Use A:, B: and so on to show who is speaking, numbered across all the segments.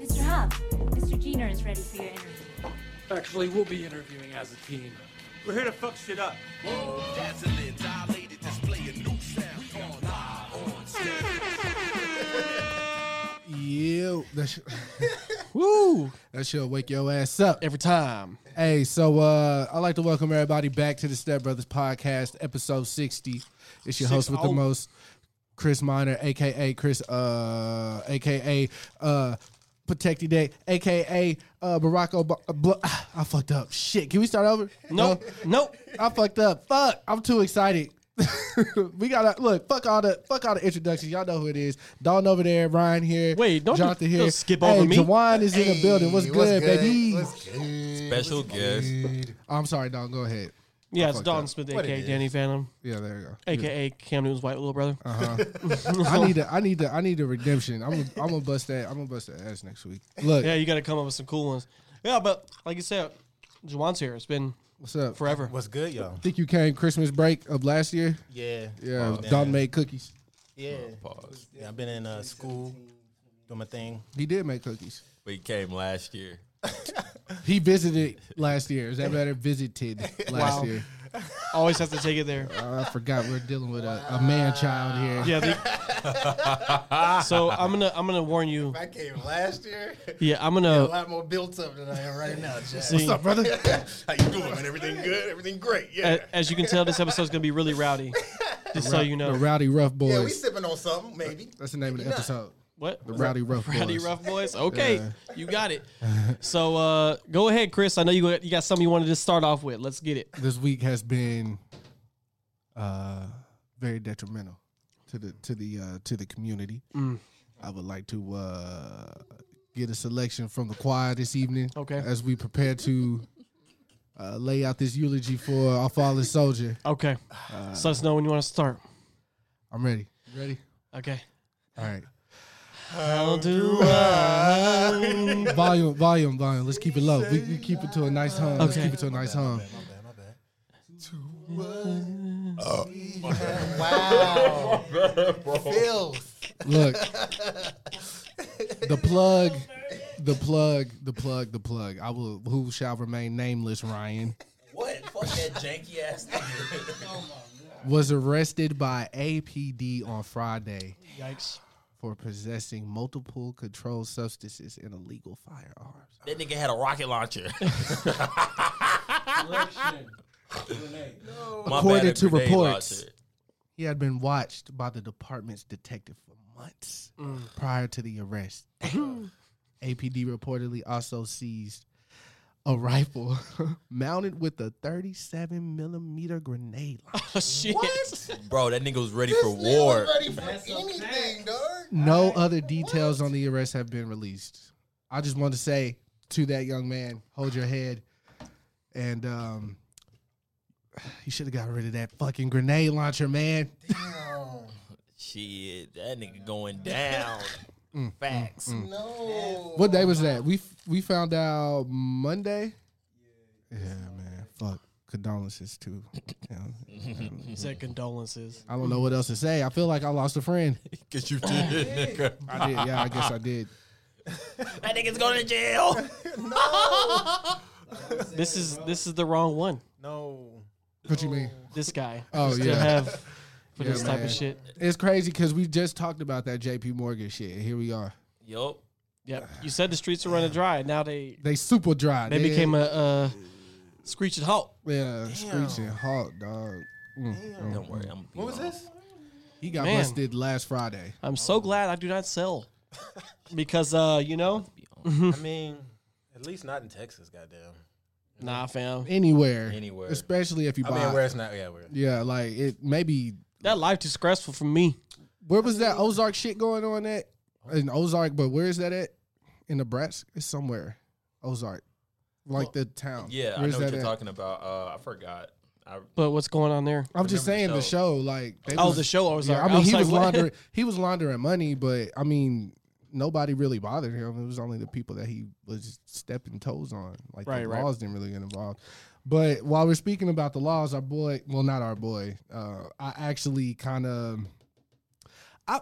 A: Mr. Hub, Mr. Diener is ready for your interview.
B: Actually, we'll be interviewing as a team.
C: We're here to fuck shit up.
D: Yeah, that shit,
B: Woo!
D: that shit'll wake your ass up.
B: Every time.
D: Hey, so uh, I'd like to welcome everybody back to the Step Brothers Podcast, episode 60. It's your host with the
B: 60.
D: most, Chris Miner, aka Chris, uh, aka uh, Protected Day, aka uh, Barack Obama. I fucked up. Shit, can we start over?
B: Nope. Nope.
D: I fucked up. Fuck. I'm too excited. we gotta look. Fuck all the fuck all the introductions. Y'all know who it is. Dawn over there. Ryan here.
B: Wait, don't
D: Jonathan
B: you-
D: here.
B: don't skip
D: hey,
B: over me.
D: Jawan is in the building. What's,
E: Hey,
D: good, baby?
E: What's good?
C: Special guest.
D: I'm sorry, Dawn. Go ahead.
B: Yeah, it's
D: fucked
B: Don
D: up.
B: Smith,
E: What
B: aka
E: it
B: Danny Phantom,
D: Yeah, Uh-huh. there you go.
B: aka Cam Newton's white little brother.
D: I need a, I need a, I need a redemption. I'm, i I'm gonna bust that. I'm gonna bust that ass next week. Look,
B: Yeah, you got to come up with some cool ones. Yeah, but like you said, Juwan's here. It's been
D: what's up? I
B: forever.
E: What's good, y'all?
D: think you came Christmas break of last year.
E: Yeah.
D: Yeah,
E: Oh,
D: Don
E: man.
D: made cookies.
E: Yeah. yeah. I've been in uh, school doing my thing.
D: He did make cookies.
C: But he came last year.
D: He visited last year. Is that better? Visited last
B: Wow.
D: year.
B: Always have to take it there.
D: Oh, I forgot we're dealing with a, a man child here.
B: Yeah. they- so I'm gonna I'm gonna warn you.
E: I came last year.
B: Yeah, I'm gonna.
E: lot more built up than I am right now, Jack.
B: See,
D: brother?
E: How you doing, man? Everything good? Everything great? Yeah.
B: a- as you can tell, this episode's gonna be really rowdy. Just so you
D: The
B: know.
D: Rowdy Rough Boys.
E: yeah, we sipping on something, maybe.
D: That's the name of the episode.
B: What?
D: The Rowdy Rough Boys.
B: Rowdy Rough Boys. Okay, you got it. So uh, go ahead, Chris. I know you got, you got something you wanted to start off with. Let's get it.
D: This week has been uh, very detrimental to the to the uh, to the community.
B: Mm.
D: I would like to uh, get a selection from the choir this evening.
B: Okay.
D: As we prepare to uh, lay out this eulogy for our fallen soldier.
B: Okay.
D: Uh,
B: so let us know when you want to start.
D: I'm ready. You ready?
B: Okay.
D: All right.
B: How do I?
D: volume, volume, volume. Let's keep it low. We, we keep it to a nice hum. Let's
B: Okay.
D: keep it to a nice hum.
E: Wow. Oh. Phil.
D: Look, the plug, the plug, the plug, the plug. I will. Who shall remain nameless? Ryan
C: What? Fuck that janky ass
D: was arrested by APD on Friday
B: Yikes.
D: for possessing multiple controlled substances and illegal firearms.
C: That nigga had a rocket launcher. My
D: According
C: bad, a
D: to
C: grenade
D: reports.
C: launcher.
D: He had been watched by the department's detective for months prior to the arrest. APD reportedly also seized a rifle mounted with a 37 millimeter grenade launcher.
B: Oh, shit.
C: Bro, that nigga was ready for war.
E: Ready for anything, dog?
D: No other details on the arrest have been released. I just want to say to that young man, hold your head, and um, you should have got rid of that fucking grenade launcher, man.
C: Shit, that nigga going down.
D: Mm,
C: Facts.
E: No.
D: What day was that? We we found out Monday. Yeah, man. Fuck. condolences to him.
B: Said condolences.
D: I don't know what else to say. I feel like I lost a friend.
F: Cause you did, nigga.
D: I did. Yeah, I guess I did.
C: That nigga's going to jail.
B: This is this is the wrong one.
E: No.
D: What you mean?
B: This guy.
D: Oh,
B: Still
D: yeah.
B: have for
D: Yeah,
B: this type
D: man.
B: of shit.
D: It's crazy because we just talked about that J.P. Morgan shit. and Here we are.
C: yup.
B: Yep. You said the streets are running dry. Now they
D: They super dry.
B: they became a uh, screeching halt.
D: yeah screeching halt dog.
C: Don't worry. I'm
E: What was this?
D: He got
B: Man.
D: busted last Friday.
B: I'm so glad I do not sell because uh, you know,
E: I mean, at least not in Texas, goddamn.
B: nah, fam.
D: Anywhere,
F: Anywhere.
D: especially if you
E: I
D: buy.
E: mean, where it's not, yeah, where.
D: yeah, like it maybe.
B: That life too stressful for me.
D: Where was that Ozark shit going on at? In Ozark, but where is that at? In Nebraska? It's somewhere. Ozark, like the town.
F: Yeah, I
D: Where's
F: know what
D: that at?
F: you're talking about. Uh, I forgot. I,
B: But what's going on there?
D: I'm just saying
F: Remember
D: the
F: the
D: show, like they
B: Oh,
D: was-
B: the show. I was
D: Yeah,
B: like,
D: I mean,
B: was
D: he
B: like,
D: was
B: what?
D: laundering. He was laundering money, but I mean, nobody really bothered him. It was only the people that he was stepping toes on. Like
B: Right,
D: the
B: right.
D: laws didn't really get involved. But while we're speaking about the laws, our boy, well, not our boy. Uh, I actually kind of, I.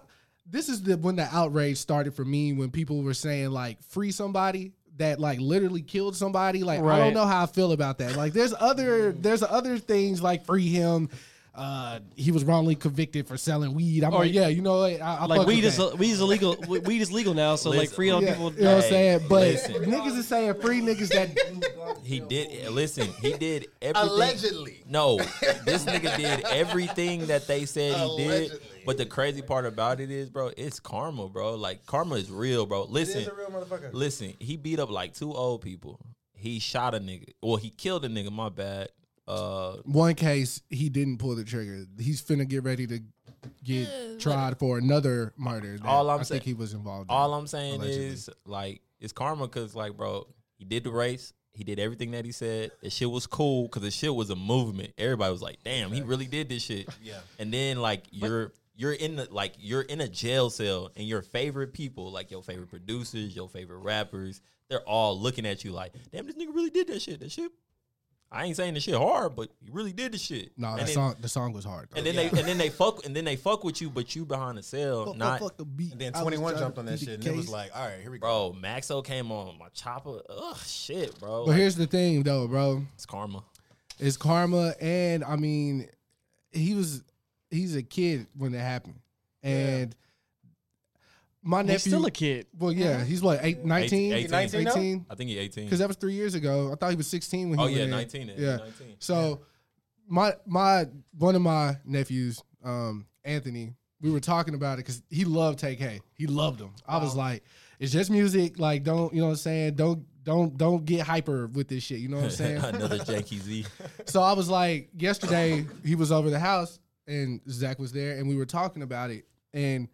D: This is the when the outrage started for me when people were saying like free somebody that like literally killed somebody. Like I don't
B: Right.
D: know how I feel about that. Like there's other there's other things like free him. Uh, he was wrongly convicted for selling weed. I'm
B: Or-
D: like, yeah, you know, I, I
B: Like
D: fuck with
B: weed is
D: that.
B: weed is illegal. weed is legal now. So like
F: Listen.
B: free all
D: yeah,
B: people.
D: you know what I'm
F: Hey,
D: saying? But
F: listen.
D: niggas is saying free niggas that
F: he
C: eh,
F: did. Listen, he did everything.
E: Allegedly.
F: No, this nigga did everything that they said he did.
E: Allegedly.
F: But the crazy part about it is, bro, it's karma, bro. Like karma is real, bro. Listen,
E: He's a real motherfucker.
F: Listen, he beat up like two old people. He shot a nigga. Well, he killed a nigga. My bad. Uh,
D: one case he didn't pull the trigger. He's finna get ready to get tried for another murder. That
F: All I'm
D: I
F: saying-
D: think he was involved.
F: all
D: in.
F: I'm saying
D: Allegedly.
F: is like it's karma because like bro, he did the race. He did everything that he said. The shit was cool because the shit was a movement. Everybody was like, "Damn, he really did this shit."
E: Yeah.
F: And then like you're you're in the like you're in a jail cell and your favorite people like your favorite producers, your favorite rappers, they're all looking at you like, "Damn, this nigga really did that shit. That shit." I ain't saying the shit hard, but he really did the shit.
D: no,
F: And
D: that
F: then-
D: song the song was hard. though.
F: And then they and then they fuck and then they fuck with you, but you behind the cell,
D: Fuck,
F: not
D: fuck, fuck the beat.
E: And then
D: I was
E: 21
D: trying
E: jumped
D: to
E: on that
D: beat
E: shit,
D: the
E: and it was
D: case.
E: like, all right, here we go.
F: bro. Maxo came on my chopper. Ugh, shit, bro.
D: But
F: Like,
D: here's the thing, though, bro.
F: it's karma.
D: It's karma, and I mean, he was he's a kid when it happened, and my
B: He's
D: nephew.
B: still a kid.
D: well, yeah, he's what eight, 19?
F: Eight-
E: 18 now?
D: 18?
F: I think he eighteen.
D: Because that was three years ago. I thought he was 16 when he
F: Oh,
D: went
F: yeah,
D: in.
F: 19 then.
D: Yeah.
F: 19.
D: So my my one of my nephews, um, Anthony, we were talking about it because he loved Take K. He loved him. I was like, it's just music. Like, don't you know what I'm saying? Don't don't don't get hyper with this shit. You know what I'm saying?
F: Another Janky Z.
D: so I was like, yesterday he was over the house and Zach was there and we were talking about it and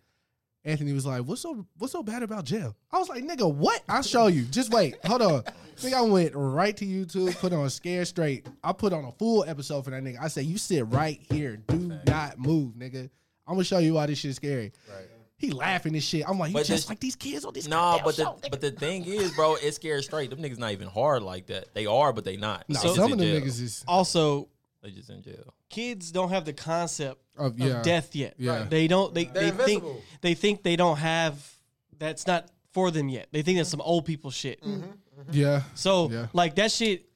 D: Anthony was like, "What's so what's so bad about jail?" I was like, "Nigga, what? I'll show you. Just wait. Hold on." Nigga, I went right to YouTube, put on Scare Straight. I put on a full episode for that nigga. I said, "You sit right here. Do not move, nigga. I'm gonna show you why this shit's scary." Right. He laughing this shit. I'm like, "You
F: But
D: just
F: this-
D: like these kids on this."
F: No,
D: goddamn
F: but the
D: show, nigga."
F: but the thing is, bro, it's scared straight. Them niggas not even hard like that. They are, but they not.
D: Nah,
F: They just
D: some
F: in
D: of them
F: jail.
D: niggas is
B: Also,
F: They just in jail.
B: kids don't have the concept
D: of
B: of
D: yeah.
B: death yet.
D: Uh, Yeah.
B: They don't. They
E: They're
B: they think
E: invisible.
B: they think they don't have. That's not for them yet. They think that's some old people shit.
E: Mm-hmm.
B: Mm-hmm.
D: Yeah.
B: So
D: Yeah.
B: like that shit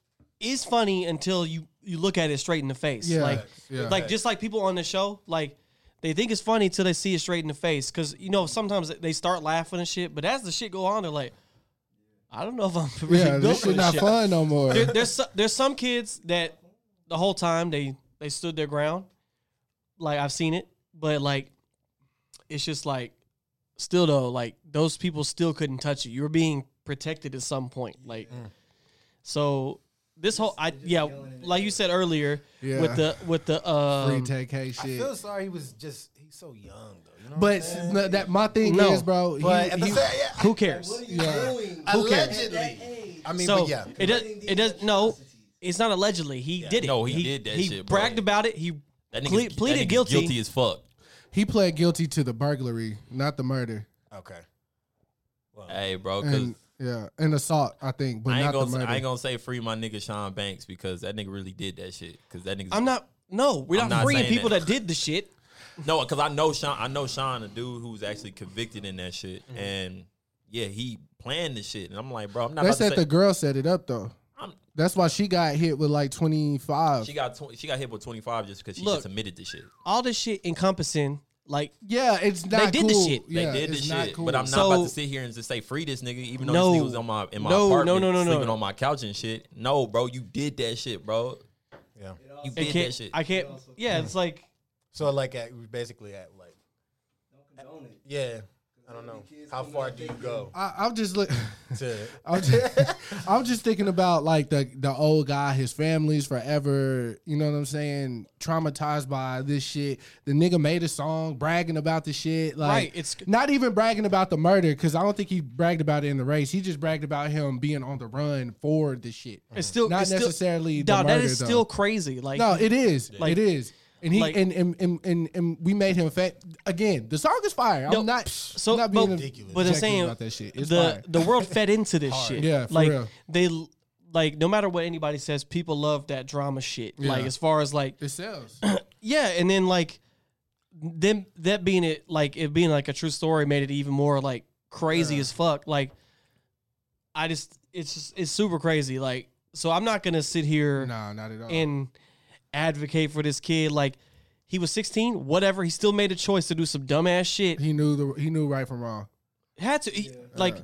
B: is funny until you you look at it straight in the face.
D: Yeah.
B: Like
D: Yeah.
B: like just like people on the show like. They think it's funny till they see it straight in the face, cause you know sometimes they start laughing and shit. But as the shit go on, they're like, "I don't know if I'm really
D: Yeah,
B: built
D: this
B: for
D: shit
B: this
D: not
B: shit."
D: fun no more.
B: there, there's so- there's some kids that the whole time they they stood their ground. Like I've seen it, but like it's just like still though like those people still couldn't touch you. You were being protected at some point. Like so this whole I yeah like you said earlier
D: Yeah.
B: with the with the
D: Free
B: um,
D: take K shit.
E: I feel sorry he was just, he's so young, though. You know
D: But s- no, that my thing
B: No,
D: is, bro.
E: but at the same, yeah,
B: who cares?
E: allegedly. I mean,
B: So
E: but yeah.
B: it does it does no. It's not allegedly he did it.
F: No, he did that
B: He
F: shit, bro.
B: bragged about it. He
F: That
B: ple-
F: nigga
B: pleaded
F: guilty.
B: guilty.
F: guilty as fuck.
D: he pled guilty to the burglary, not the murder.
E: Okay.
F: Hey, bro, because
D: And Yeah, and assault, I think, but
F: I ain't
D: not the
F: gonna
D: murder.
F: I ain't gonna say free my nigga Sean Banks because that nigga really did that shit. Cause that nigga
B: I'm not. No, we're
F: I'm
B: not,
F: not
B: freeing
F: saying
B: people
F: that.
B: that. did the shit.
F: No, because I know Sean. I know Sean, a dude who was actually convicted in that shit,
B: Mm-hmm.
F: and yeah, he planned the shit. And I'm like, bro, I'm not.
D: they
F: about to
D: said
F: say,
D: the girl set it up though.
F: I'm-
D: That's why she got hit with like twenty five.
F: she got tw- she got hit with 25 just because she
B: Look.
F: just admitted the shit.
B: All this shit encompassing, like,
D: Yeah, it's not.
B: did the
D: cool.
B: shit. They
F: They
D: Yeah,
F: did the
D: it's not
F: shit,
D: cool.
F: but I'm not
B: So-
F: about to sit here and just say free this nigga, even though
B: No.
F: this nigga was on my in my
B: No, no,
F: apartment,
B: no, no, no.
F: sleeping on my couch and shit. No, bro, you did that shit, bro.
E: Yeah.
F: You
B: I
F: did that
B: can't.
F: shit.
B: I can't. Yeah, it's like
E: So like at basically at like. Yeah. I don't know. How far do you go?
D: I, I'm just look.
E: To,
D: I'm just, I'm just thinking about like the the old guy, his family's forever, you know what I'm saying, traumatized by this shit. The nigga made a song bragging about the shit, like
B: Right, it's-
D: not even bragging about the murder because I don't think he bragged about it in the race. He just bragged about him being on the run for the shit.
B: it's still
D: Not
B: it's still-
D: necessarily the
B: Dawg, that
D: murder,
B: is
D: though.
B: still crazy. Like,
D: No, it is,
B: Like-
D: it is. And he
B: like-
D: and, and, and and and we made him fat again. The song is fire.
B: No,
D: I'm not
B: so-
D: I'm not being
B: but-
D: ridiculous.
B: but I'm saying
D: about that shit. It's
B: the
D: fire.
B: the world fed into this shit.
D: Yeah, for
B: like
D: real.
B: they like no matter what anybody says, people love that drama shit. Like
D: Yeah.
B: as far as like
D: It sells.
B: yeah, and then like them that being it like it being like a true story made it even more like crazy as fuck. Like I just it's just it's super crazy. Like so I'm not gonna sit here
D: no, not at all.
B: and advocate for this kid. Like he was 16, whatever. He still made a choice to do some dumbass shit.
D: he knew the he knew right from wrong.
B: Had to he- like.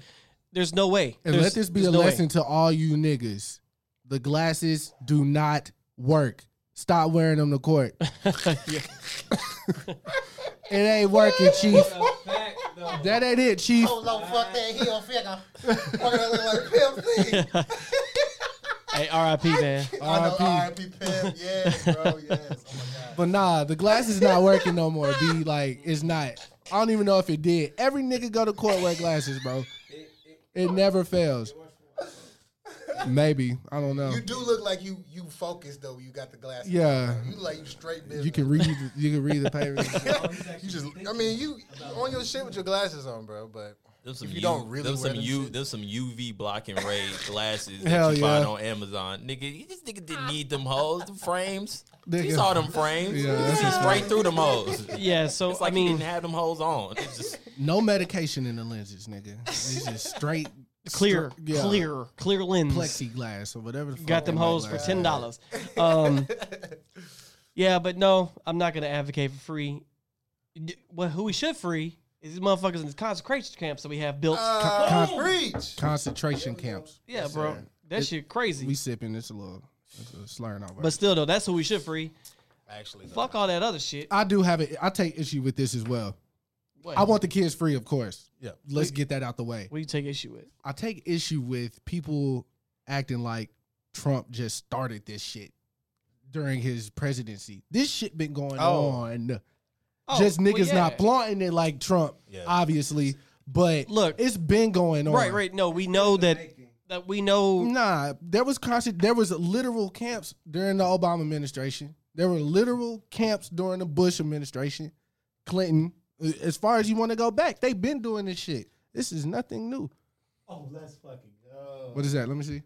B: There's no way.
D: And
B: There's-
D: let this be
B: there's
D: a
B: no way.
D: lesson to all you niggas. The glasses do not work. Stop wearing them to court. it ain't working, Chief. That ain't it, Chief.
E: Oh.
C: Oh, no, fuck that heel figure. Fucking look like Pimp C.
B: Hey, RIP, man.
C: I know,
D: R.I.P..
C: R.I.P. Pimp. Yes, bro. Yes. Oh my God.
D: But nah, the glasses not working no more. Be like, it's not. I don't even know if it did. Every nigga go to court wear glasses, bro. It never fails. Maybe I don't know.
C: You do look like you you focused though. when You got the glasses. on,
D: Yeah.
C: bro. You look like you straight business.
D: You can read. the- You can read the papers.
C: you just. I mean, you you on your shit with your glasses on, bro. But
F: There's some
C: if you
F: U-
C: don't really
F: there's
C: wear
F: some
C: them
F: U,
C: shits.
F: there's some UV blocking ray glasses
D: Hell
F: that you
D: yeah.
F: find on Amazon. Nigga, you- this nigga didn't need them hoes, the frames. You
D: Nigga.
F: saw them frames.
D: Yeah,
F: You
D: that's
F: see straight through them hoes.
B: Yeah, so
F: It's like
B: I
F: he
B: mean,
F: didn't have them hoes on. It's just
D: No medication in the lenses, nigga. It's just straight
B: clear,
D: stra- yeah, Oh,
B: clear, clear lens.
D: plexiglass or whatever. The fuck
B: Got them
D: that
B: hoes for
D: glass
B: ten
D: is.
B: dollars. Um, yeah, but no, I'm not gonna advocate for free. D- Well, who we should free is these motherfuckers in these concentration camps that we have built.
C: uh,
E: Oh.
D: Con-
C: reach.
D: Concentration camps.
B: yeah, bro, that shit crazy.
D: We sipping. It's a little it's a slurring over.
B: but still, though, that's who we should free.
C: Actually,
B: Fuck all that other shit.
D: I do have it. I take issue with this as well.
B: What?
D: I want the kids free, of course.
E: Yeah.
D: Let's get that out the way.
B: What do you take issue with?
D: I take issue with people acting like Trump just started this shit during his presidency. This shit been going
E: Oh.
D: on.
B: Oh,
D: just
B: well,
D: niggas not
B: yeah.
D: flaunting it like Trump,
E: Yeah.
D: obviously. But
B: Look.
D: it's been going on.
B: Right, right. No, we know that that we know.
D: Nah, there was constant. There was literal camps during the Obama administration. There were literal camps during the Bush administration, Clinton. As far as you want to go back, they've been doing this shit. This is nothing new.
E: Oh, let's fucking go.
D: What is that? Let me see.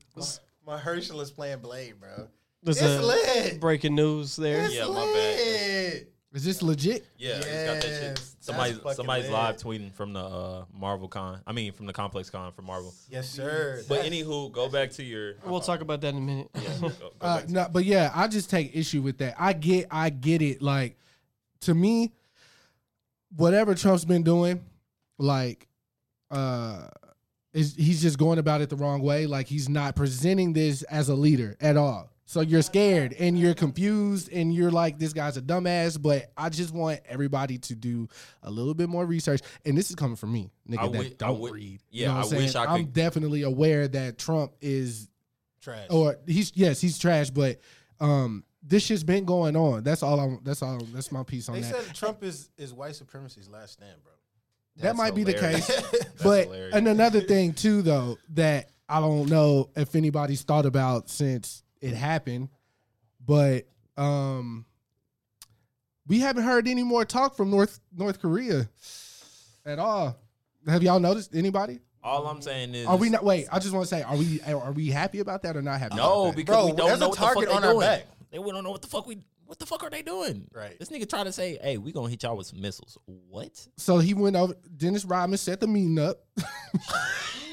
C: my Herschel is playing Blade, bro.
B: There's
C: It's
B: a
C: lit.
B: breaking news there.
C: It's
F: Yeah, my bad.
C: lit.
D: Is this legit?
F: yeah, it's got that shit.
C: Yes,
F: Somebody
C: that's fucking
F: somebody's
C: lit.
F: live tweeting from the uh, Marvel Con. I mean from the Complex Con from Marvel.
C: Yes, sir.
F: But anywho, go back to your uh,
B: We'll talk about that in a minute.
F: go, go
D: Uh,
F: back to-
D: no, but yeah, I just take issue with that. I get, I get it. Like to me, whatever Trump's been doing, like, uh, is he's just going about it the wrong way. Like he's not presenting this as a leader at all. So you're scared and you're confused and you're like, this guy's a dumbass. But I just want everybody to do a little bit more research. And this is coming from me, nigga.
F: I
D: that
F: wi- I
D: don't
F: wi-
D: read.
F: yeah, I wish I
D: I'm
F: could-
D: definitely aware that Trump is
E: Trash.
D: or he's yes, he's trash, but um, this shit's been going on. That's all. I'm. That's all. That's my piece on
E: they
D: that.
E: said Trump is is white supremacy's last stand, bro.
D: that might
F: hilarious.
D: be the case.
F: That's
D: but
F: hilarious.
D: and another thing too, though, that I don't know if anybody's thought about since it happened, but um, we haven't heard any more talk from North North Korea at all. Have y'all noticed anybody?
F: All I'm saying is,
D: Are we not? Wait, I just want to say, are we are we happy about that or not happy?
F: No,
D: about that?
F: because
E: Bro,
F: we don't
E: there's
F: know
E: a
F: what
E: target
F: the fuck
E: on
F: they
E: our
F: doing.
E: back.
F: They we don't know what the fuck we what the fuck are they doing?
E: Right.
F: This nigga trying to say, hey, we gonna hit y'all with some missiles. What?
D: so he went over. Dennis Rodman set the meeting up. you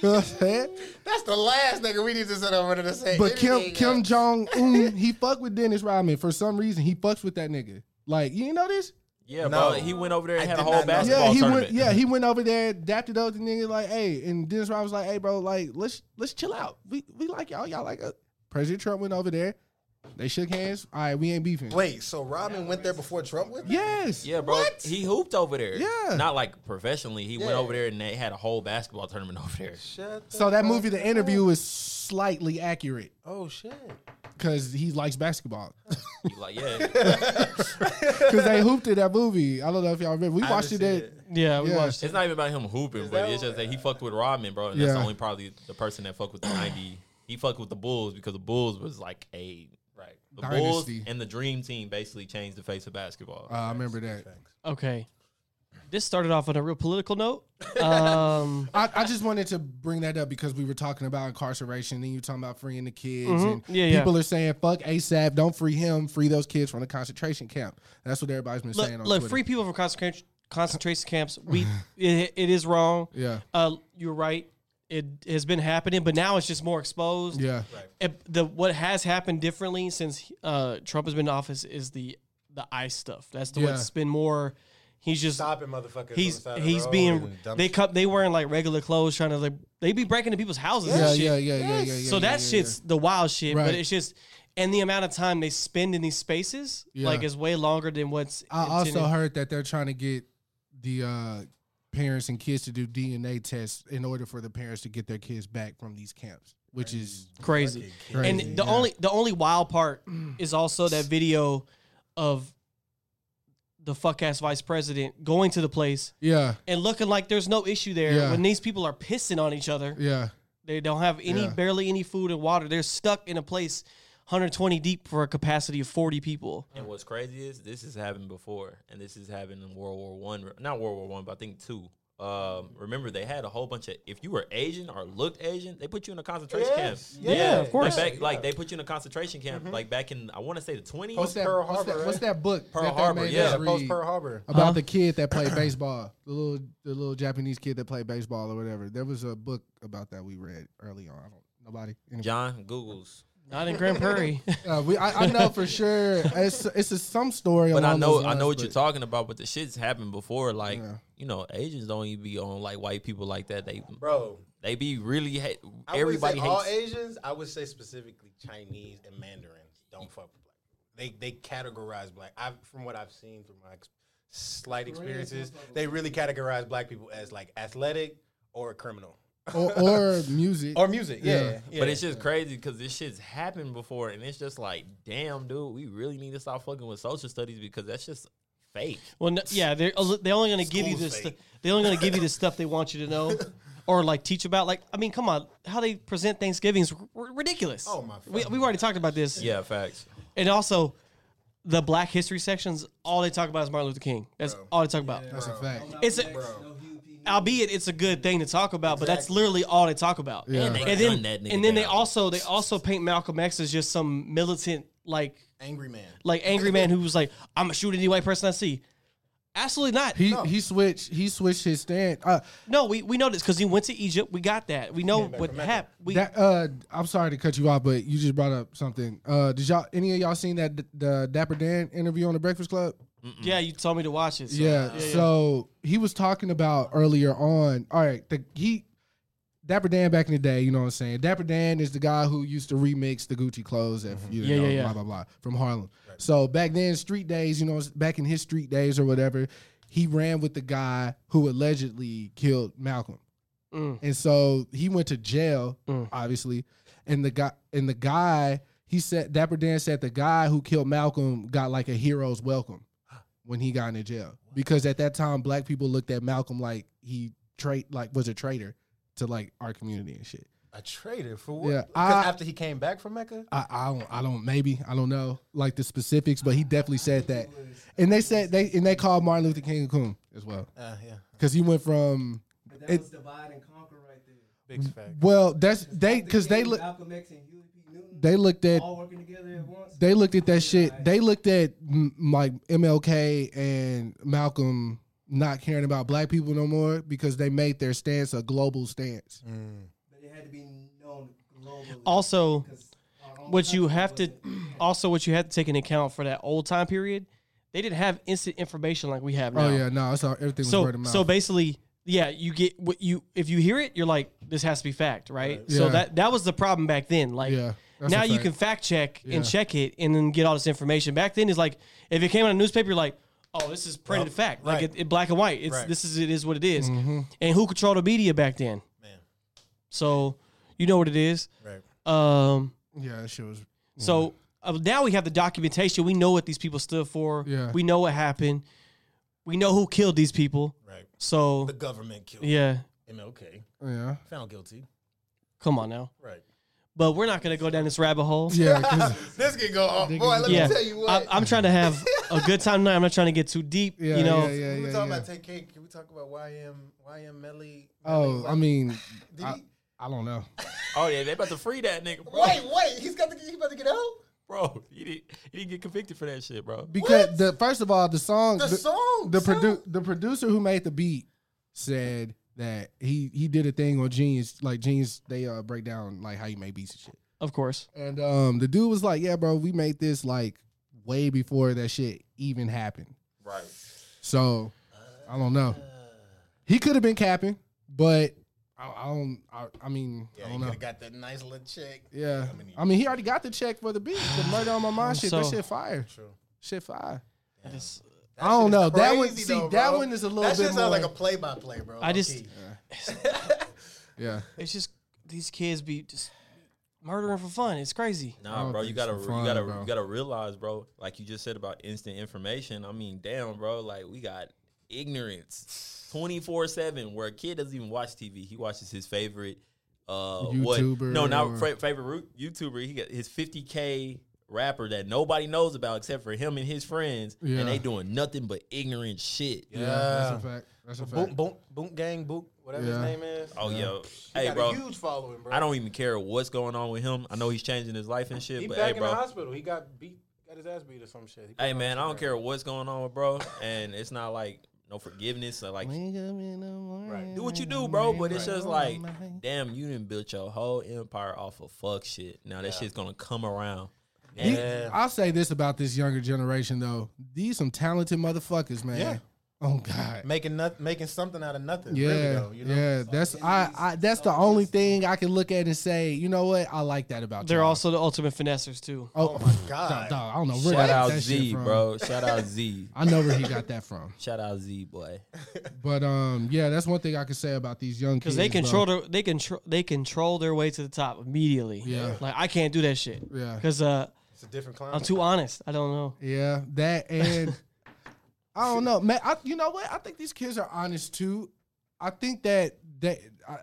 D: know what I'm saying?
E: That's the last nigga we need to sit over there to say.
D: But Kim
E: anything,
D: Kim
E: uh,
D: Jong Un, he fucked with Dennis Rodman for some reason. He fucks with that nigga. Like you ain't know this?
F: Yeah,
E: No.
F: bro. He went over there and
E: I
F: had a
E: did
F: whole
E: not know.
F: basketball
D: Yeah, he
F: tournament.
D: went. Yeah, he went over there, dapped it up, and nigga like, hey, and Dennis Rodman was like, hey, bro, like let's let's chill out. We we like y'all. Y'all like us. President Trump went over there. They shook hands. All right, we ain't beefing.
E: Wait, so Rodman went there before Trump went? there?
D: Yes.
F: Yeah, bro. He hooped over there.
D: Yeah.
F: Not like professionally. He went
E: Yeah.
F: over there and they had a whole basketball tournament over there.
E: Shut the
D: So that
E: fuck
D: movie, The
E: up.
D: Interview, is slightly accurate
E: Oh shit.
D: because he likes basketball.
F: You like, yeah.
D: Because they hooped in that movie. I don't know if y'all remember. We
E: I
D: watched it.
E: haven't
D: At,
E: seen
B: Yeah, we
D: Yeah.
B: watched it.
F: it's not even about him hooping, but
E: that
F: it's
E: what-
F: just that he fucked with Rodman, bro. And that's
D: Yeah.
F: the only probably the person that fucked with the 90. He fucked with the Bulls because the Bulls was like a right. The
D: Dynasty.
F: Bulls and the Dream Team basically changed the face of basketball.
D: uh, I remember that.
B: Okay. This started off on a real political note. Um,
D: I, I just wanted to bring that up because we were talking about incarceration and you talking about freeing the kids. And
B: Mm-hmm. Yeah, yeah.
D: people are saying, fuck ASAP, don't free him, free those kids from the concentration camp. That's what everybody's been
B: look,
D: saying on
B: look,
D: Twitter.
B: free people from concentration concentration camps. We it, it is wrong.
D: Yeah.
B: Uh, you're right. It has been happening, but now it's just more exposed.
D: Yeah.
B: It- the what has happened differently since uh, Trump has been in office is the the ICE stuff. That's the
D: Yeah.
B: what's been more. He's just
E: Stop it, motherfucker.
B: he's he's being they come they wearing like regular clothes trying to like they be breaking into people's houses.
D: Yeah,
B: and shit.
D: yeah, yeah, yeah, yeah, yeah.
B: so
D: yeah,
B: that
D: yeah,
B: shit's the wild shit,
D: Right.
B: but it's just and the amount of time they spend in these spaces
D: Yeah.
B: like is way longer than what's.
D: I also
B: intended.
D: heard that they're trying to get the uh, parents and kids to do DNA tests in order for the parents to get their kids back from these camps, which is
B: crazy.
D: crazy.
B: and the
D: yeah. Mm.
B: only the only wild part is also that video of the fuck ass vice president going to the place
D: yeah,
B: and looking like there's no issue there
D: Yeah.
B: when these people are pissing on each other.
D: yeah,
B: They don't have any
D: Yeah.
B: barely any food and water. They're stuck in a place 120 deep for a capacity of 40 people.
F: And what's crazy is this has happened before, and this has happened in World War One, not World War One, but I think two. Um, remember they had a whole bunch of if you were Asian or looked Asian, they put you in a concentration camp.
E: Yeah,
B: of course.
F: Like, back, like they put you in a concentration camp,
E: Mm-hmm.
F: like back in I want to say the twenties.
D: What's that,
E: Pearl
D: what's
E: Harbor,
D: that-
E: right?
D: what's that book?
F: Pearl
D: that they
F: Harbor,
D: made
F: yeah.
D: us
E: yeah, post
D: read
E: Pearl Harbor.
D: About the kid that played baseball, the little the little Japanese kid that played baseball or whatever. There was a book about that we read early on. I don't, nobody. anybody-
F: John Googles,
B: Not in Grand Prairie.
D: Uh, we, I, I know for sure. It's it's a, some story.
F: but I
D: along
F: know
D: those
F: I know what
D: lines,
F: you're
D: but-
F: talking about. But the shit's happened before, like
D: Yeah.
F: you know, Asians don't even be on like white people like that. They
E: Bro,
F: they be really ha-
E: I everybody
F: everybody
E: would say all
F: hates.
E: Asians. I would say specifically Chinese and Mandarin don't fuck with black. They they categorize black. I from what I've seen through my ex- slight experiences, they really categorize black people as like athletic or criminal
D: or, or music.
E: or music. Yeah,
D: Yeah.
E: yeah.
F: But it's just crazy because this shit's happened before, and it's just like, damn, dude, we really need to stop fucking with social studies because that's just fake.
B: well, no, yeah, they're they're only gonna give you
E: School's
B: this.
E: fake.
B: they're only gonna give you the stuff they want you to know, or like teach about. Like, I mean, come on, how they present Thanksgiving's r- ridiculous.
E: Oh, my
B: We
E: fucking
B: we've already talked about this.
F: Yeah, facts.
B: and also the Black History sections. All they talk about is Martin Luther King. That's all they talk about.
D: That's a fact.
B: It's a, albeit it's a good thing to talk about, but that's literally all they talk about.
D: Yeah. And
F: they
B: and then
F: gun that nigga
B: and then they
F: down.
B: also they also paint Malcolm X as just some militant like
E: angry man.
B: like angry man who was like I'm gonna shoot any white person I see. Absolutely not.
D: He he switched he switched his stand. Uh,
B: no, we, we know this because he went to Egypt. We got that. We know what happened. We
D: that uh, I'm sorry to cut you off, but you just brought up something. Uh, did y'all any of y'all seen that d- the Dapper Dan interview on the Breakfast Club?
B: yeah, you told me to watch it. so-
D: yeah, So he was talking about earlier on. All right, the, he Dapper Dan back in the day. You know what I'm saying? Dapper Dan is the guy who used to remix the Gucci clothes and you
B: Mm-hmm. Yeah,
D: know
B: yeah, yeah.
D: blah blah blah from Harlem. So back then, street days. You know, back in his street days or whatever, he ran with the guy who allegedly killed Malcolm.
B: Mm.
D: And so he went to jail,
B: Mm.
D: obviously. And the guy and the guy, he said Dapper Dan said the guy who killed Malcolm got like a hero's welcome when he got into jail. Because at that time black people looked at Malcolm like he trait like was a traitor to like our community and shit.
E: A traitor for what?
D: Yeah,
E: 'Cause
D: I-
E: after he came back from Mecca,
D: I, I don't I don't maybe I don't know like the specifics, but he definitely said that. And they said they and they called Martin Luther King a coon as well.
E: uh, yeah.
D: Because he went from
G: But that
D: It-
G: was divide and conquer right there.
E: Big fact.
D: Well, that's they because they look
G: Malcolm X and Huey P. Newton
D: they looked at
G: all working together at once.
D: they looked at that shit. They looked at mm, like MLK and Malcolm not caring about black people no more because they made their stance a global stance.
E: Mm.
G: but it had to be known globally.
B: Also,
G: 'cause our own
B: what you
G: country
B: have to
G: wasn't-
B: also what you have to take into account for that old time period, they didn't have instant information like we have now.
D: Oh yeah, no, it's all everything was
B: So
D: word of mouth.
B: so basically, yeah, you get what you if you hear it, you're like, this has to be fact, right?
D: Yeah.
B: So that that was the problem back then. Like
D: Yeah, that's
B: now
D: a
B: you
D: fact.
B: can fact check
D: Yeah.
B: and check it and then get all this information. Back then it's like if it came out in a newspaper, you're like, oh, this is printed
E: Well,
B: fact. Like
E: right.
B: it, it black and white. It's
E: Right.
B: this is it is what it is.
D: Mm-hmm.
B: And who controlled the media back then?
E: Man.
B: So you know what it is.
E: Right.
B: Um
D: yeah, that shit was
B: so uh, now we have the documentation. We know what these people stood for.
D: Yeah.
B: We know what happened. We know who killed these people.
E: Right.
B: So
E: The government killed
B: yeah,
E: MLK.
D: yeah.
E: Found guilty.
B: come on now.
E: Right.
B: But we're not gonna go down this rabbit hole.
D: Yeah, 'cause-
E: This can go off. Boy, let
B: Yeah.
E: me tell you what.
B: I, am trying to have a good time tonight. I'm not trying to get too deep.
D: yeah,
B: you know.
D: yeah, yeah,
E: we were
D: yeah,
E: talking
D: yeah.
E: about take cake. Can we talk about YM YM Melly?
D: Oh,
E: Melly?
D: I mean,
E: Did
D: I,
E: he-
D: I don't know.
F: Oh yeah, they about to free that nigga, bro.
E: wait, wait. He's got to. He about to get out.
F: Bro, he didn't he didn't get convicted for that shit, bro.
D: Because
E: What?
D: the first of all, the song,
E: The song,
D: the,
E: son.
D: produ- the producer who made the beat said that he he did a thing on Genius, like Genius, they uh break down like how you make beats and shit.
B: Of course.
D: And um, the dude was like, "Yeah, bro, we made this like way before that shit even happened."
E: Right.
D: So I don't know. He could have been capping, but I, I don't. I, I mean,
E: Yeah,
D: I
E: he
D: don't
E: could
D: know.
E: have got that nice little check.
D: yeah,
E: I mean,
D: I mean, he already got the check for the beat. The murder on my mind shit. that
B: so-
D: shit fire.
E: True.
D: Shit fire.
B: I just,
E: That
D: I don't
E: shit is
D: know. That one-
E: crazy
D: see, that
E: bro.
D: one is a little
E: That
D: bit
E: shit sounds like
D: more-
E: a play-by-play, bro.
B: I just-
E: low-key.
D: Yeah.
B: it's just these kids be just murdering for fun. It's crazy.
D: I
F: Nah,
D: don't
F: bro, you
D: think
F: gotta
D: it's
F: you
D: for fun,
F: gotta
D: bro.
F: you gotta realize, bro. Like you just said about instant information. I mean, damn, bro. Like we got ignorance, twenty four seven, where a kid doesn't even watch TV. He watches his favorite uh what?
D: YouTuber
F: No,
D: or-
F: not fa- favorite ru- YouTuber. He got his fifty k rapper that nobody knows about except for him and his friends,
D: Yeah.
F: and they doing nothing but ignorant shit.
D: yeah, That's a fact. That's a fact.
E: Boom, boom, boom, gang, boom. Whatever
D: Yeah.
E: his name is.
F: Oh
D: Yeah.
F: yeah,
E: He
F: hey,
E: got
F: bro.
E: a huge following, bro.
F: I don't even care what's going on with him. I know he's changing his life and shit,
E: He
F: but
E: back
F: hey,
E: in
F: bro.
E: the hospital. He got beat, got his ass beat or some shit. He put
F: Hey
E: it on
F: man, I don't
E: Instagram.
F: care what's going on with bro, and it's not like no forgiveness. So like,
E: Right.
F: do what you do, bro. But it's just like, damn, you didn't build your whole empire off of fuck shit. Now that shit's gonna come around.
D: He-
E: Yeah.
D: I'll say this about this younger generation though. These some talented motherfuckers, man.
E: Yeah.
D: Oh God.
E: Making noth- making something out of nothing.
D: Yeah,
E: really, though, you know?
D: yeah. That's I, I. That's the only thing I can look at and say, you know what? I like that about.
B: They're
D: y'all.
B: also the ultimate finessers too.
D: Oh,
E: my God.
D: dog, dog, I don't know where
F: Shout
D: that-
F: out
D: that shit
F: Z,
D: from.
F: bro. Shout out Z.
D: I know where he got that from.
F: Shout out Z, boy.
D: But um, yeah, that's one thing I can say about these young kids.
B: Because they control
D: bro.
B: their, they control they control their way to the top immediately.
D: Yeah.
B: Like I can't do that shit.
D: Yeah.
B: Because uh,
E: It's a different
B: I'm
E: climate.
B: too honest. I don't know.
D: Yeah, that and I don't know, man. I, you know what? I think these kids are honest too. I think that that I,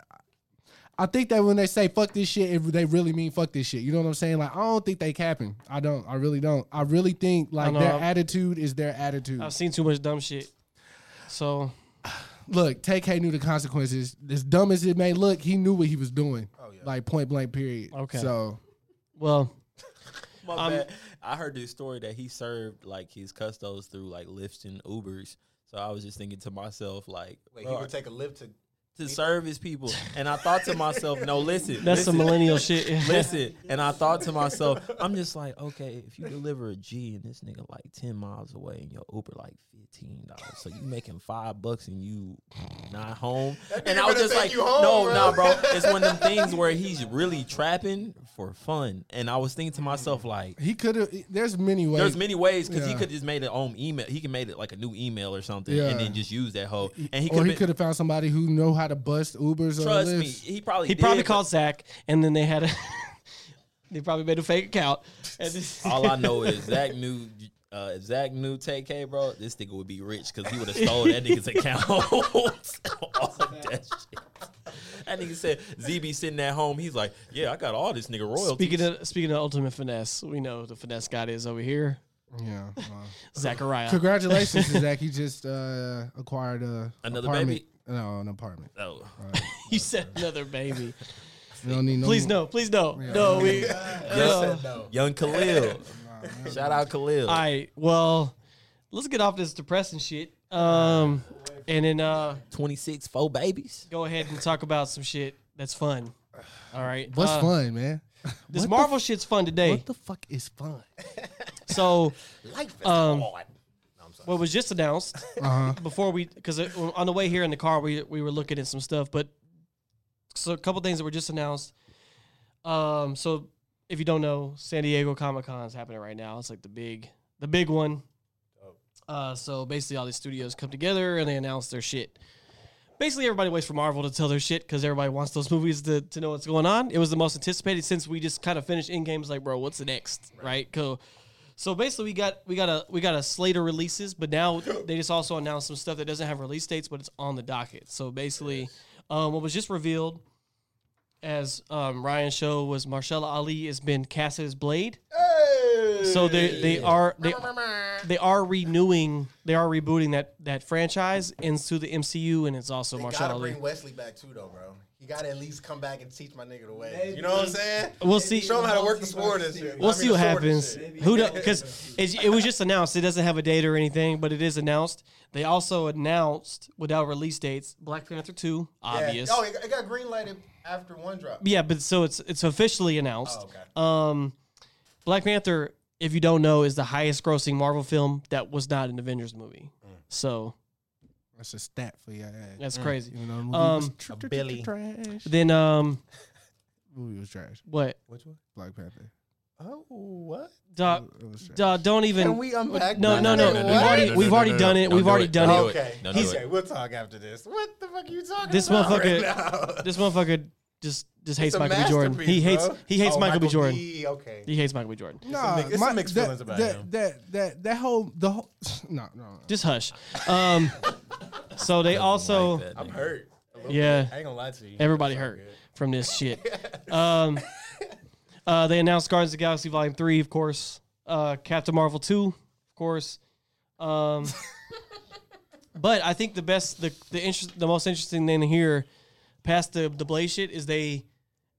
D: I think that when they say "fuck this shit," if they really mean "fuck this shit." You know what I'm saying? Like, I don't think they capping. I don't. I really don't. I really think like
B: know,
D: their
B: I've-
D: attitude is their attitude.
B: I've seen too much dumb shit. So
D: look, TK knew the consequences. As dumb as it may look, he knew what he was doing. Like point blank, period.
B: Oh, Okay.
D: So
B: well,
F: My
B: Um,
F: bad. I heard this story that he served like his custos through like Lyft and Ubers. So I was just thinking to myself, like,
E: Wait, he
F: bro,
E: would take a lift to.
F: to serve his people. And I thought to myself, no, listen,
B: that's
F: listen,
B: some millennial shit.
F: Listen, and I thought to myself, I'm just like, okay, if you deliver a G and this nigga like ten miles away and your Uber like fifteen dollars, so you making five bucks and you not home, and
E: nigga
F: I was
E: better
F: just
E: take
F: like,
E: you home,
F: no,
E: bro.
F: nah, bro, it's one of them things where he's really trapping for fun, and I was thinking to myself like.
D: he could have. There's many ways.
F: There's many ways because he
D: Yeah.
F: could just made it own email. He can made it like a new email or something,
D: Yeah.
F: and then just use that whole. And he
D: or he
F: could
D: could have found somebody who know how to bust Ubers or
F: trust
D: Lyfts.
F: me. He probably
B: He
F: did,
B: probably
F: but-
B: called Zach, and then they had a. they probably made a fake account. And just-
F: All I know is Zach knew. Uh, if Zach knew TK, bro, this nigga would be rich because he would have stole that nigga's account. All of that shit. That nigga said ZB sitting at home. He's like, yeah, I got all this nigga royalty.
B: speaking of speaking of ultimate finesse, we know the finesse god is over here,
D: Yeah. well.
B: Zachariah.
D: Congratulations, to Zach. He just uh, acquired a
F: Another
D: apartment.
F: baby?
D: No, an apartment.
F: Oh,
B: you said another baby.
D: We don't need no.
B: Please
D: more.
B: no, please no, no. We.
F: Yo,
B: no.
F: young Khalil. Shout out Khalil.
B: All right. Well, let's get off this depressing shit. Um, and then uh,
F: Twenty six, four babies.
B: go ahead and talk about some shit that's fun. All right.
D: What's
B: Uh,
D: fun, man? What
B: This
D: the
B: Marvel shit's fun today.
D: What the fuck is fun?
B: so,
E: Life is
B: Um,
E: hard. No, I'm sorry.
B: what was just announced
D: Uh huh.
B: before we, because on the way here in the car, we we were looking at some stuff, but so a couple things that were just announced. Um, so if you don't know, San Diego Comic Con is happening right now. It's like the big, the big one. Uh, so basically, all these studios come together and they announce their shit. Basically, everybody waits for Marvel to tell their shit because everybody wants those movies to, to know what's going on. It was the most anticipated since we just kind of finished in games. Like, bro, what's the next? Right? Cool. So basically, we got we got a we got a slate of releases, but now they just also announced some stuff that doesn't have release dates, but it's on the docket. So basically, um, what was just revealed, as um, Ryan showed, was Marshall Ali has been cast as Blade. So they they are they, they are renewing, they are rebooting that that franchise into the MCU, and it's also
E: They
B: Marshall
E: gotta
B: Ali.
E: bring Wesley back too, though, bro. He gotta at least come back and teach my nigga the way. You know what I'm saying?
B: We'll see.
E: Show him how to work the sword and shit.
B: We'll
E: I mean,
B: see
E: the
B: what
E: sword and
B: happens.
E: shit.
B: Who Because it, it was just announced. It doesn't have a date or anything, but it is announced. They also announced without release dates Black Panther two,
E: Yeah.
B: obvious.
E: Oh, it it got green lighted after one drop.
B: Yeah, but so it's it's officially announced.
E: Oh, okay.
B: Um, Black Panther, if you don't know, is the highest grossing Marvel film that was not an Avengers movie.
E: Mm.
B: So
D: That's a stat for your ass.
B: that's crazy.
D: You know, the movie
B: Um,
D: was tr-
C: A
D: tr- tr-
C: Billy.
D: trash.
B: Then um,
D: movie was trash.
B: what?
E: Which one?
D: Black Panther.
E: Oh, what?
B: Duh,
D: It was trash.
B: duh, don't even.
E: Can we unpack
B: no,
E: that?
B: no, no.
E: What?
B: We've already
F: no,
B: we've
F: no,
B: already
F: no, no.
B: done it.
F: Don't
B: We've
F: do
B: already
F: it.
B: done
F: Don't
B: it.
F: do
E: Okay.
F: No, no,
E: okay.
F: no.
E: We'll talk after this. What the fuck are you talking
B: This
E: about?
B: motherfucker-
E: Right now?
B: This motherfucker just just hates
E: It's a
B: Michael B. Jordan. He
E: masterpiece,
B: hates
E: bro.
B: he hates
E: Oh,
B: Michael B. Jordan.
E: B, okay.
B: He hates Michael B. Jordan.
D: Nah,
E: mi- it's some
D: my-
E: mixed
D: that-
E: feelings about
D: that,
E: him.
D: That that that whole the whole no no. no.
B: Just hush. Um, so they also
F: Like that,
E: I'm
F: nigga.
E: hurt. A little
B: Yeah.
E: bit. I ain't gonna lie to you.
B: Everybody
E: It's all
B: hurt
E: good.
B: from this shit. um, uh, they announced Guardians of the Galaxy Volume Three, of course. Uh, Captain Marvel Two, of course. Um, but I think the best, the the interest, the most interesting thing here, past the the Blaze shit, is they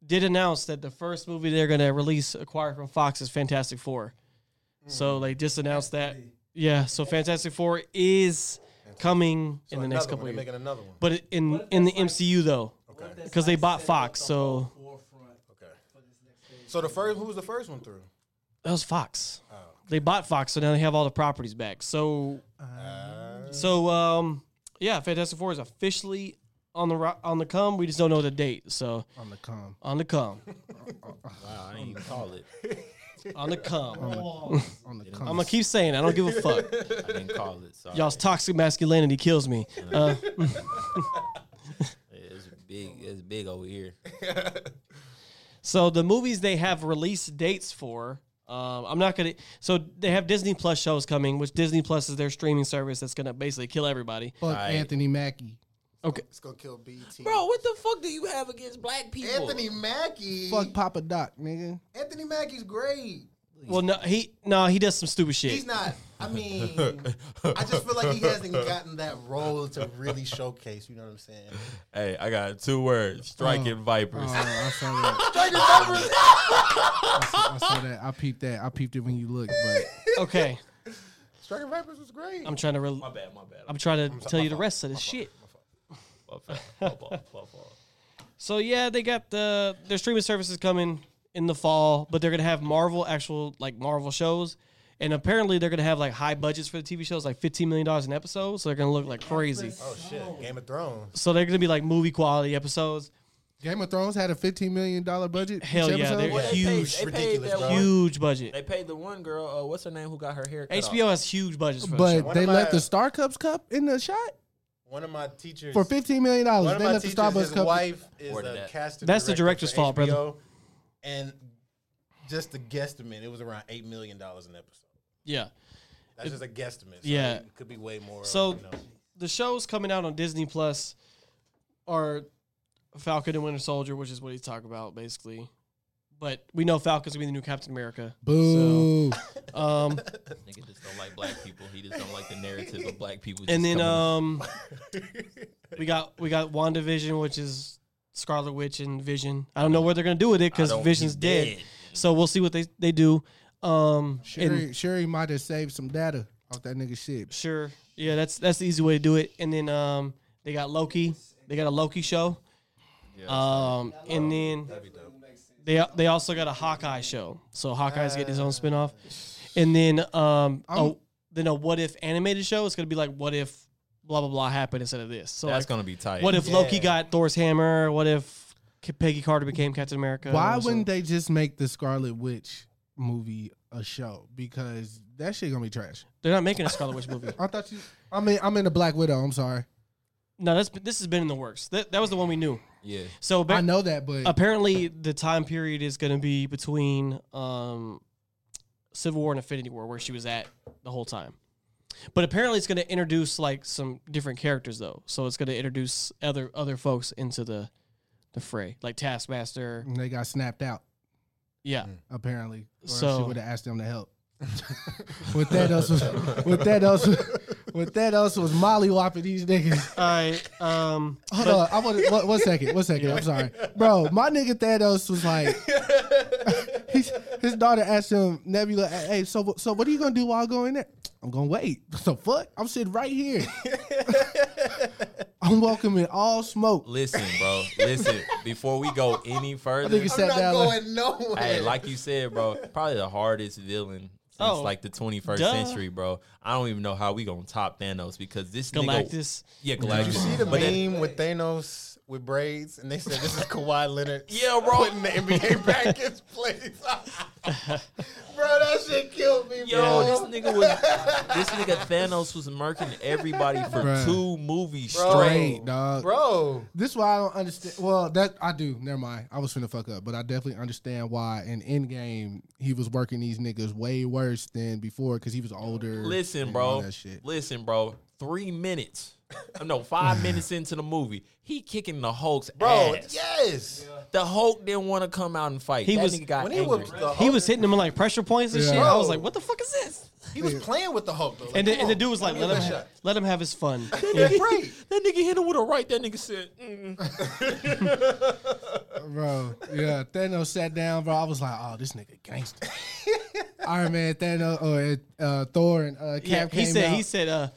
B: did announce that the first movie they're gonna release, acquired from Fox, is Fantastic Four.
E: Hmm.
B: So they just announced that. Yeah, so Fantastic Four is coming
E: So
B: in the
E: another
B: next
E: one.
B: couple
E: They're
B: of years.
E: making another one.
B: But in in the MCU though,
E: Okay.
B: because they bought Fox, so
E: Okay. So the first, who was the first one through?
B: that was Fox. They bought Fox, so now they have all the properties back. So, so um, yeah, Fantastic Four is officially on the ro- on the come. We just don't know the date. So
D: On the com.
B: on the come,
F: Wow, I didn't even call it.
B: on the come.
D: On the
B: I'm
D: com.
B: gonna keep saying it. I don't give a fuck.
F: I didn't call it. Sorry.
B: Y'all's toxic masculinity kills me. Uh,
F: It's big. It's big over here.
B: So the movies they have release dates for, um, I'm not gonna. So they have Disney Plus shows coming, which Disney Plus is their streaming service that's gonna basically kill everybody.
D: Fuck Anthony Mackie.
E: It's gonna kill BT.
F: what the fuck do you have against black people?
E: Anthony Mackie.
D: Fuck Papa Doc, nigga.
E: Anthony Mackie's great.
B: Well, no, he no, he does some stupid shit.
E: He's not. I mean, I just feel like he hasn't gotten that role to really showcase. You know what I'm saying?
F: Hey, I got two words:
B: Uh,
F: striking vipers.
D: Oh, I saw that.
E: Like, remember-
D: I saw that. I peeped that. I peeped it when you looked, but
B: okay,
E: Striking Vipers was great.
B: I'm trying to. Re-
F: my bad. My bad.
B: I'm trying to tell you the rest of the shit.
F: My bad. My fault, my fault.
B: So yeah, they got the their streaming services coming in the fall, but they're gonna have Marvel actual like Marvel shows, and apparently they're gonna have like high budgets for the TV shows, like 15 million dollars an episode. So they're gonna look like crazy.
E: oh shit, Game of Thrones.
B: So they're gonna be like movie quality episodes.
D: Game of Thrones had a fifteen million dollar budget.
B: Hell
D: each
B: yeah,
D: episode?
B: they're-
F: Well, they
B: Huge,
F: paid- they paid
E: ridiculous,
F: that
E: bro.
F: one-
B: Huge budget.
F: They paid the one girl. Uh, what's her name? Who got her hair cut?
B: HBO has huge budgets for that
D: But
E: One
D: they
E: of my-
D: left the Star Cups cup in the shot
E: One of my teachers.
D: for fifteen million
E: one
D: dollars.
E: of
D: They
E: my
D: left the
E: teachers,
D: Starbucks
E: his
D: cup.
E: wife is
F: Ordered
E: a
F: that.
E: casting.
B: That's the
E: director
B: director's
E: for
B: fault, brother.
E: HBO, And just a guesstimate, it was around eight million dollars an episode.
B: Yeah.
E: That's just a guesstimate. So
B: Yeah.
E: it could be way more.
B: So-
E: you know.
B: the shows coming out on Disney Plus are Falcon and Winter Soldier, which is what he's talking about basically. But we know Falcon's gonna be the new Captain America.
D: Boo.
B: So, um,
F: Nigga just don't like black people. He just don't like the narrative of black people.
B: and uh, then
F: just coming-
B: um, We got we got WandaVision, which is Scarlet Witch and Vision. I don't know what they're gonna do with it because
F: Mm. I don't-
B: Vision's
F: he's
B: dead. So we'll see what they they do. Um, and-
D: Sure, sure he might have saved some data off that nigga shit.
B: Sure. Yeah, that's that's the easy way to do it. And then um they got Loki. They got a Loki show. Um and then they they also got a Hawkeye show. So Hawkeye's getting his
F: Uh,
B: own spinoff. And then um oh then a what if animated show. It's gonna be like what if blah blah blah happened instead of this. So
F: That's
B: like,
F: gonna be tight.
B: what if Loki got Thor's hammer? What if K- Peggy Carter became Captain America?
D: Why
B: So-
D: wouldn't they just make the Scarlet Witch movie a show? Because that shit gonna be trash.
B: they're not making a Scarlet Witch movie?
D: I thought you. I mean, I'm in the Black Widow. I'm sorry.
B: No, that's this has been in the works. That, that was the one we knew.
F: Yeah.
B: So
D: I
B: back,
D: know that, but
B: apparently the time period is going to be between um, Civil War and Infinity War, where she was at the whole time. But apparently, it's going to introduce like some different characters though. So it's going to introduce other other folks into the the fray, like Taskmaster.
D: they got snapped out
B: Yeah,
D: Mm. apparently. Or
B: So-
D: she would have asked them to help. with that else was with that else was- with that else was molly whopping these niggas.
B: all right. Um,
D: Hold on, I want one, one second, one second. I'm sorry, bro. My nigga Thanos was like, his, his daughter asked him, Nebula, hey, so so what are you gonna do while I go in there? I'm gonna wait. So fuck, I'm sitting right here. I'm welcoming all smoke.
F: Listen, bro. Listen. Before we go any
D: I
F: further,
D: think he sat
E: not
D: down. like-
E: going nowhere.
F: hey, like you said, bro, probably the hardest villain since
B: Oh,
F: like the 21st
B: duh.
F: century, bro. I don't even know how we gonna top Thanos because this nigga,
B: Galactus.
F: yeah,
E: Did
F: Galactus.
E: you see the
F: But then-
E: meme with Thanos with braids, and they said this is Kawhi Leonard.
F: Yeah, bro.
E: putting the NBA back in place. bro, that shit killed me,
F: Yo,
E: bro.
F: this nigga was this nigga Thanos was murking everybody for
D: Bruh.
F: two movies
E: Bro.
F: straight.
D: Straight, dog.
E: bro.
D: This why I don't understand. Well, that I do. Never mind. I was finna fuck up, but I definitely understand why in Endgame he was working these niggas way worse than before because he was older.
F: Listen,
D: and all
F: bro.
D: That shit.
F: Listen, bro. Three minutes. Uh, No, five minutes into the movie, he kicking the Hulk's
E: Bro,
F: ass.
E: yes.
F: The Hulk didn't want to come out and fight.
B: He
F: He
B: was-
F: was nigga got
E: When he
F: angry.
E: was the
B: He
E: Hulk,
B: was hitting him with, like pressure points and
D: Yeah. Oh.
B: shit. I was
E: Bro.
B: like, what the fuck is this?
E: he was playing with the Hulk though. Like,
B: And, the,
E: come
B: and the
E: on,
B: dude was like,
E: give me
B: let him
E: that
B: ha-
E: shot.
B: let him have his fun. Yeah.
F: that, nigga, that nigga hit him with a right. That nigga said, mm.
D: bro. Yeah, Thanos sat down, bro. I was like, oh, this nigga gangster. Iron Man, Thanos, or uh, Thor, and uh, Cap.
B: Yeah, he
D: came
B: said.
D: out.
B: He said. Uh,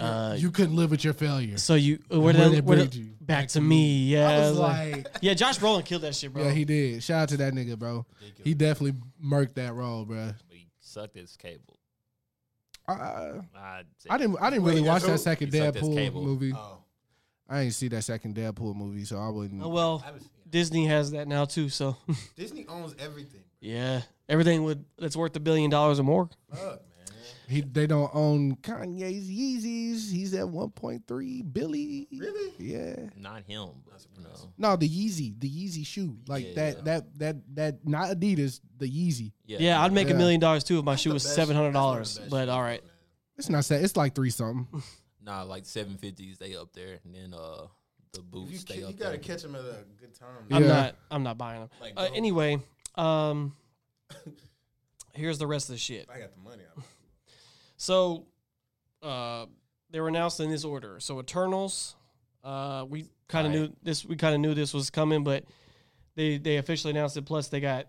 B: uh,
D: you couldn't live with your failure.
B: So you uh, where
D: where
B: the,
D: did
B: where
D: Brady
B: the-
D: you?
B: back to me? Yeah,
D: I was
B: like-
D: like,
B: yeah. Josh Brolin killed that shit, bro.
D: yeah, he did. Shout out to that nigga, bro. He definitely murked that role, bro.
C: We sucked his cable.
D: Uh,
C: I, said-
D: I didn't. I didn't really
E: Wait,
D: watch
E: who?
D: that second
F: He sucked his
D: Deadpool
F: cable.
D: movie.
E: Oh.
D: I didn't see that second Deadpool movie, so I wouldn't.
B: Oh, well, Disney has that now too. So
E: Disney owns everything.
B: yeah, everything would that's worth a billion dollars or more.
E: Fuck, man.
D: He they don't own Kanye's Yeezys. He's at one point three billion. Really? Yeah.
F: not him. But, you know.
D: No, the Yeezy, the Yeezy shoe, like that, that, that, that, not Adidas, the Yeezy.
F: Yeah,
B: Yeah, I'd make a
D: Yeah.
B: million dollars too if my shoe was
E: best-
B: seven hundred
E: that's
B: dollars.
E: the best
B: But
E: shit,
B: all right,
D: It's not sad. It's like three something.
F: nah, like seven fifties. They up there, and then uh, the
E: If
F: boots
E: You,
F: stay
E: ca- you
F: up
E: gotta
F: there.
E: catch him at a good time.
B: I'm
D: Yeah.
B: not. I'm not buying them.
E: Like,
B: Uh,
E: bro.
B: anyway, um, here's the rest of the shit.
E: I got the money. I'm-
B: So uh, they were announced in this order. So Eternals, uh, we kind of knew this. We kind of knew this was coming, but they they officially announced it. Plus, they got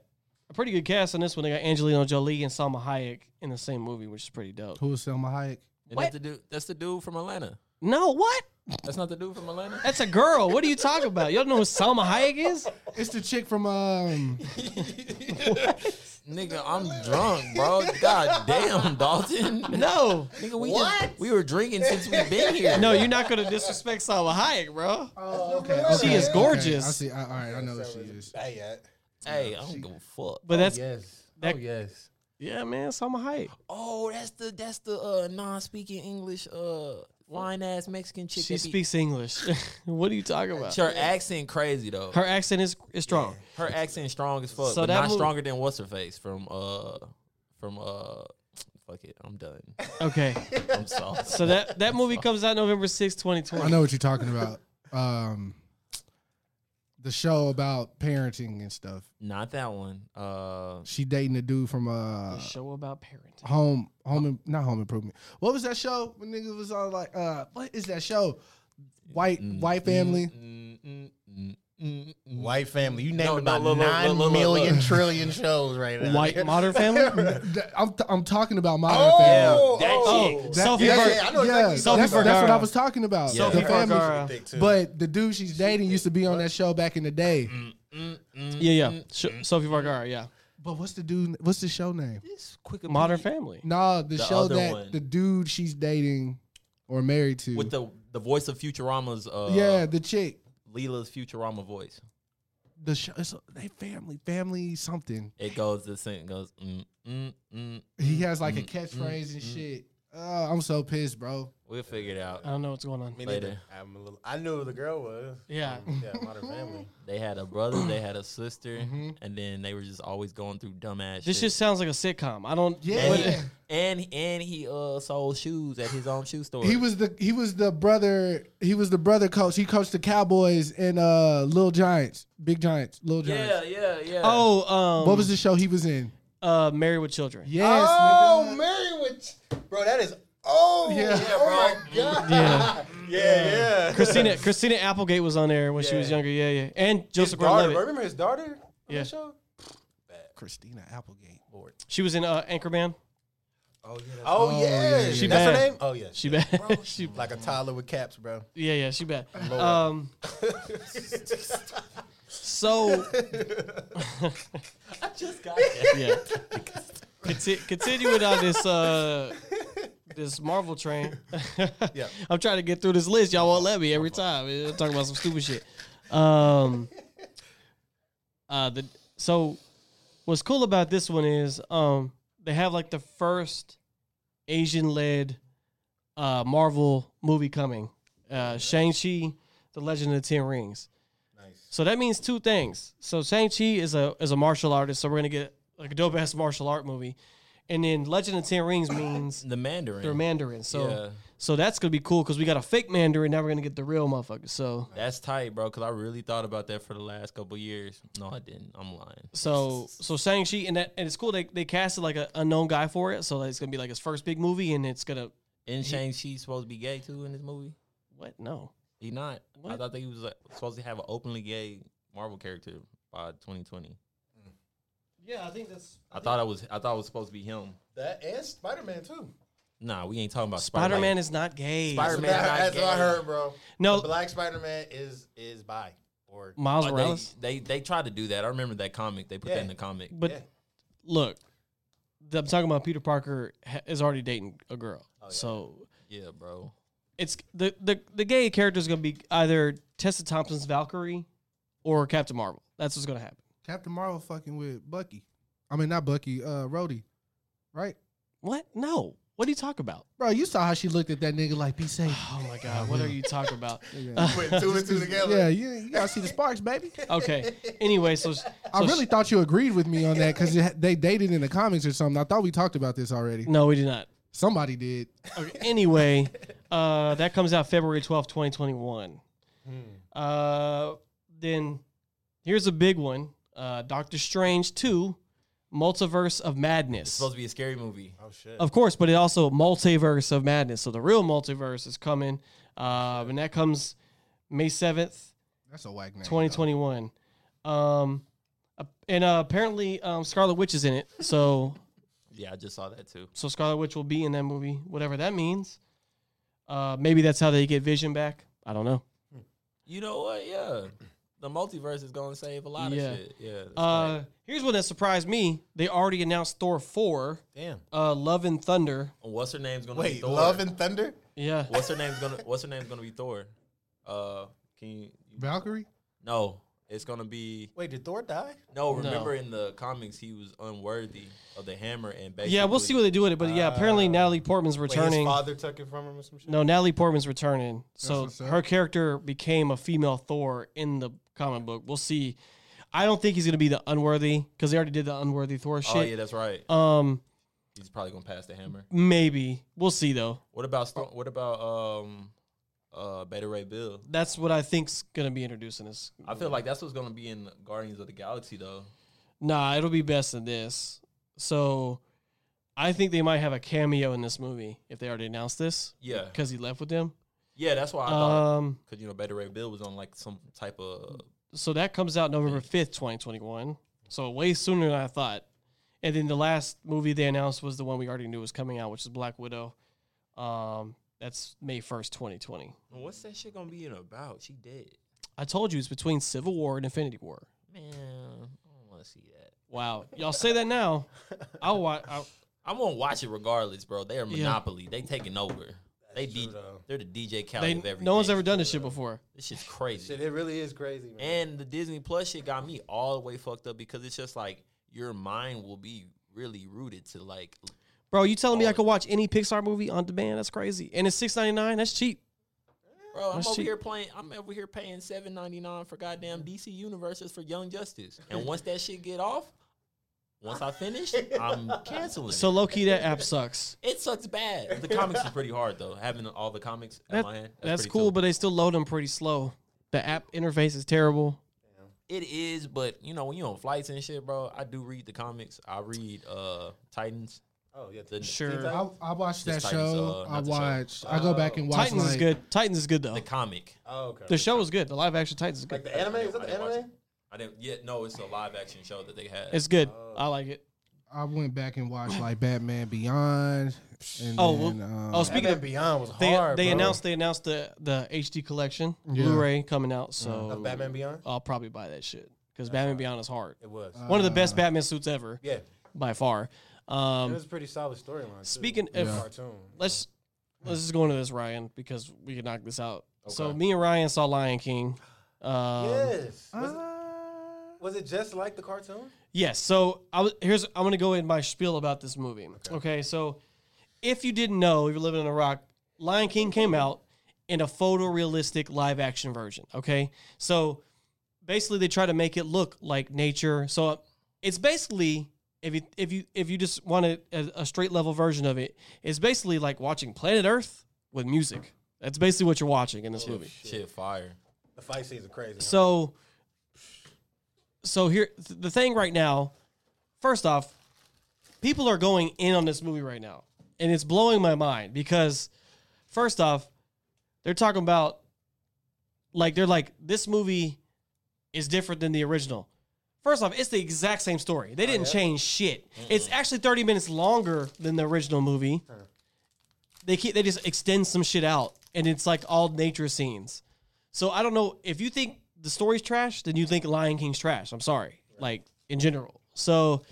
B: a pretty good cast on this one. They got Angelina Jolie and Salma Hayek in the same movie, which is pretty dope.
D: Who was Selma Hayek?
F: And That's the dude. That's the dude from Atlanta.
B: No, what?
F: That's not the dude from Atlanta.
B: That's a girl. What are you talking about? You don't know who Salma Hayek is?
D: It's the chick from um.
F: Nigga, I'm drunk, bro. God damn, Dalton.
B: No,
F: Nigga, we Just, we were drinking since we've been here.
B: no, you're not gonna disrespect Salma Hayek, bro.
D: okay,
B: She is gorgeous.
D: I see. I, all right, I know who she is.
E: Hey, yeah.
F: Hey, I don't give a fuck.
B: But that's
E: yes.
B: that-
E: oh yes.
B: yeah, man, Salma Hayek.
F: Oh, that's the that's the uh, non-speaking English uh fine ass Mexican chick.
B: She
F: that be-
B: speaks English. what are you talking about?
F: Her accent crazy though. Her,
B: Her accent is is strong.
F: accent strong as fuck,
B: So
F: but
B: that
F: not
B: movie-
F: stronger than what's her face from uh from uh. Fuck it, I'm done.
B: Okay.
F: I'm sorry.
B: So that that movie comes out November sixth, 2020.
D: I know what you're talking about. Um, the show about parenting and stuff.
F: not that one. Uh,
D: She dating a dude from uh
B: A show about parenting.
D: home home Im- not home improvement. What was that show when niggas was all like uh what is that show? White white family.
F: Mm-hmm.
E: White family. You named
F: no,
E: about
F: look, look,
E: nine
F: look, look, look,
E: million
F: look.
E: trillion shows right now.
B: White modern family.
D: Th- I'm, t- I'm talking about my family.
E: Oh,
F: Yeah, that
E: oh.
F: chick.
E: That-
B: Sophie
E: yeah,
B: Vergara.
E: yeah, I know exactly.
D: yeah,
E: what
D: that's,
B: Sophie
E: you're
D: that's
E: talking
D: what
E: about.
B: Vergara.
D: I was talking about.
F: Yeah.
D: The
F: Sophie
D: family.
B: Vergara.
E: Thick, too.
D: But the dude she's dating used to be on that show back in the day.
E: Mm-hmm.
B: Yeah, yeah. Sh- Sophie Vergara. Yeah,
D: But what's the dude? What's the show name?
F: This quick
B: modern family.
D: Nah, the,
F: The
D: show
F: other
D: that
F: one.
D: the dude she's dating or married to.
F: with the the voice of Futurama's uh
D: yeah, the chick.
F: Leela's Futurama voice.
D: The show. It's a, they family, family something.
F: It goes the same goes mm, mm, mm.
D: He has like a
F: Mm,
D: catchphrase
F: mm,
D: and
F: mm.
D: shit. Oh, I'm so pissed, bro.
F: We'll figure it out.
B: I don't know what's going on.
E: Me neither.
F: Later.
E: I'm a little, I knew who the girl was.
B: Yeah.
E: Yeah, Modern Family.
F: They had a brother, they had a sister,
E: Mm-hmm.
D: Mhm.
F: and then they were just always going through dumbass
B: This
F: shit.
B: just sounds like a sitcom. I don't.
D: Yeah.
F: and,
B: but-
F: he, and and he uh sold shoes at his own shoe store.
D: He was the he was the brother he was the brother coach. He coached the Cowboys and uh Little Giants, Big Giants, Little
F: yeah,
D: Giants.
F: yeah, yeah.
B: oh, um,
D: What was the show he was in?
B: Uh, Married with Children.
D: Yes,
E: oh,
D: nigga.
E: Mary with bro, that is oh
D: Yeah.
E: yeah,
D: Yeah,
E: oh my god.
B: Yeah.
E: yeah, yeah.
B: Christina Christina Applegate was on there when she was
E: Yeah.
B: younger. Yeah, yeah. And
E: His
B: Joseph
E: daughter,
B: Gordon-Levitt.
E: remember his daughter? on that
B: Yeah.
E: show?
D: Christina Applegate.
B: She was in uh, Anchorman.
C: Oh yeah. that's-
E: Oh, yeah.
D: yeah,
B: She
E: That's her
B: bad.
E: name? Oh yeah.
B: She
E: yeah.
B: bad.
E: Bro,
B: She-
E: like a toddler with caps, bro.
B: Yeah, yeah. She bad. Um. so
F: I just got that.
B: yeah. Conti- continuing on this uh this Marvel train.
E: Yeah.
B: I'm trying to get through this list. Y'all won't let me every time. I'm talking about some stupid shit. Um uh the so what's cool about this one is um they have like the first Asian led uh Marvel movie coming. Uh Shang-Chi, The Legend of the Ten Rings. So that means two things. So Shang Chi is a is a martial artist, so we're gonna get like a dope ass martial art movie, and then Legend of Ten Rings means
F: The Mandarin.
B: they're Mandarin. So
F: Yeah.
B: so that's gonna be cool because we got a fake Mandarin. Now we're gonna get the real motherfucker. So
F: That's tight, bro. Cause I really thought about that for the last couple years. No, I didn't. I'm lying.
B: so so Shang Chi and that and it's cool. They they casted like an unknown guy for it, so it's gonna be like his first big movie, and it's gonna
F: And Shang Chi supposed to be gay too in this movie.
B: what no
F: He not. I
B: What?
F: thought that he was like, supposed to have an openly gay Marvel character by 2020.
B: yeah I think that's
F: I thought it was. I thought it was supposed to be him.
E: That and Spider Man too.
F: Nah, we ain't talking about
B: Spider Man is not gay.
F: Spider- Spider-Man
E: That's what I-
F: not
E: that's what I
F: gay.
E: heard, bro.
B: No.
E: Black Spider Man is is bi. Or
B: Miles
F: Oh,
B: Morales,
F: they, they they tried to do that. I remember that comic. They put that in
E: Yeah.
F: the comic.
B: but
E: yeah.
B: look, the, I'm talking about Peter Parker ha- is already dating a girl, so
F: Yeah, bro.
B: it's the the the gay character is going to be either Tessa Thompson's Valkyrie or Captain Marvel. That's what's going to happen.
D: Captain Marvel fucking with Bucky. I mean, not Bucky, uh, Rhodey, right?
B: What? No. What are you talking about?
D: Bro, you saw how she looked at that nigga like, be safe.
B: Oh my god, what are you talking about?
D: Yeah,
E: Put two and two together.
D: yeah you, you gotta see the sparks, baby.
B: Okay. Anyway, so, so
D: I really
B: sh-
D: thought you agreed with me on that because they dated in the comics or something. I thought we talked about this already.
B: No, we did not.
D: Somebody did.
B: Okay, anyway, uh that comes out February 12th, 2021. Uh then here's a big one. Uh Doctor Strange 2 Multiverse of Madness.
F: It's supposed to be a scary movie.
E: Oh shit.
B: Of course, but it also multiverse of madness. So the real multiverse is coming, um, and that comes May seventh,
D: That's a whack name.
B: twenty twenty one. Um, ap- and uh, apparently um, Scarlet Witch is in it. So
F: Yeah, I just saw that too.
B: so Scarlet Witch will be in that movie, whatever that means. Uh, maybe that's how they get Vision back. I don't know.
F: You know what? Yeah, the multiverse is gonna save a lot
B: Yeah.
F: of shit. Yeah. it's
B: Uh,
F: like-
B: here's one that surprised me. They already announced Thor four,
E: Damn.
B: uh, Love and Thunder.
F: what's her name's gonna be
E: Wait,
F: Thor?
E: Love and Thunder?
B: Yeah,
F: what's her name's gonna What's her name's gonna be Thor? Uh, can you?
D: Valkyrie?
F: No, it's gonna be
E: Wait, did Thor die?
F: no. Remember in the comics, he was unworthy of the hammer and basically.
B: yeah. We'll see what they do with it, but yeah. Apparently Natalie Portman's
E: Wait,
B: returning.
E: his father took it from him or some shit?
B: No, Natalie Portman's returning. So
D: what's up.
B: her character became a female Thor in the comic book. We'll see. I don't think he's gonna be the unworthy because they already did the unworthy Thor
F: Oh yeah,
B: shit.
F: that's right.
B: Um,
F: He's probably gonna pass the hammer.
B: maybe we'll see though.
F: What about Sto- what about um uh Beta Ray Bill?
B: That's what I think's gonna be introducing us.
F: I feel like that's what's gonna be in Guardians of the Galaxy though.
B: Nah, it'll be best in this. So I think they might have a cameo in this movie if they already announced this
F: Yeah,
B: because he left with them.
F: Yeah, that's why I thought
B: Um,
F: because you know Better Ray Bill was on like some type of
B: so that comes out November fifth, twenty twenty one. So way sooner than I thought. And then the last movie they announced was the one we already knew was coming out, which is Black Widow. Um, that's May first, twenty twenty.
F: what's that shit gonna be in about? She dead,
B: I told you it's between Civil War and Infinity War.
F: man. I don't want to see that.
B: Wow, y'all say that now. I'll watch. I'll,
F: I'm gonna watch it regardless, bro. They are
B: Yeah.
F: monopoly. They taking over. they
E: true,
F: D-
E: though.
F: they're the DJ Khaled
B: they,
F: of everything.
B: no one's ever done this shit before.
F: This shit's crazy.
E: Shit, it really is crazy, man.
F: And the Disney Plus shit got me all the way fucked up because it's just like your mind will be really rooted to like
B: Bro, you telling me I
F: All of
B: could watch any Pixar movie on demand? That's crazy. And it's six ninety nine. That's cheap.
F: Bro, I'm
B: That's
F: over
B: cheap.
F: here playing. I'm over here paying seven ninety nine for goddamn DC Universes for Young Justice, and once that shit get off, once I finish, I'm canceling.
B: So
F: So
B: low key, that app sucks.
F: it. it sucks bad. The comics is pretty hard though. Having all the comics at
B: That-
F: my hand,
B: that's
F: pretty
B: cool,
F: tough.
B: but they still load them pretty slow. The app interface is terrible.
F: it is. But you know, when you on flights and shit, bro, I do read the comics. I read uh Titans.
E: oh yeah,
F: The,
B: Sure,
D: I, I watched that
F: Just Titans,
D: show.
F: uh,
D: I
F: not the show.
D: watched. I go back and watch.
B: Uh, Titans is
D: like-
B: good. Titans is good though.
F: the comic.
E: Oh, okay.
B: The show is good. The live action Titans is
E: like
B: good.
E: the anime? Is that
F: I
E: the
F: didn't watch
E: anime?
F: it. I didn't. Yeah, no, it's a live action show that they had.
B: It's good. I like it.
D: I went back and watched like Batman Beyond. And
B: Oh,
D: then,
B: well-
D: um,
B: Oh, speaking
E: Batman
B: of,
E: Beyond was
B: they
E: hard.
B: they
E: bro.
B: announced they announced the the HD collection
D: Yeah. Uh-huh.
B: Blu-ray coming out. So
E: Of Batman Beyond.
B: I'll probably buy that shit because Batman Beyond is hard.
E: It was.
B: One of
D: Uh-huh.
B: the best Batman suits ever
E: yeah,
B: by far.
E: it
B: Um,
E: was a pretty solid storyline. too.
B: speaking of
E: cartoon,
B: let's let's just go into this Ryan because we can knock this out. So me and Ryan saw Lion King. Um,
E: yes. Was, it, was it just like the cartoon?
B: Yes. So I was here's I'm gonna go in my spiel about this movie. Okay. so if you didn't know, if you're living in Iraq, Lion King came out in a photorealistic live action version. Okay. So basically they try to make it look like nature. So it's basically if you if you if you just want a, a a straight level version of it, it's basically like watching Planet Earth with music. That's basically what you're watching in this movie.
F: shit fire.
E: The fight scenes are crazy.
B: So, so here th- the thing right now. First off, people are going in on this movie right now, and it's blowing my mind because, first off, they're talking about like they're like this movie is different than the original. First off, it's the exact same story. They didn't change shit. It's actually 30 minutes longer than the original movie. They keep, they just extend some shit out and it's like all nature scenes. So I don't know if you think the story's trash, then you think Lion King's trash. I'm sorry. Like in general. So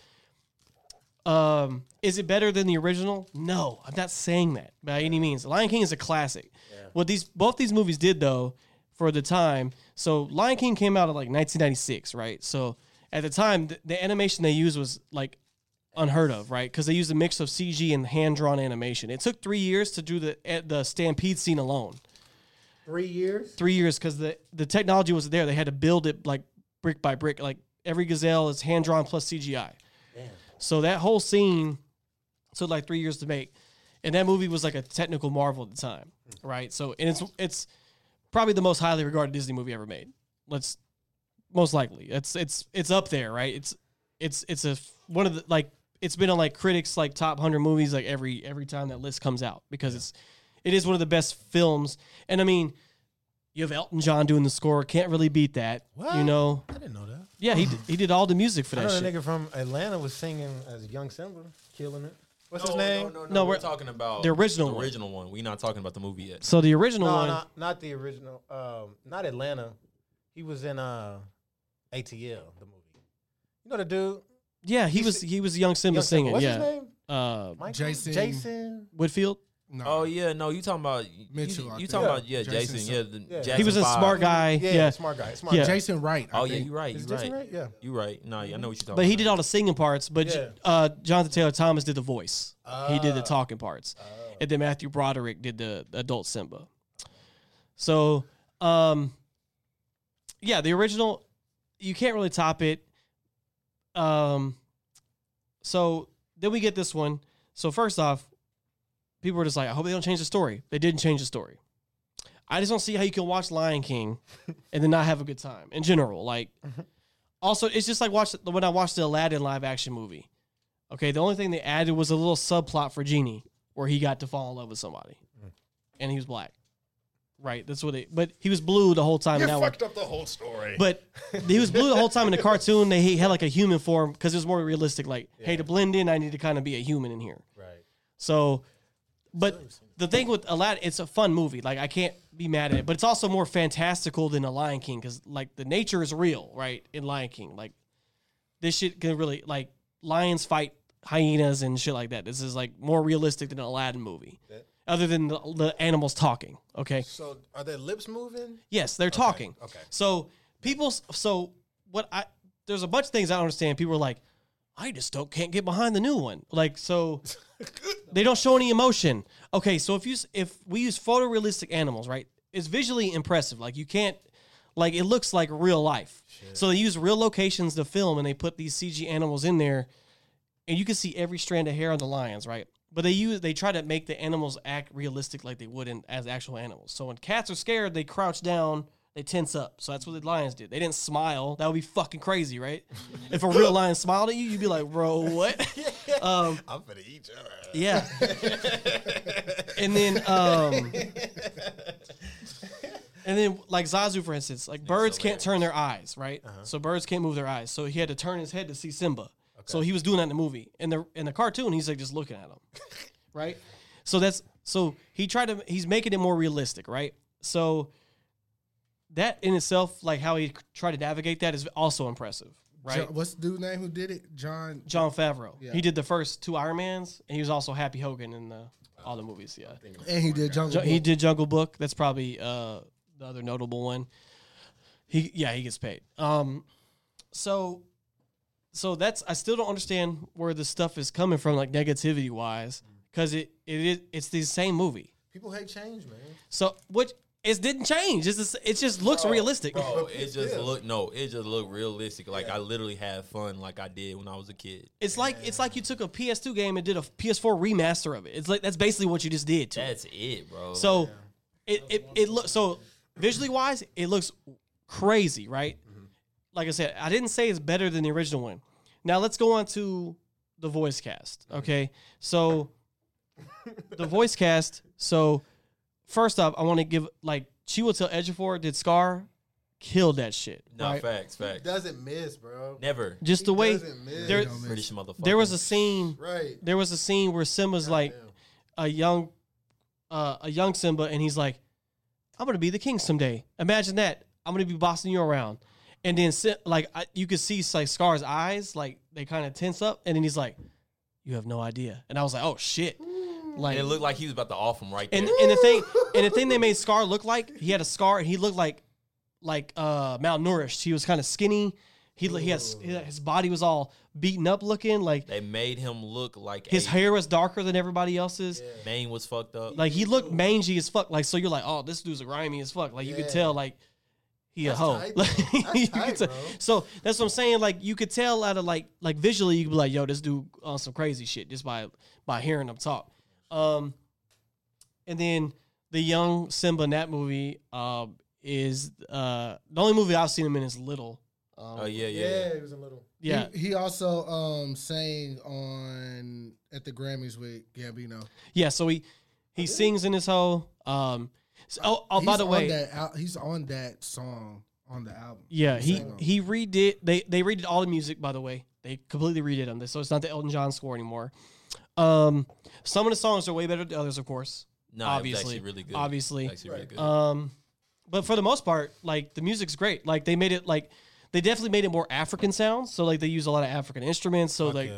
B: um is it better than the original? No, I'm not saying that by any means. Lion King is a classic. What these both these movies did though for the time. So Lion King came out in like 1996, right? So at the time the, the animation they used was like unheard of, right? Cuz they used a mix of CG and hand-drawn animation. It took 3 years to do the eh, the stampede scene alone
E: Three years.
B: three years because the the technology was there. They had to build it like brick by brick. Like every gazelle is hand drawn plus CGI. So that whole scene took like three years to make, and that movie was like a technical marvel at the time, right? So and it's it's probably the most highly regarded Disney movie ever made. Let's most likely it's it's it's up there, right? It's it's it's a one of the like it's been on like critics like top 100 movies like every every time that list comes out because it's it is one of the best films and i mean you have Elton John doing the score. Can't really beat that. You know?
E: I didn't know that.
B: Yeah, he did, he did all the music for
E: I
B: that
E: know
B: shit.
E: a nigga from Atlanta was singing as Young Simba, killing it. What's his name?
F: No, no,
B: No,
F: we're,
B: we're-
F: talking about
B: the original
F: The
B: one.
F: original one. We're not talking about the movie yet.
B: So the original
E: No,
B: one,
E: not, not the original. Um, not Atlanta. He was in uh, ATL, the movie. You know the dude.
B: yeah, he was he was young Simba
E: Young Simba.
B: singing.
E: What's
B: yeah,
E: his name?
B: Uh,
E: Michael?
D: Jason-
E: Jason.
B: Whitfield.
D: no.
F: Oh yeah, no, you talking about you-
D: Mitchell,
F: You,
D: I
F: you
D: think.
F: talking
E: Yeah.
F: about yeah,
D: Jason
F: Jason?
D: some-
F: yeah, the,
E: Yeah.
F: Jackson
B: he was a
F: Five.
B: smart guy.
E: Yeah,
B: Yeah,
E: smart guy. Smart.
B: Yeah.
E: Guy.
D: Jason Wright. I
F: Oh yeah,
D: think.
F: you right, you
E: Is
F: right,
E: Jason right? Yeah.
F: you right. No, yeah, I know what you talking.
B: but he
F: about.
B: did all the singing parts. But
E: Yeah. Ah.
B: uh, Jonathan Taylor Thomas did the voice. he did the talking parts,
E: Oh.
B: and then Matthew Broderick did the adult Simba. So, um, yeah, the original you can't really top it. Um, so then we get this one. So first off, people were just like, I hope they don't change the story. They didn't change the story. I just don't see how you can watch Lion King and then not have a good time in general. Like, also, it's just like watch when I watched the Aladdin live action movie. Okay, the only thing they added was a little subplot for Genie where he got to fall in love with somebody, and he was black. Right. That's what it. But he was blue the whole time. in
H: You
B: that one.
H: fucked up the whole story.
B: But he was blue the whole time in the cartoon. They he had like a human form because it was more realistic. Like, hey, to blend in, I need to kind of be a human in here.
E: Right.
B: So, but the thing with Aladdin, it's a fun movie. Like I can't be mad at it, but it's also more fantastical than a Lion King because like the nature is real, right? In Lion King, like this shit can really like lions fight hyenas and shit like that. This is like more realistic than an Aladdin movie, other than the, the animals talking. Okay,
E: So are their lips moving?
B: Yes, they're talking.
E: okay.
B: So people. So what I there's a bunch of things I don't understand. People are like, I just don't can't get behind the new one. Like so, they don't show any emotion. Okay, so if you s- if we use photorealistic animals, right? It's visually impressive. Like you can't. Like it looks like real life. So they use real locations to film, and they put these CG animals in there, and you can see every strand of hair on the lions, right? But they use they try to make the animals act realistic like they would in, as actual animals. So when cats are scared, they crouch down, they tense up. So that's what the lions did. They didn't smile. That would be fucking crazy, right? if a real lion smiled at you, you'd be like, "Bro, what?" um,
H: I'm gonna eat your ass.
B: yeah. and then um and then like Zazu for instance, like birds can't turn their eyes, right? So birds can't move their eyes. So he had to turn his head to see Simba. So he was doing that in the movie. In the in the cartoon, he's like just looking at him. right? So that's so he tried to he's making it more realistic, right? So that in itself, like how he tried to navigate that is also impressive, right?
D: John- what's the dude name who did it? John.
B: John Favreau.
D: Yeah.
B: He did the first two Iron Mans, and he was also Happy Hogan in the,
F: Oh.
B: all the movies. Yeah,
D: And he did Jungle.
B: Ju- he
D: Book.
B: did Jungle Book. That's probably uh, the other notable one. He yeah, he gets paid. Um, so, so that's I still don't understand where this stuff is coming from, like negativity
F: Mm.
B: wise, because it it is it's the same movie.
E: People hate change, man.
B: So which it didn't change. It's just, it just looks realistic.
F: Bro, it just looked no, it just looked realistic. Like I literally had fun like I did when I was a kid.
B: It's like it's like you took a PS2 game and did a PS4 remaster of it. It's like that's basically what you just did. To it.
F: That's it, bro.
B: So it it, it looks so visually wise, it looks crazy, right? Like I said, I didn't say it's better than the original one. Now let's go on to the voice cast. Okay. So the voice cast, so first off, I want to give like she will tell Edgefor did Scar killed that shit.
F: no
B: right?
F: facts, facts.
E: Doesn't miss, bro.
F: Never.
B: Just the
E: He
B: way
E: doesn't miss.
B: there
F: British motherfucker.
B: there was a scene
E: Right.
B: there was a scene where Simba's like a young uh, a young Simba and he's like, I'm gonna be the king someday. Imagine that. I'm gonna be bossing you around. And then Si- like I, you could see like Scar's eyes, like they kind of tense up, and then he's like, You have no idea. And I was like, Oh shit. Like
F: and it looked like he was about to off him right there.
B: and and the thing and the thing they made Scar look like he had a scar and he looked like like uh malnourished. He was kind of skinny. He he has his body was all beaten up looking. Like
F: they made him look like
B: his
F: a-
B: hair was darker than everybody else's.
F: mane was fucked up.
B: Like he looked mangy as fuck. Like so you're like, oh, this dude's grimy as fuck. Like you could tell like he a hoe.
E: tight,
B: Like,
E: though. That's
B: you could
E: tight,
B: tell-
E: bro.
B: So that's what I'm saying. Like you could tell out of like like visually you could be like, yo, this dude on some crazy shit just by by hearing him talk. Um and then the young Simba in that movie um is uh the only movie I've seen him in is Little. Um,
F: oh yeah, yeah. yeah.
H: Yeah, he was a little.
B: yeah.
D: He, he also um sang on at the Grammys with Gambino.
B: Yeah, so he he sings in this whole um so- oh, oh by
D: He's
B: the
D: on
B: way
D: that al- he's on that song on the album.
B: Yeah, he
D: sang on.
B: he redid they they redid all the music by the way. They completely redid them. So it's not the Elton John score anymore. Um some of the songs are way better than others of course.
F: No, it was
B: obviously.
F: actually really good.
B: Obviously.
F: Actually really
H: uh,
F: good.
B: Um but for the most part like the music's great. Like they made it like they definitely made it more African sounds. So like they use a lot of African instruments. So like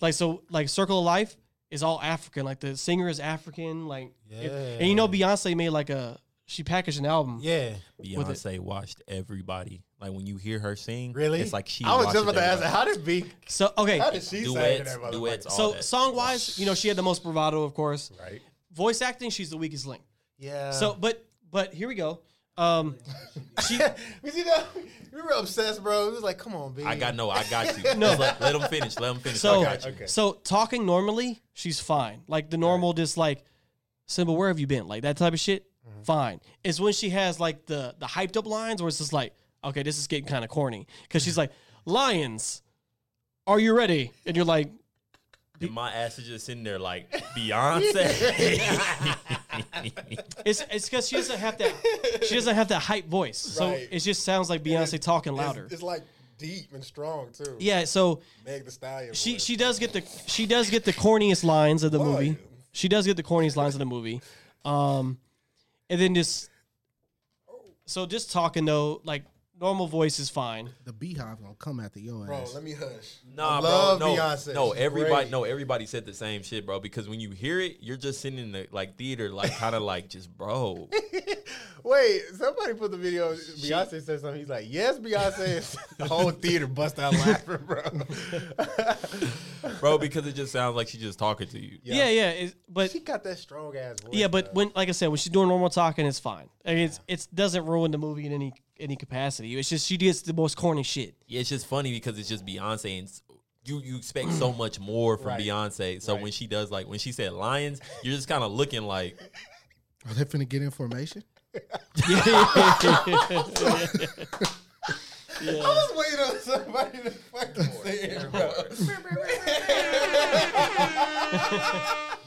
B: like so like Circle of Life is all African. Like the singer is African like it- and you know Beyonce made like a she packaged an album.
E: Yeah.
F: Beyonce watched everybody. Like when you hear her sing,
E: Really?
F: it's like she.
H: I was
F: watches
H: just about to ask,
F: everybody.
H: how did B?
B: So okay.
H: How did she say
F: duets,
H: that motherfucker?
F: duets. all
B: So
F: that.
B: song wise, you know, she had the most bravado, of course.
H: Right.
B: Voice acting, she's the weakest link.
F: Uh.
E: Yeah.
B: So, but but here we go. Um, she
E: we see that we were obsessed, bro. It was like, come on, B.
F: I got no, I got you. no, let, let 'em finish. Let them finish.
B: so
F: I got you.
B: so talking normally, she's fine. Like the normal, just like Simba, where have you been? Like that type of shit.
F: Mm-hmm.
B: Fine. It's when she has like the the hyped up lines where it's just like, okay, this is getting kind of corny because she's like, lions, are you ready? And you're like,
F: And my ass is just sitting there like Beyonce.
B: It's it's because she doesn't have that she doesn't have that hype voice, so
H: Right.
B: it just sounds like Beyonce talking louder.
H: It's, it's like deep and strong too.
B: yeah, so
H: Meg the Stallion.
B: she
H: voice.
B: she does get the she does get the corniest lines of the movie.
H: Volume.
B: She does get the corniest lines of the movie, um, and then just so just talking though, like normal voice is fine.
D: The beehive gonna come after your
H: Bro,
D: ass.
H: let me hush.
F: Nah,
H: I love
F: bro, no,
H: Beyonce.
F: no.
H: She's
F: Everybody,
H: great.
F: no, everybody said the same shit, bro. Because when you hear it, you're just sitting in the like theater, like kind of like just, bro.
H: Wait, somebody put the video. Beyonce said something. He's like, "Yes, Beyonce." the whole theater bust out laughing, bro.
F: bro, because it just sounds like she's just talking to you.
B: Yeah, yeah, it's, but
H: she got that strong ass voice.
B: yeah, but
H: though.
B: when like I said, when she's doing normal talking, it's fine. I mean, it's it's doesn't ruin the movie in any any capacity. It's just she gets the most corny shit.
F: Yeah, it's just funny because it's just Beyonce and s- you you expect so much more from
H: Right.
F: Beyonce. So when she does like when she said lions, you're just kind of looking like
D: Are they finna get information?
H: I was waiting on somebody to fucking say it, bro.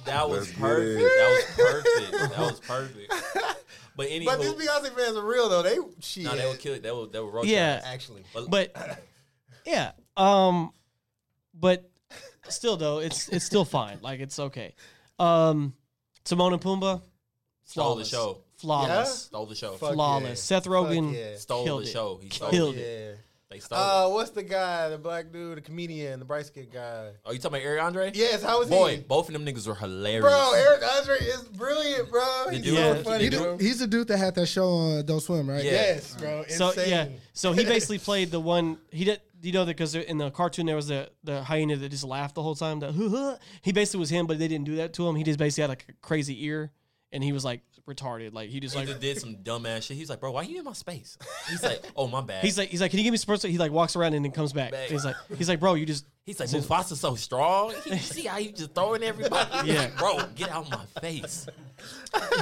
F: that was
H: Let's get
F: perfect.
H: it.
F: That was perfect. That was perfect. But
H: But these
F: anywho,
H: Beyonce fans are real though. They she
F: no, they would kill it. They would they would roast your
B: Yeah.
F: ass.
H: actually.
B: But yeah, um, but still though, it's it's still fine. Like it's okay. Um, Timon and Pumbaa,
F: Stole the
B: flawless,
F: show.
B: flawless,
F: stole the show.
H: Fuck
B: flawless.
H: yeah.
B: Seth Rogen
H: yeah.
F: Stole
B: killed
F: the
B: it.
F: show. He stole
B: Killed
F: it.
B: it.
H: Yeah.
F: They stole it.
H: Uh, what's the guy, the black dude, the comedian, the bright skinned guy?
F: Oh, you talking about Eric Andre?
H: Yes, how Uh, was
F: Boy,
H: he?
F: both of them niggas were hilarious.
H: Bro, Eric Andre is brilliant, bro.
F: The
H: He's
F: dude-
H: so
F: Yeah.
H: funny,
D: He
F: the
D: do-
H: bro.
D: he's the dude that had that show on Don't Swim, right?
F: Yeah.
H: Yes, bro. Insane.
B: So yeah, so he basically played the one he did. You know that because in the cartoon there was the the hyena that just laughed the whole time. The "Huh, huh." he basically was him, but they didn't do that to him. He just basically had like a crazy ear, and he was like retarded. Like he just
F: He
B: like
F: just did some dumbass shit. He's like, bro, why you in my space? He's like, oh my bad.
B: he's like he's like can you give me some person? He like walks around and then comes back.
F: Back.
B: He's like he's like bro, you just
F: He's like, Mufasa's so strong. He, see how he just throwing everybody?
B: Yeah.
F: Bro, get out my face.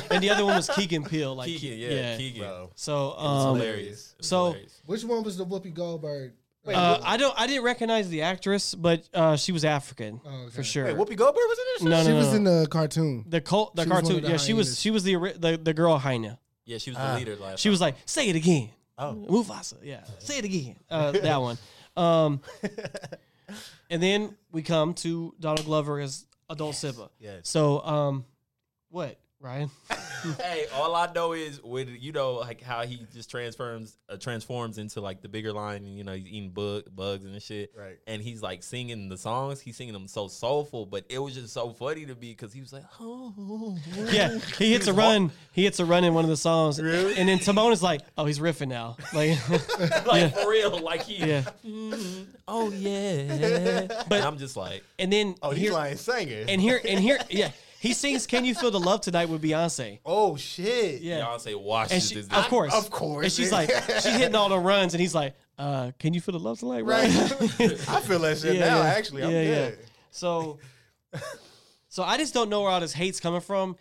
B: and the other one was Keegan Peele. Like
F: Keegan, yeah, Keegan.
H: Bro.
B: So
F: It's
B: um,
F: hilarious. It's
B: so-
F: hilarious.
D: Which one was the Whoopi Goldberg?
H: Wait,
B: uh,
H: Whoopi-
B: I don't I didn't recognize the actress, but uh, she was African
D: Oh, okay.
B: for sure.
H: Wait, Whoopi Goldberg was in this?
B: no, no,
D: she
B: no,
D: was
B: no.
D: in the cartoon.
B: the cult, the
D: She was one of
B: cartoon.
D: the
B: yeah, she was
D: hyenas.
B: she was the ori- the, the girl hyena.
F: Yeah, she was the leader last
B: uh, She was like, "Say it again,
H: Oh.
B: Mufasa." Yeah, say it again. Uh, that one. Um, and then we come to Donald Glover as adult Simba.
H: Yes.
B: So, um, what, Ryan?
F: Hey, all I know is with you know like how he just transforms uh, transforms into like the bigger line and you know he's eating bug bugs and shit.
H: Right.
F: And he's like singing the songs. He's singing them so soulful, but it was just so funny to me because he was like, oh,
B: Yeah, he hits a run. He hits a run in one of the songs.
F: Really?
B: And then Timon is like, "Oh, he's riffing now." Like,
F: like for real, like he,
B: yeah.
F: oh yeah. But I'm just like,
B: And then
H: Oh, he's
B: here,
H: lying singer.
B: and here and here, yeah. He sings "Can You Feel the Love Tonight" with Beyonce.
H: oh, shit.
B: Yeah.
F: Beyonce watches
B: And she,
F: this.
B: of course,
H: Of course.
B: And she's like, she's hitting all the runs, and he's like, uh, "Can you feel the love tonight,
H: Right.
B: right?"
H: I feel that shit
B: Yeah,
H: now,
B: yeah.
H: actually. I'm
B: Yeah, yeah.
H: good.
B: so, so I just don't know where all this hate's coming from.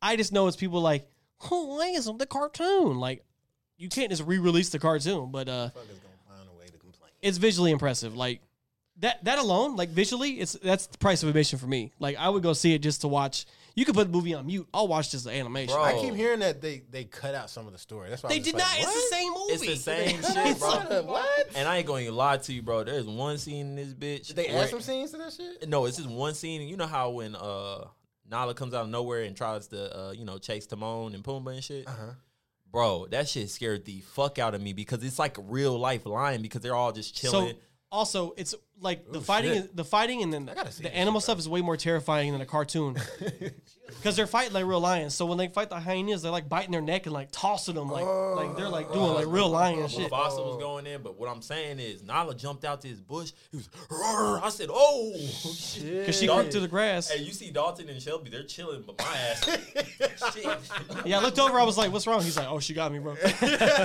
B: I just know it's people like, "Oh, why isn't the cartoon like?" You can't just re-release the cartoon, but uh,
H: Fuckers gonna find a way to complain.
B: it's visually impressive. Like that that alone, like visually, it's that's the price of admission for me. Like I would go see it just to watch. You could put the movie on mute. I'll watch just the animation.
F: Bro.
H: I keep hearing that they, they cut out some of the story. That's why
B: Oh. They
H: I was
B: did
H: just
B: not.
H: like,
B: It's the
H: what?
B: same
F: It's
B: movie.
F: the same
H: Hey,
F: shit, bro.
H: son, What?
F: And I ain't going to lie to you, bro. There's one scene in this bitch.
H: Did they
F: where-
H: add some scenes to that shit?
F: No, it's just one scene. and You know how when uh Nala comes out of nowhere and tries to uh, you know chase Timon and Pumbaa and shit. Bro, that shit scared the fuck out of me because it's like real life lying because they're all just
B: So
F: chilling.
B: also, it's like the
F: Ooh,
B: fighting,
F: shit.
B: is, the fighting, and then
H: gotta see
B: the
H: this
B: animal
H: shit,
B: stuff is way more terrifying than a cartoon because they're fighting like real lions. So when they fight the hyenas, they're like biting their neck and like tossing them, like like they're like doing like real lion shit. uh,
F: Mufasa was going in, but what I'm saying is Nala jumped out to his bush. He was, "Roar." I said, "Oh shit!"
B: Cause she crept through the grass.
F: Hey, you see Dalton and Shelby, they're chilling, but my ass. shit. I'm
B: Yeah, I looked over. I was like, "What's wrong?" He's like, "Oh, she got me, bro."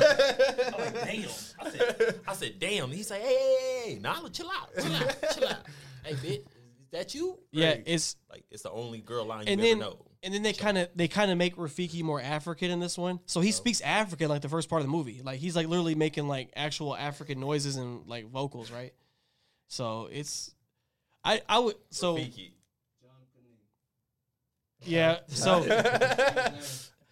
F: like, damn. I said, I said, damn. He's like, hey, hey, hey, hey, Nala, chill out, chill out, chill out. Hey, bitch, is that you?
B: yeah, it's
F: Like it's the only girl line you
B: and
F: ever
B: then
F: know.
B: and then they kind of they kind of make Rafiki more African in this one. So he speaks African like the first part of the movie. Like he's like literally making like actual African noises and like vocals, right? So it's I I would so
F: Rafiki.
B: Yeah. So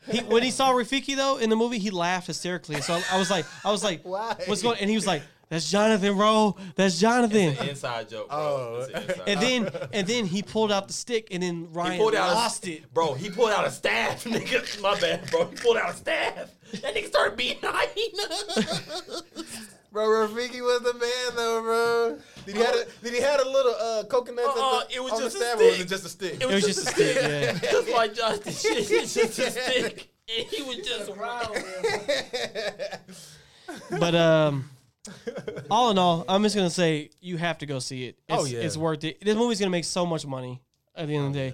B: he, when he saw Rafiki though in the movie, he laughed hysterically. So I was like, I was like,
E: Why?
B: what's going? And he was like, that's Jonathan, bro. That's Jonathan.
F: It's an inside joke, bro. It's an inside
B: And
F: joke.
B: then and then he pulled out the stick, and then
F: he
B: Ryan
F: pulled out
B: lost
F: a,
B: it.
F: Bro, he pulled out a staff, nigga. My bad, bro. He pulled out a staff. That nigga started beating hyena.
E: Bro, Rafiki was the man though, bro. Did he had a did he had a little uh coconut? at
F: Uh-uh,
E: the-
F: it was
E: on
F: just a
E: the stab, or was
F: stick.
E: it just a stick?
B: It was just a stick. Yeah.
F: just like Josh did shit. It's just a stick. And he was just wild.
B: But um, all in all, I'm just gonna say you have to go see it. It's,
F: Oh, yeah.
B: it's worth it. This movie's gonna make so much money at the end of the day.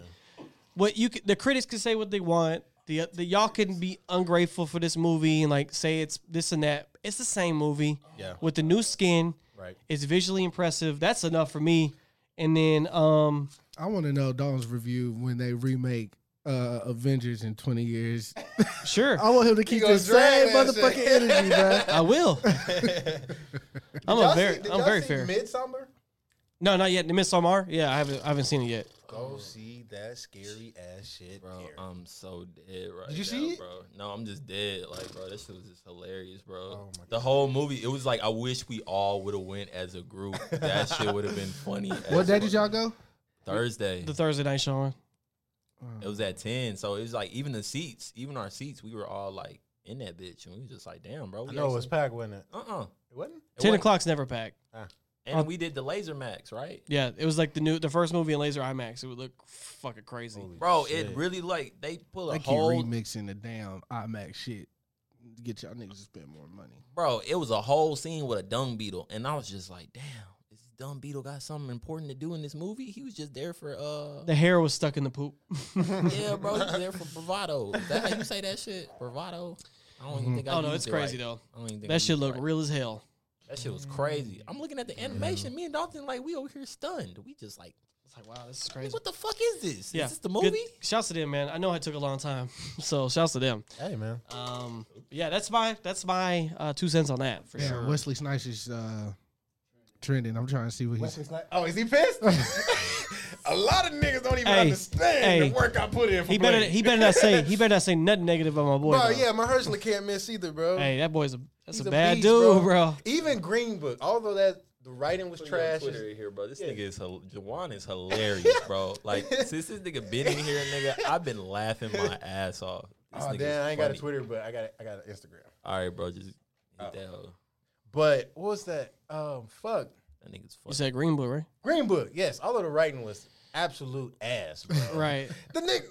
B: What you c- the critics can say what they want. The, the y'all can be ungrateful for this movie and like say it's this and that. It's the same movie.
I: Yeah.
B: With the new skin,
I: Right.
B: it's visually impressive. That's enough for me. And then um,
D: I want to know Dawn's review when they remake uh, Avengers in 20 years.
B: sure,
D: I want him to keep
E: gonna
D: the same
E: drag that
D: motherfucking
E: shit.
D: energy, bro.
B: I will. I'm a
E: Y'all
B: very
E: see- did
B: I'm
E: y'all
B: very
E: see
B: fair.
E: Midsummer.
B: no, not yet. The Miss Omar. Yeah, I haven't I haven't seen it yet.
I: Go see that scary ass shit,
F: Bro,
I: Gary.
E: uh,
F: I'm so dead right
E: Did you
F: now,
E: see it?
F: bro. No, I'm just dead. Like, bro, this shit was just hilarious,
D: Oh
F: bro. the whole movie, it was like I wish we all would have went as a group. That shit would have been funny.
D: What
F: as
D: day did
F: fuck.
D: y'all go?
F: Thursday.
B: The Thursday night showing.
F: It was at ten, so it was like even the seats, even our seats, we were all like in that bitch, and we was just like, damn, bro.
I: I
F: We
I: know it was packed, wasn't it?
F: Uh uh
I: It wasn't.
B: Ten o'clock's never packed.
F: And
B: Uh,
F: we did the laser max, right?
B: Yeah, it was like the new the first movie in Laser IMAX. It would look fucking crazy.
F: Bro, it really like they pull a
D: They keep
F: whole
D: remixing the damn IMAX shit. to Get y'all niggas to spend more money.
F: bro, it was a whole scene with a dung beetle, and I was just like, damn, is this dung beetle got something important to do in this movie? He was just there for uh
B: The hair was stuck in the poop.
F: Yeah, bro, he was there for bravado. Is that how you say that shit? Bravado? I don't
E: Mm-hmm.
F: even think I
B: Oh no,
F: used
B: it's
F: it
B: crazy
F: right.
B: though.
F: I don't even think
B: That
F: I used
B: shit
F: it
B: looked
F: right.
B: real as hell.
F: That shit was crazy. I'm looking at the
E: Mm-hmm.
F: animation. Me and Dalton, like, we over here stunned. We just like,
B: It's like wow, this is crazy.
F: what the fuck is this?
B: yeah,
F: Is this the
B: good-
F: movie?
B: Shouts to them, man. I know it took a long time, so shouts to them.
I: Hey man,
B: Um, yeah, that's my that's my uh, two cents on that for
D: Yeah,
B: sure.
D: Wesley Snipes is uh, trending. I'm trying to see what he's.
E: Wesley Snipes. Oh, is he pissed? a lot of niggas don't even
B: Hey,
E: understand
B: hey.
E: the work I put in for
B: He better
E: Blade.
B: he better not say he better not say nothing negative about my boy.
E: Bro,
B: though.
E: yeah, Mahershala can't miss either, bro.
B: Hey, that boy's a that's
E: He's
B: a bad
E: beast,
B: dude, bro.
E: Even Green Book, although that the writing was trash. it's-
F: here, bro. This nigga is hil- Jawan is hilarious, bro. Like since this nigga been in here, nigga, I've been laughing my ass off. This
E: Oh
F: nigga is
E: damn, I ain't got a
F: funny.
E: Twitter, but I got I got an Instagram.
F: All right, bro, just get that hoe.
E: But what was that? Um, fuck.
F: That nigga's funny.
B: You said Green Blue, right?
E: Green Book, yes. All of the writing was absolute ass, bro.
B: Right.
E: The nigga,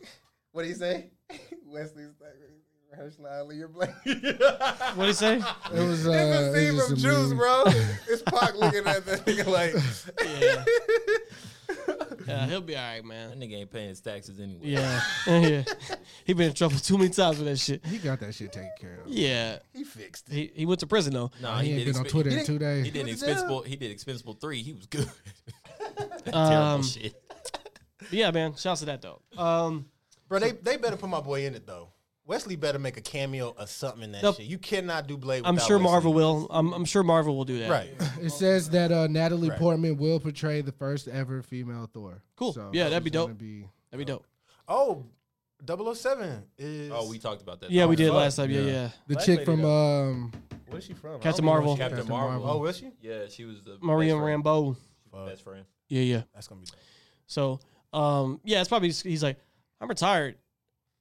E: what do you say? Wesley Snipes, Mahershala Ali, you're black.
B: What do you say?
D: It was, uh,
E: It's a
D: it
E: scene
D: was
E: from
D: just a
E: Juice,
D: meme.
E: bro. It's Pac looking at that nigga like,
B: Yeah. yeah, he'll be all right, man.
F: That nigga ain't paying his taxes anyway.
B: Yeah, yeah. He been in trouble too many times with that shit.
D: He got that shit taken care of.
B: Yeah,
E: he fixed it.
B: he he went to prison though.
F: Nah,
D: he,
F: he,
D: ain't
F: did
D: been on
F: expe-
D: Twitter
F: He
D: in two days.
F: did, expensible. He did expensible three. He was good. Terrible
B: Um,
F: shit.
B: yeah, man. Shouts to that though. Um,
E: Bro, they, they better put my boy in it, though. Wesley better make a cameo or something in that
B: Nope.
E: shit. You cannot do Blade
B: I'm
E: without
B: sure
E: Wesley.
B: Marvel will. I'm I'm sure Marvel will do that.
E: Right.
D: It says that uh, Natalie Portman will portray the first ever female Thor.
B: Cool. Yeah, that'd be
D: she's gonna
B: dope.
D: Be,
B: That'd be dope.
E: Oh, 007 is.
F: Oh, we talked about that.
B: Yeah, we did
F: Oh,
B: last time. Yeah, yeah.
D: the
E: Black
D: chick
E: lady
D: from um,
E: Where is she from? I don't
B: Captain
E: even know
B: Marvel.
E: where she-
F: Captain,
D: Captain
F: Marvel.
D: Marvel.
E: Oh, was she?
F: Yeah, she was the
B: Maria
F: best friend.
B: Rambeau.
F: Best friend.
B: Yeah, yeah.
E: That's going to be.
B: So, um, yeah, it's probably he's like, I'm retired.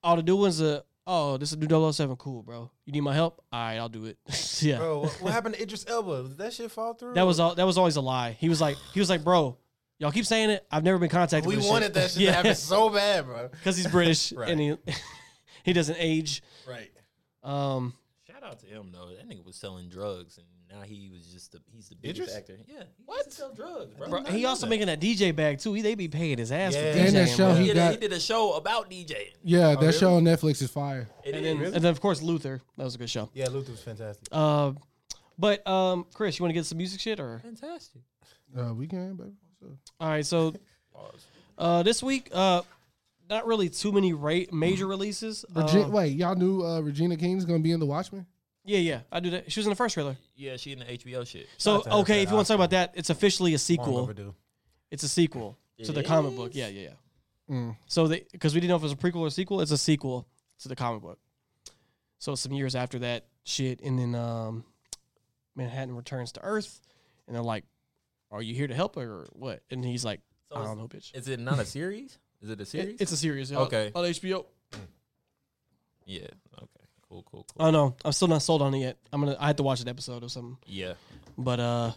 B: All the new ones are. Oh, this is new 007. Cool, bro. You need my help? All right, I'll do it. yeah.
E: Bro, what, what happened to Idris Elba? Did that shit fall through?
B: That was all. That was always a lie. He was like, he was like, bro, y'all keep saying it. I've never been contacted.
E: We
B: for this
E: wanted that shit to happen so bad, bro.
B: because he's British
E: Right.
B: and he he doesn't age.
E: Right.
B: Um,
F: Shout out to him though. That nigga was selling drugs, and now he was just the he's the biggest
E: Idris?
F: actor. Yeah, he what? Used to sell drugs, bro.
B: bro, he also making that DJ bag too. He, they be paying his ass
E: Yeah.
B: for
E: And
B: DJing.
D: And that show
B: bro.
F: He
D: he
F: did, a, he
D: got.
F: did a show about DJ.
D: Yeah,
E: Oh,
D: that show on Netflix is fire.
F: It
B: and
F: is.
B: then and then of course Luther. That was a good show.
E: Yeah, Luther was fantastic.
B: Uh, but um, Chris, you want to get some music shit or?
F: fantastic.
D: Uh, we can, baby. So,
B: All right, so uh, this week uh, not really too many ra- major releases.
D: Regi-
B: Uh,
D: wait, y'all knew uh, Regina King's gonna be in The Watchmen?
B: yeah, yeah, I do that. She was in the first trailer.
F: Yeah, she in the HBO shit.
B: So
E: out to her for
B: okay, if
E: that
B: you want to talk
E: Oscar.
B: about that, it's officially a
E: Long
B: sequel.
E: overdue.
B: It's a sequel to the comic book. Yeah, yeah, yeah.
D: Mm.
B: So they because we didn't know if it was a prequel or sequel, it's a sequel to the comic book. So some years after that shit, and then um, Manhattan returns to Earth, and they're like, "Are you here to help her or what?" And he's like,
F: So
B: "I
F: it's-
B: don't know, bitch."
F: Is it not a series? Is it a series?
B: It- it's a series. yeah,
F: Okay.
B: On HBO.
F: Yeah. Okay. Cool. Cool. Cool.
B: I don't know. I'm still not sold on it yet. I'm gonna. I had to watch an episode or something.
F: Yeah.
B: But uh,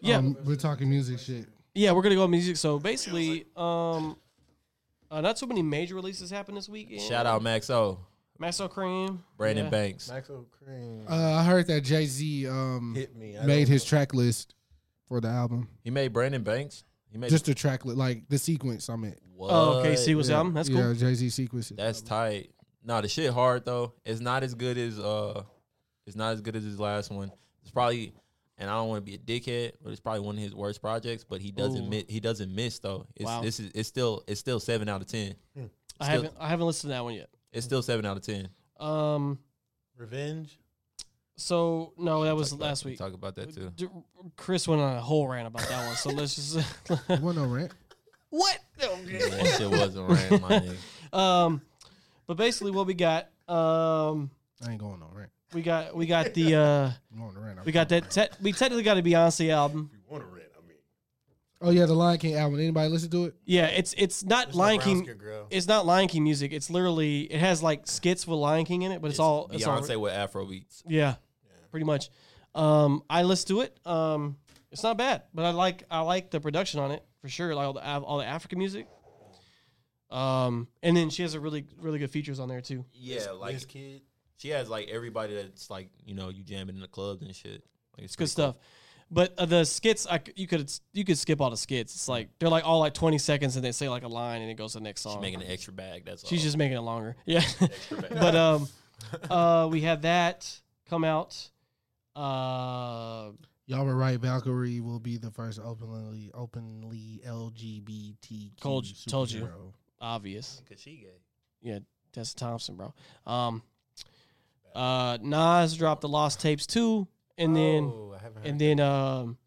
B: yeah,
D: Um, we're talking music shit.
B: yeah, we're gonna go on music. So basically, um, uh, not too many major releases happened this weekend.
F: Shout out Max O,
B: Maxo Cream,
F: Brandon
B: yeah.
F: Banks.
E: Maxwell Cream.
D: Uh, I heard that Jay Z um,
E: Hit me. I
D: made
E: don't
D: his track list for the album.
F: He made Brandon Banks. He made
D: Just the track list, like the sequence. I meant.
F: What?
B: Oh, okay. See what's
D: Yeah,
B: album. That's cool.
D: Yeah, Jay Z sequence.
F: That's tight. No, the shit hard though. It's not as good as uh, it's not as good as his last one. It's probably, and I don't want to be a dickhead, but it's probably one of his worst projects. But he doesn't
B: Ooh.
F: miss. He doesn't miss though. It's,
B: Wow.
F: This is it's still it's still seven out of ten.
B: I
F: Still-
B: haven't. I haven't listened to that one yet.
F: It's still seven out of ten.
B: Um.
E: Revenge.
B: So no, that was
F: Talk about-
B: last
F: we
B: week.
F: Talk about that too.
B: D- Chris went on a whole rant about that one. So let's just.
D: One no rant.
B: what?
F: that shit wasn't right, my nigga.
B: Um. But basically, what we got. Um.
D: I ain't going no rant.
B: We got. We got the. uh
D: I'm going to rant. I'm
B: We got
D: going
B: that.
D: to rant.
B: Te- we technically got a Beyonce album.
E: You want to rent? I mean,
D: oh yeah, the Lion King album. Anybody listen to it?
B: Yeah, it's it's not
E: Mr.
B: Lion
E: Brown's
B: King.
E: good girl.
B: It's not Lion King music. It's literally it has like skits with Lion King in it, but it's, all it's all
F: Beyonce with Afro beats.
B: yeah, pretty much. Um, I listened to it. Um, it's not bad, but I like I like the production on it for sure. Like all the Af- all the African music. Um, and then she has a really really good features on there too.
F: Yeah, like
E: This kid.
F: she has like everybody that's like you know you jamming in the clubs and shit. Like
B: It's good stuff. But uh, the skits, I c you could you could skip all the skits. It's like they're like all like twenty seconds, and they say like a line, and it goes to the next song.
F: She's making an extra bag. That's all.
B: She's just making it longer. Yeah.
F: bag.
B: but um uh we had that come out. Uh
D: Y'all were right. Valkyrie will be the first openly openly LGBT.
B: Told you- told you. obvious.
F: because she gay.
B: Yeah, Tessa Thompson, bro. Um uh Nas dropped the Lost Tapes too. And then
E: Oh, I haven't heard.
B: and then um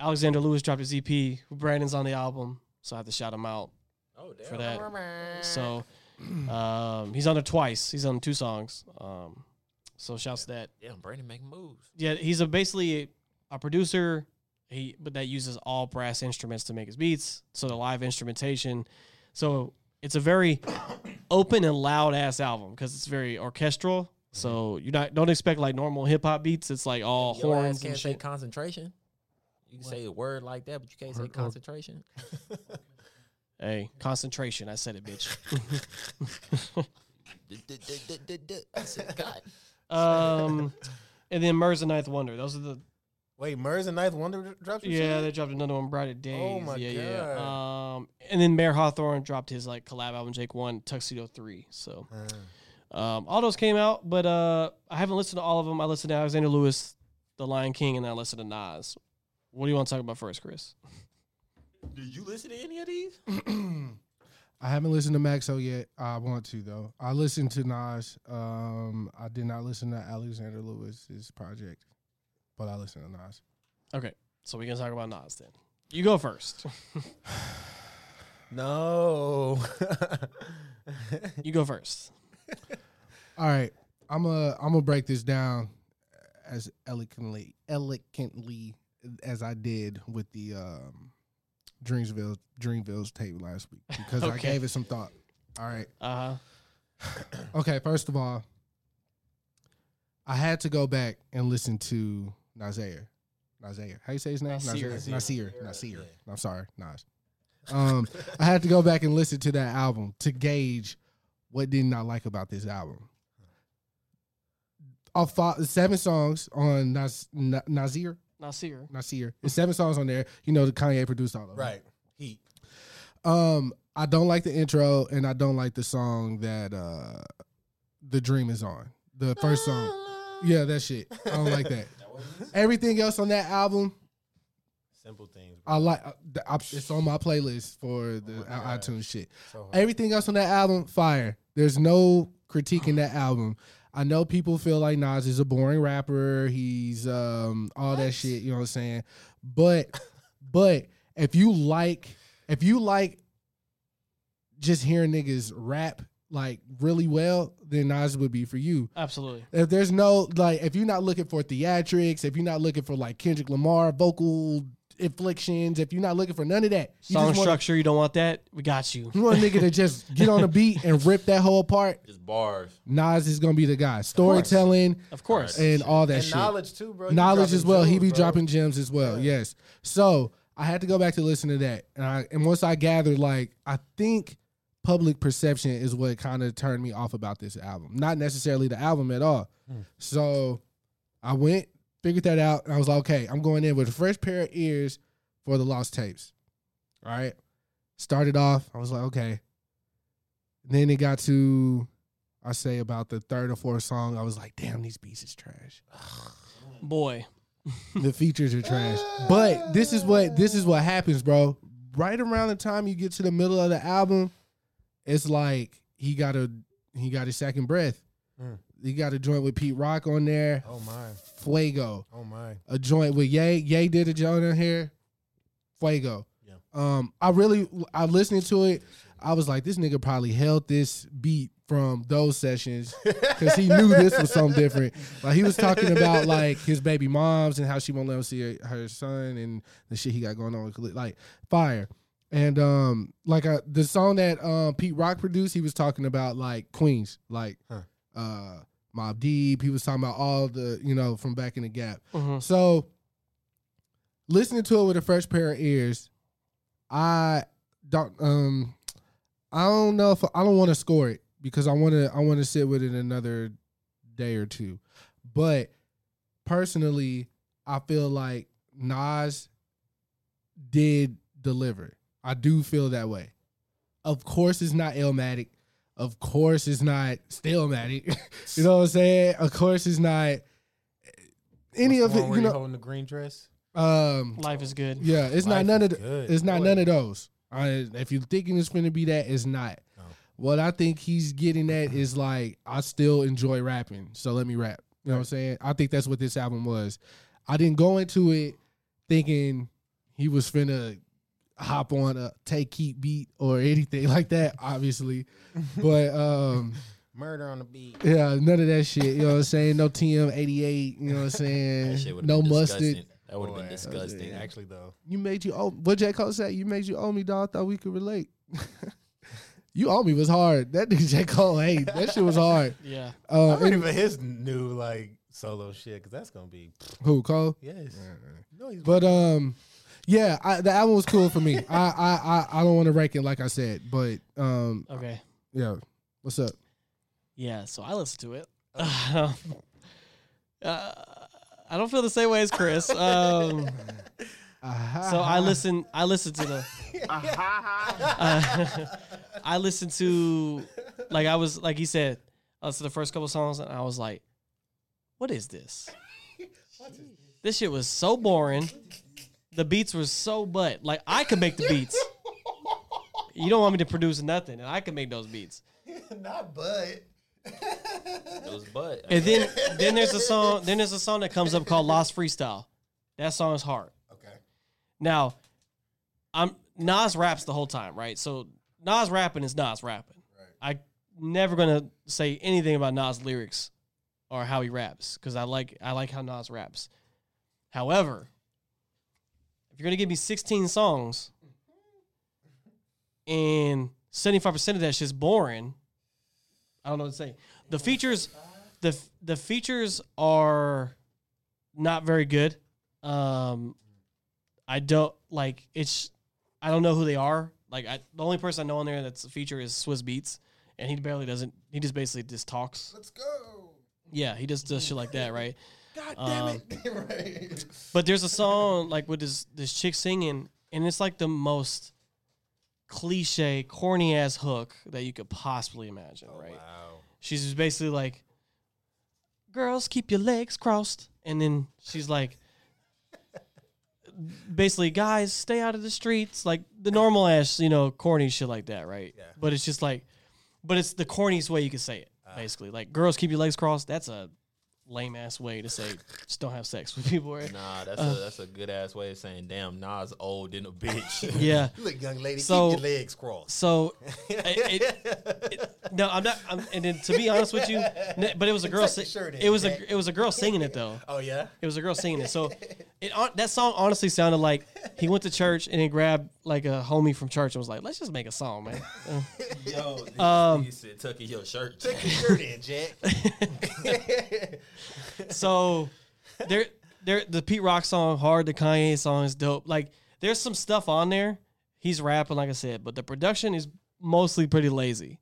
B: Alexander Lewis dropped his EP, who Brandon's on the album. So I have to shout him out
F: Oh damn.
B: for that. So um he's on there twice. He's on two songs. Um so shouts to that.
F: Damn, Brandon making moves.
B: yeah, he's a basically a producer. He but that uses all brass instruments to make his beats. So the live instrumentation. So it's a very open and loud ass album because it's very orchestral. So you not don't expect like normal hip hop beats. It's like all
F: Your ass
B: horns
F: can't
B: and
F: say
B: shit.
F: concentration. You can say a word like that, but you can't say concentration.
B: hey, concentration. I said it, bitch.
F: I said, God.
B: um, and then Murs and Ninth Wonder. Those are the
E: Wait, Murs and Ninth Wonder dropped some
B: yeah. They
E: shit?
B: dropped another one, Brighter Days.
F: Oh
E: my
B: yeah, yeah.
E: God.
B: Um, and then Mayor Hawthorne dropped his like collab album, Jake One, Tuxedo Three. So.
E: Uh.
B: Um, all those came out, but uh, I haven't listened to all of them. I listened to Alexander Lewis, The Lion King, and then I listened to Nas. What do you want to talk about first, Chris?
F: Did you listen to any of these?
D: I haven't listened to Maxo yet. I want to though. I listened to Nas. Um, I did not listen to Alexander Lewis's project, but I listened to Nas.
B: Okay, so we can talk about Nas then. You go first.
E: No.
B: you go first.
D: All right, I'm a I'm gonna break this down as eloquently eloquently as I did with the um, Dreamsville Dreamville's tape last week because I
B: Okay.
D: gave it some thought. All right.
B: Uh huh.
D: Okay, first of all, I had to go back and listen to Nasir. Nasir. How you say his name?
B: Nasir.
D: Nasir. Nasir. Nasir. I'm sorry, Nas. Um, I had to go back and listen to that album to gauge what didn't I like about this album. Of five, seven songs on Nas, Na- Nasir,
B: Nasir.
D: Nasir. It's seven songs on there. You know, the Kanye produced all of them.
E: right. Heat.
D: Um, I don't like the intro, and I don't like the song that uh, the dream is on. The first song, yeah, that shit. I don't like that. Everything else on that album,
E: Simple things.
D: I like. uh, the- I- It's on my playlist for the i- iTunes shit.
E: Oh So hard.
D: Everything else on that album, fire. There's no critique in that album. I know people feel like Nas is a boring rapper. He's um all that shit. You know what I'm saying? But but if you like if you like just hearing niggas rap like really well, then Nas would be for you.
B: Absolutely.
D: If there's no like, if you're not looking for theatrics, if you're not looking for like Kendrick Lamar vocal inflections, if you're not looking for none of that, you
B: Song
D: just want,
B: structure, you don't want that? We got you.
D: you want a nigga to just get on a beat and rip that whole part.
F: Just bars.
D: Nas is gonna be the guy. Storytelling,
B: Of course.
D: and all that
E: And
D: shit.
E: knowledge too, bro. You
D: knowledge
E: dropping
D: as well. he
E: jewels,
D: be
E: bro.
D: dropping gems as well. Yes. So I had to go back to listen to that, and I and once I gathered, like I think public perception is what kind of turned me off about this album. Not necessarily the album at all. So I went figured that out, and I was like, okay, I'm going in with a fresh pair of ears for the lost tapes. All right. Started off, I was like, okay. Then it got to, I say about the third or fourth song, I was like, damn, these beats is trash
B: Boy.
D: the features are trash. But this is what this is what happens, bro. Right around the time you get to the middle of the album, it's like he got a he got his second breath.
E: Mm.
D: He got a joint with Pete Rock on there.
E: Oh my.
D: Fuego.
E: Oh my.
D: A joint with Ye. Ye did a joint on here. Fuego.
E: Yeah.
D: Um, I really I listened to it. I was like, this nigga probably held this beat from those sessions because he knew this was something different. Like he was talking about like his baby moms and how she won't let him see her, her son and the shit he got going on with Khalid, like fire. And um, like uh the song that um Pete Rock produced, he was talking about like Queens, like
E: Huh.
D: uh Mob Deep. He was talking about all the you know from back in the gap.
B: Mhm.
D: So listening to it with a fresh pair of ears, I don't um I don't know if I don't want to score it because I want to I want to sit with it another day or two. But personally, I feel like Nas did deliver. I do feel that way. Of course it's not Illmatic. Of course it's not Stalematic. you know what I'm saying? Of course it's not any
E: What's the
D: of
E: one
D: it,
E: where
D: you
E: he
D: know.
E: holding the green dress.
D: Um,
B: Life is good.
D: yeah, it's not
E: Life
D: none of
E: is
D: the,
E: good.
D: it's not
E: Boy.
D: none of those. I, if you're thinking it's gonna be that, it's not.
E: No.
D: What I think he's getting at is like I still enjoy rapping, so let me rap. You know what I'm saying? I think that's what this album was. I didn't go into it thinking he was finna hop on a take keep beat or anything like that, obviously. but um
E: Murder on the beat.
D: yeah, none of that shit. You know what I'm saying? No TM88. You know what I'm
F: That
D: saying?
F: shit would have
D: No
F: been
D: mustard.
F: disgusting. That would have
E: Boy,
F: been disgusting.
E: Actually though.
D: You made you owe what J. Cole said, you made you owe me, dog. Thought we could relate. you owe me was hard. That nigga J. Cole, hey, that shit was hard.
B: Yeah.
D: Uh,
E: I'm ready for his new like solo shit because that's gonna be
D: who, Cole?
E: yes. No, he's
D: But um yeah, I, the album was cool for me. I I I, I don't want to rank it like I said, but um
B: Okay.
D: yeah. What's up?
B: Yeah, so I listened to it. Um, uh, I don't feel the same way as Chris. Um, so I
D: Uh-huh.
B: listen. I listened to the. Uh, I listened to, like I was like he said, I listened to the first couple songs and I was like, "What is this? this shit was so boring. The beats were so butt. Like I could make the beats. You don't want me to produce nothing, and I can make those beats.
E: not but.
F: It was butt.
B: And then then there's a song then there's a song that comes up called Lost Freestyle. That song is hard.
E: Okay.
B: Now, I'm Nas raps the whole time, right? So Nas rapping is Nas rapping. I never gonna say anything about Nas lyrics or how he raps because I like I like how Nas raps. However, if you're gonna give me 16 songs and 75% of that shit's boring, I don't know what to say. The features, the the features are not very good. Um, I don't like it's. I don't know who they are. Like I, the only person I know on there that's a feature is Swiss Beats, and he barely doesn't. He just basically just talks. Let's go. Yeah, he just does shit like that, right? God damn it!
E: right.
B: But there's a song like with this this chick singing, and it's like the most cliche, corny ass hook that you could possibly imagine, right?
E: Wow.
B: She's just basically like, "Girls, keep your legs crossed," and then she's like, basically, "Guys, stay out of the streets," like the normal ass, you know, corny shit like that, right?
E: Yeah.
B: But
E: Uh.
B: it's just like, but it's the corniest way you can say it, basically. Like, "Girls, keep your legs crossed." That's a lame ass way to say just don't have sex with people, right?
F: Nah, that's a
B: Uh,
F: that's a good ass way of saying, damn, Nas old and a bitch.
B: yeah.
E: Look, young lady,
B: So-
E: keep your legs crossed.
B: So, it- it- it- no, I'm not. I'm, and then to be honest with you, n- but it was a girl.
E: Tuck your
B: si-
E: shirt in,
B: it was a
E: Jack.
B: it was a girl singing it though.
E: Oh yeah,
B: It was a girl singing it. So, it hon- that song honestly sounded like he went to church and then grabbed like a homie from church and was like, "Let's just make a song, man." Uh,
F: Yo, this
B: Um,
F: nigga said tuck in your shirt.
E: tuck your shirt in, Jack.
B: so there there the Pete Rock song hard, the Kanye song is dope. Like there's some stuff on there. He's rapping, like I said, but the production is mostly pretty lazy.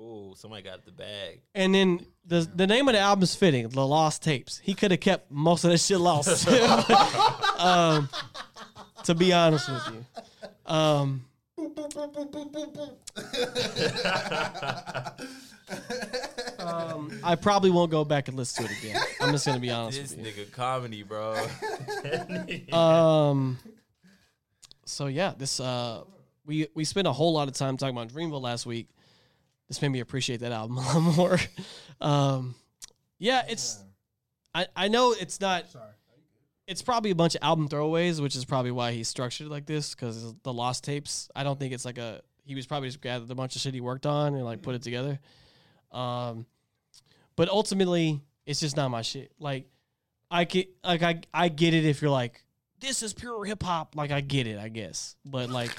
F: Ooh, somebody got the bag.
B: And then the the name of the album is fitting, The Lost Tapes. He could have kept most of that shit lost. um, to be honest with you. Um, um, I probably won't go back and listen to it again. I'm just gonna be honest
F: This
B: with you.
F: nigga comedy, bro.
B: Um. So yeah, this uh, we we spent a whole lot of time talking about Dreamville last week. This made me appreciate that album a lot more. Um, yeah, it's I I know it's not. It's probably a bunch of album throwaways, which is probably why he's structured it like this. Because the lost tapes, I don't think it's like a. He was probably just gathered a bunch of shit he worked on and like put it together. Um, but ultimately, it's just not my shit. Like, I get like I I get it if you're like this is pure hip hop. Like I get it, I guess. But like,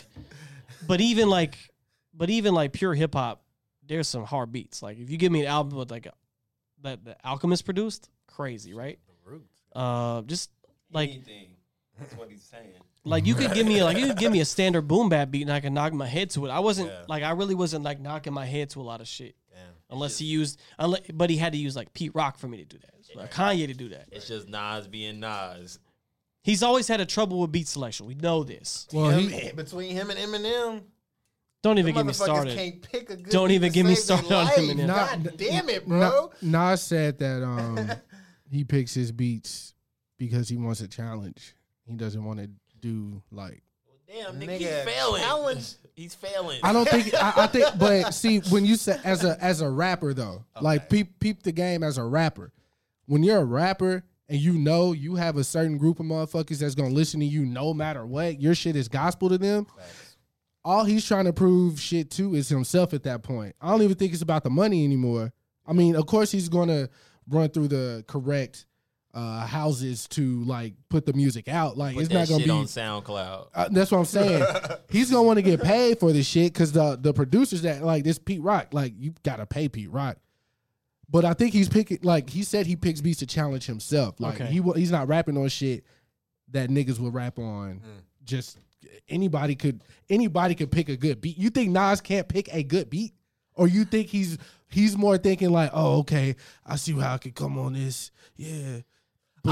B: but even like, but even like pure hip hop, there's some hard beats. Like if you give me an album with like a, that the Alchemist produced, crazy, right? Uh, just like
F: Anything. That's what he's saying.
B: like you could give me like you could give me a standard boom bap beat and I could knock my head to it. I wasn't
E: Yeah.
B: like I really wasn't like knocking my head to a lot of shit.
E: Damn.
B: Unless he used, unless, but he had to use like Pete Rock for me to do that, like Kanye to do that.
F: It's just Nas being Nas.
B: He's always had a trouble with beat selection. We know this.
D: Well,
E: Him-
D: he,
E: between him and Eminem,
B: Don't even get me
E: motherfuckers
B: started.
E: can't pick a good.
B: Don't
E: beat
B: even
E: to
B: get me
E: save their
B: started on
E: life.
B: Eminem.
E: God
D: Nah,
E: damn it, bro.
D: Na- Nas said that um, he picks his beats because he wants a challenge. He doesn't want to do like
F: Damn, nigga,
E: Nigga,
F: he's failing.
E: challenge.
F: He's failing.
D: I don't think I, I think, but see, when you say as a as a rapper though, like peep peep the game as a rapper. When you're a rapper and you know you have a certain group of motherfuckers that's gonna listen to you no matter what, your shit is gospel to them. All he's trying to prove shit to is himself at that point. I don't even think it's about the money anymore. I mean, of course he's gonna run through the correct uh houses to like put the music out. Like
F: Put
D: it's
F: that
D: not gonna
F: shit
D: be
F: on SoundCloud.
D: uh, that's what I'm saying. He's gonna want to get paid for this shit because the the producers that like this Pete Rock, like you gotta pay Pete Rock. But I think he's picking like he said he picks beats to challenge himself. Like
B: Okay.
D: he wa- he's not rapping on shit that niggas will rap on.
E: Mm.
D: Just anybody could anybody could pick a good beat. You think Nas can't pick a good beat, or you think he's he's more thinking like, oh okay, I see how I could come on this. Yeah,
E: I
B: He didn't-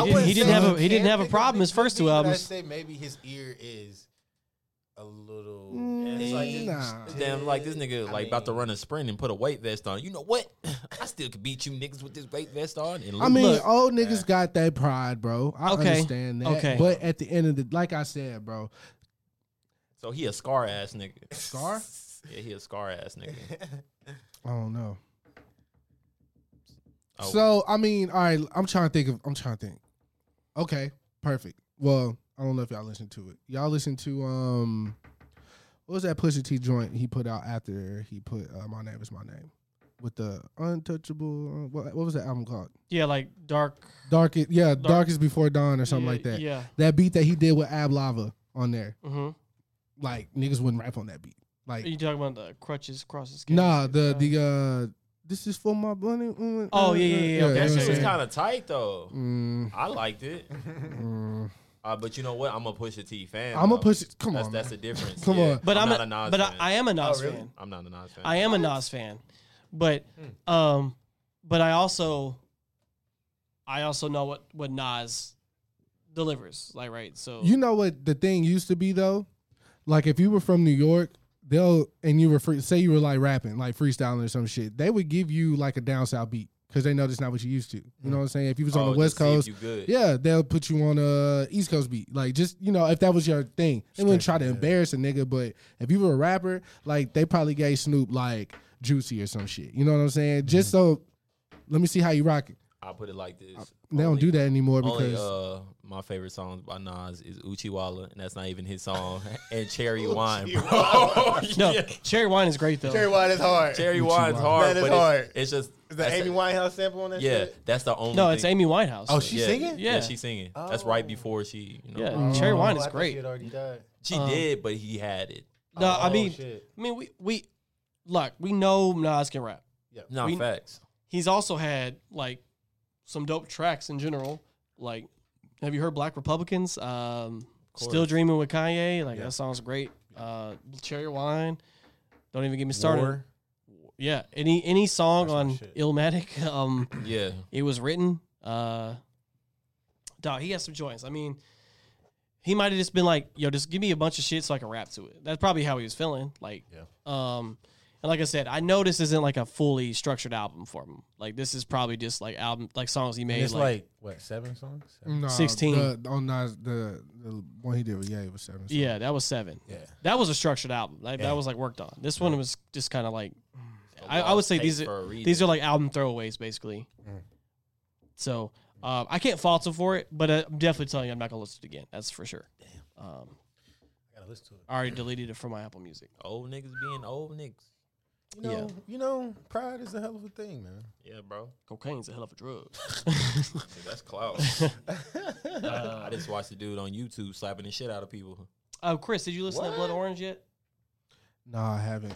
E: wouldn't
B: he didn't
E: say
B: have a-
E: you
B: he didn't
E: can't
B: have a
E: pick
B: problem his
E: big
B: first two
E: beat, but
B: albums.
E: I say maybe his ear is a little.
D: Mm,
E: it's like-
D: nah.
F: Damn, like this nigga
E: I
F: like about to
E: mean-
F: run a sprint and put a weight vest on. You know what? I still could beat you niggas with this weight vest on. And
D: I mean,
B: Look.
D: old niggas got that pride, bro. I
B: Okay.
D: understand that.
B: Okay.
D: But at the end of the, like I said, bro,
F: so he a scar ass nigga.
D: Scar?
F: Yeah, he a scar ass nigga.
D: I don't know.
F: Oh.
D: So I mean, all right, I'm trying to think of. I'm trying to think. Okay, perfect. Well, I don't know if y'all listen to it. Y'all listen to um, what was that Pusha T joint he put out after he put uh, My Name Is My Name with the Untouchable. Uh, what, what was that album called?
B: Yeah, like dark
D: Darkest, yeah,
B: Dark-
D: Darkest Before Dawn or something
B: yeah,
D: like that.
B: Yeah.
D: That beat that he did with Ab Lava on there,
B: hmm
D: like niggas wouldn't rap on that beat. Like
B: Are you talking about the crutches, crosses?
D: Nah,
B: cages?
D: the
B: Uh,
D: the uh, this is for my bunny. mm,
B: Oh,
D: uh,
B: yeah, yeah,
D: uh,
B: yeah, okay.
D: you know
F: That
D: what
F: shit
D: I'm
F: was
D: saying?
F: kind of tight though.
D: Mm,
F: I liked it.
D: mm.
F: Uh, but you know what? I'm a push a T fan.
D: I'm
F: though.
D: gonna push it. Come
F: That's
D: on,
F: that's
D: man.
F: the difference.
D: Come
F: Yeah,
D: on.
B: But I'm,
F: not
B: a-
F: a Nas
B: but I-
F: fan.
B: I,
E: Oh,
B: am a
H: Oh,
B: Nas fan.
F: I'm not a Nas fan.
B: I am a Nas fan, but
H: Hmm.
B: um, but I also, I also know what what Nas delivers. Like right, so
D: You know what the thing used to be though? Like if you were from New York, they'll and you were free, say you were like rapping, like freestyling or some shit. They would give you like a down south beat because they know that's not what you used to. You
B: Mm.
D: know what I'm saying? If you was on
F: Oh,
D: the West
F: to see if
D: Coast,
F: You good.
D: yeah, they'll put you on a East Coast beat. Like just you know, if that was your thing, they wouldn't try to embarrass a nigga. But if you were a rapper, like they probably gave Snoop like Juicy or some shit. You know what I'm saying? Just so, let me see how you rock it.
F: I'll put it like this.
D: They don't do that anymore
F: Only,
D: because
F: uh, my favorite song by Nas is Uchiwala, and that's not even his song. and Cherry Wine, bro.
B: No,
F: Yeah.
B: cherry wine is great though.
H: Cherry wine is hard.
F: Cherry Wine's
D: Uchiwala.
F: hard,
H: That is
F: but it's,
H: hard.
F: it's just
H: Is that
F: that's
H: Amy
F: the-
H: Winehouse sample on that?
F: Yeah,
H: shit?
F: that's the only.
B: No,
F: thing.
B: it's Amy Winehouse.
H: Oh, she's
F: yeah,
H: singing?
F: Yeah.
B: Yeah.
F: she's singing. That's right before she, you know,
B: Yeah, cherry wine
H: Oh, I
B: is
H: thought She
B: great.
H: had already died.
F: she
B: Um,
F: did, but he had it.
B: No, I
H: Oh,
B: mean,
H: shit.
B: I mean, we we look, we know Nas can rap.
F: No
B: we-
F: facts.
B: He's also had like some dope tracks in general. Like, have you heard Black Republicans? Um, Still
F: course.
B: dreaming with Kanye. Like
H: Yeah.
B: that sounds great. Uh, cherry wine. Don't even get me started.
F: War.
B: Yeah, any any song
H: That's my
B: on
H: shit.
B: Illmatic. Um,
F: Yeah,
B: it was written. Uh, dog, he has some joints. I mean, he might have just been like, "Yo, just give me a bunch of shit so I can rap to it." That's probably how he was feeling. Like,
H: Yeah.
B: um, and like I said, I know this isn't like a fully structured album for him. Like, this is probably just like album, like songs he
E: And
B: made.
E: it's
B: Like,
E: like, what seven songs? Seven?
D: no,
B: 16.
D: The, on Nas, the the one he did with Ye was seven. songs.
B: yeah, that was seven.
E: Yeah.
B: That was a structured album. Like,
E: Yeah.
B: that was like worked on. This one was just kind of like,
F: A
B: I, I
F: lot
B: would
F: of
B: say
F: tape
B: these
F: for
B: are
F: a reason. Mm.
B: these are like album throwaways basically. So uh, I can't fault him for it, but uh, I'm definitely telling you I'm not gonna listen to it again. That's for sure. Um,
E: I gotta listen to it.
B: I already deleted it from my Apple Music.
F: old niggas being old niggas.
E: You
B: Yeah.
E: know, you know, pride is a hell of a thing, man.
F: Yeah, bro.
B: Cocaine's a hell of a drug.
F: That's clout. I just watched the dude on YouTube slapping the shit out of people.
B: Oh, Chris, did you listen to Blood Orange yet?
D: No, I haven't.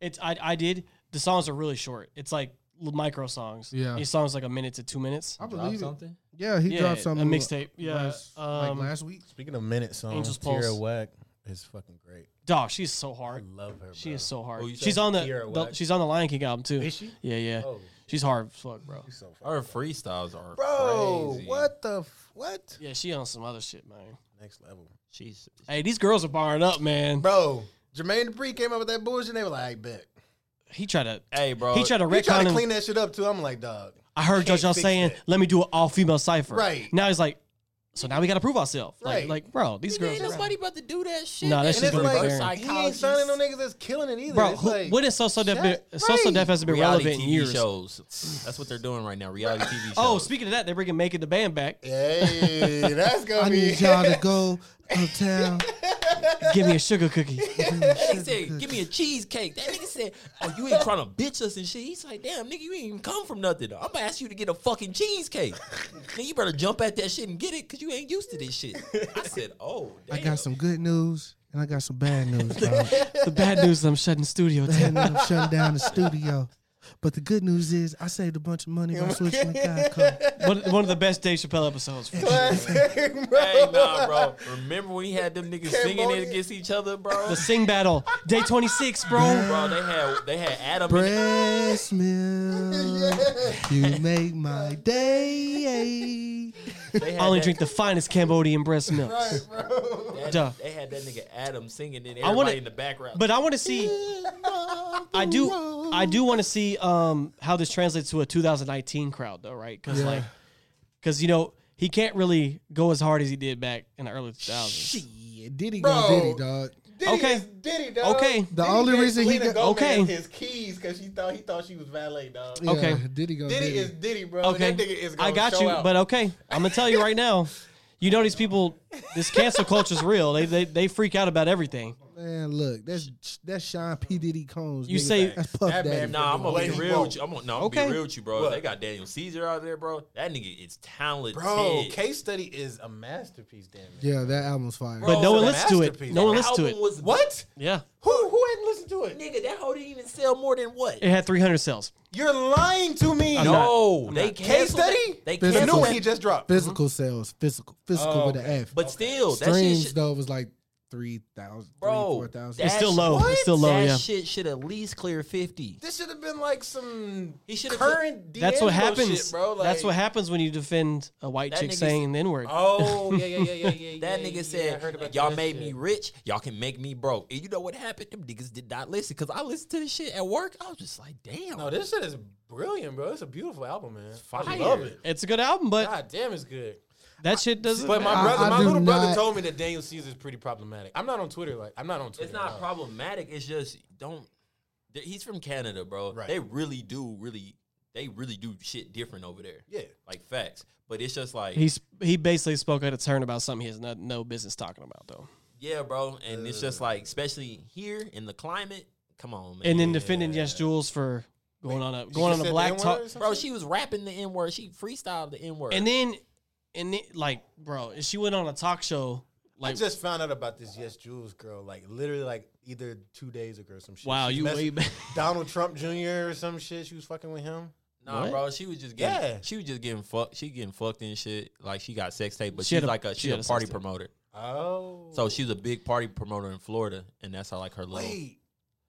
B: It's I I did. The songs are really short. It's like l- micro songs.
D: Yeah.
B: each song's like a minute to two minutes.
D: I
F: Drop
D: believe it.
F: something.
D: Yeah, he
B: Yeah,
D: dropped
B: a
D: something
B: mixtape, yeah,
D: last, like
B: um,
D: last week.
E: Speaking of minute songs,
B: Angel's
E: Tierra
B: Pulse.
E: Whack is fucking great.
B: Dog, she's so
E: I
B: hard.
E: love her.
B: She
E: bro.
B: is so hard.
F: Who you
B: She's
F: say?
B: on the,
E: Tierra
B: the-
E: Whack?
B: she's on the Lion King album too.
E: Is she?
B: Yeah, yeah.
E: Oh,
B: She's hard as fuck, bro.
E: she's so fucking
F: Her freestyles are
E: Bro,
F: crazy.
E: what the f- what?
B: Yeah, she on some other shit, man.
E: Next level,
F: She's
B: Hey, these girls are barring up, man.
E: bro. Jermaine Dupri came up with that bullshit. They were like, I bet.
B: He tried to
F: hey, bro.
B: he tried to
E: He tried
B: retcon
E: to
B: him.
E: clean that shit up too. I'm like, dog.
B: I heard Judge
E: can't
B: Jones
E: fix
B: saying,
E: that.
B: "Let me do an all female cipher."
E: Right.
B: now, he's like, so now we got to prove ourselves.
E: Right.
B: Like, like, bro, these girls.
F: ain't
B: Are
F: nobody about to do that shit.
B: Nah, that
F: And
B: shit's
F: it's
B: gonna be
F: like-
B: barren.
E: he ain't signing no niggas that's killing it either.
B: bro,
E: It's
B: who,
E: like,
B: when is so so deaf?
E: shut-
B: Been, So so
E: right.
B: deaf hasn't been
F: reality
B: relevant in
F: TV
B: years.
F: shows. That's what they're doing right now. Reality TV shows.
B: Oh, speaking of that, they're bringing making the band back.
E: Hey, that's gonna
D: I
E: be.
D: need y'all to go uptown.
B: Give me a sugar cookie.
F: that nigga said, "Give me a cheesecake." That nigga said, "Oh, you ain't trying to bitch us and shit." He's like, "Damn, nigga, you ain't even come from nothing. I'm gonna ask you to get a fucking cheesecake. Then you better jump at that shit and get it, cause you ain't used to this shit." I said, "Oh,
D: I
F: damn."
D: got some good news and I got some bad news. dog.
B: the bad news is I'm shutting studio
D: Bad
B: down.
D: news, I'm shutting down the studio. But the good news is I saved a bunch of money by switching to Geico.
B: one, one of the best Dave Chappelle episodes. For sure.
E: Classic, bro.
F: Hey, nah, bro. Remember when he had them niggas singing it
E: Cambodian.
F: against each other, bro?
B: The sing battle, day 26, bro.
F: bro, they had they had Adam. In it.
D: Breast milk, you make my day.
F: They had
B: I only
F: that-
B: drink the finest Cambodian breast milk.
F: that-
B: Duh.
F: They had that nigga Adam singing it.
B: wanna-
F: Everybody in the background.
B: But I want to see. I do. I do want to see um, how this translates to a 2019 crowd, though, right? Because like, because you know he can't really go as hard as he did back in the early 2000s.
D: Yeah, Diddy
E: Bro.
D: go Diddy, dog.
E: Diddy
B: Okay.
E: is Diddy, dog.
B: Okay. The
E: Diddy
D: only
E: gave
D: reason he
E: Selena
D: got-
E: Gomez
B: okay.
E: his keys because she thought he thought she was valet, dog.
D: Yeah,
B: Okay.
D: Diddy go
E: Diddy
D: Diddy.
E: is Diddy, bro. and
B: Okay,
E: that nigga is
B: I
E: gonna
B: got
E: show
B: you.
E: out.
B: But okay, I'm gonna tell you right now. You know these people. This cancel culture is real. They, they they freak out about everything.
D: Man, look, that's that's Sean P. Diddy Combs.
B: You
D: nigga.
B: say-
D: that's Puff
E: That man
D: Daddy.
F: Nah, I'm gonna
E: Way
F: be
E: he
F: real
E: won't.
F: with you. I'm gonna, no, I'm
B: Okay.
F: gonna be real with you, bro.
E: What?
F: They got Daniel Caesar out there, bro. That nigga is talented.
E: bro, case study is a masterpiece, damn it.
D: Yeah, that album's fire.
B: But no one
F: it's a
B: listens to it.
E: masterpiece.
B: No one
F: That
B: listens to it.
F: album Was
E: What?
B: Yeah,
E: Who who hadn't listened to it?
F: Nigga, that hoe didn't even sell more than what?
B: it had 300 sales.
E: You're lying to me.
B: I'm not-
F: no,
B: I'm
F: they
B: not.
F: canceled
E: Case
F: that-
E: study?
F: They
D: The new
E: The new
F: canceled
E: one
F: that-
E: he just dropped.
D: Physical sales, physical, physical
E: Oh,
D: with an F.
F: But still, that shit,
D: Streams
F: should-
D: though was like 3,000,
F: bro,
D: 4,000.
F: that
B: still
F: shit-
B: low. It's
F: what?
B: still low,
F: That
B: yeah.
F: shit should at least clear fifty.
E: This should have been like some
F: He should have
E: current.
B: That's what
E: D'Angelo
B: happens.
E: shit, bro. Like,
B: That's what happens when you defend a white
F: That
B: chick
F: nigga's-
B: saying the N word.
E: Oh yeah, yeah, yeah, yeah, yeah.
F: That
E: yeah,
F: nigga
E: yeah, I heard
F: said,
E: about
F: "Y'all
E: that
F: made
E: shit.
F: me rich. Y'all can make me broke." And you know what happened? Them niggas did not listen because I listened to this shit at work. I was just like, "Damn,
E: No, this shit is brilliant, bro. It's a beautiful album, man. I
F: fire.
E: love it.
B: It's a good album, but
E: God damn, it's good.
B: that shit doesn't.
E: But my
D: I-
E: brother,
D: I
E: my
D: do
E: little brother
D: not-
E: told me that Daniel Caesar is pretty problematic. I'm not on Twitter. Like, I'm not on Twitter.
F: It's not
E: no.
F: problematic. It's just don't. th- He's from Canada, bro.
E: Right.
F: They really do really they really do shit different over there.
E: Yeah.
F: Like facts. But it's just like
B: He's he basically spoke at a turn about something he has no, no business talking about though.
F: yeah, bro. And it's
E: Uh.
F: just like especially here in the climate. Come on, man.
B: And then defending Yes Jules for going on a going on a black talk.
F: Bro, she was rapping the N word. She freestyled the N word.
B: And then and then like, bro, and she went on a talk show
E: I
B: like
E: just found out about this Yes Jules girl, like literally like either two days ago or some shit.
B: Wow,
E: She
B: you
E: messed
B: way back.
E: Donald Trump Jr. or some shit. She was fucking with him.
F: Nah,
B: What?
F: bro, she was just getting
E: Yeah.
F: she was just getting fucked. She getting fucked and shit. Like she got sex tape, but
B: She had
F: she's
B: a-
F: like a
B: she
F: she's
B: had
F: a
B: a
F: party
B: sex tape.
F: promoter.
E: Oh,
F: So she's a big party promoter in Florida, and that's how like her little.
E: wait.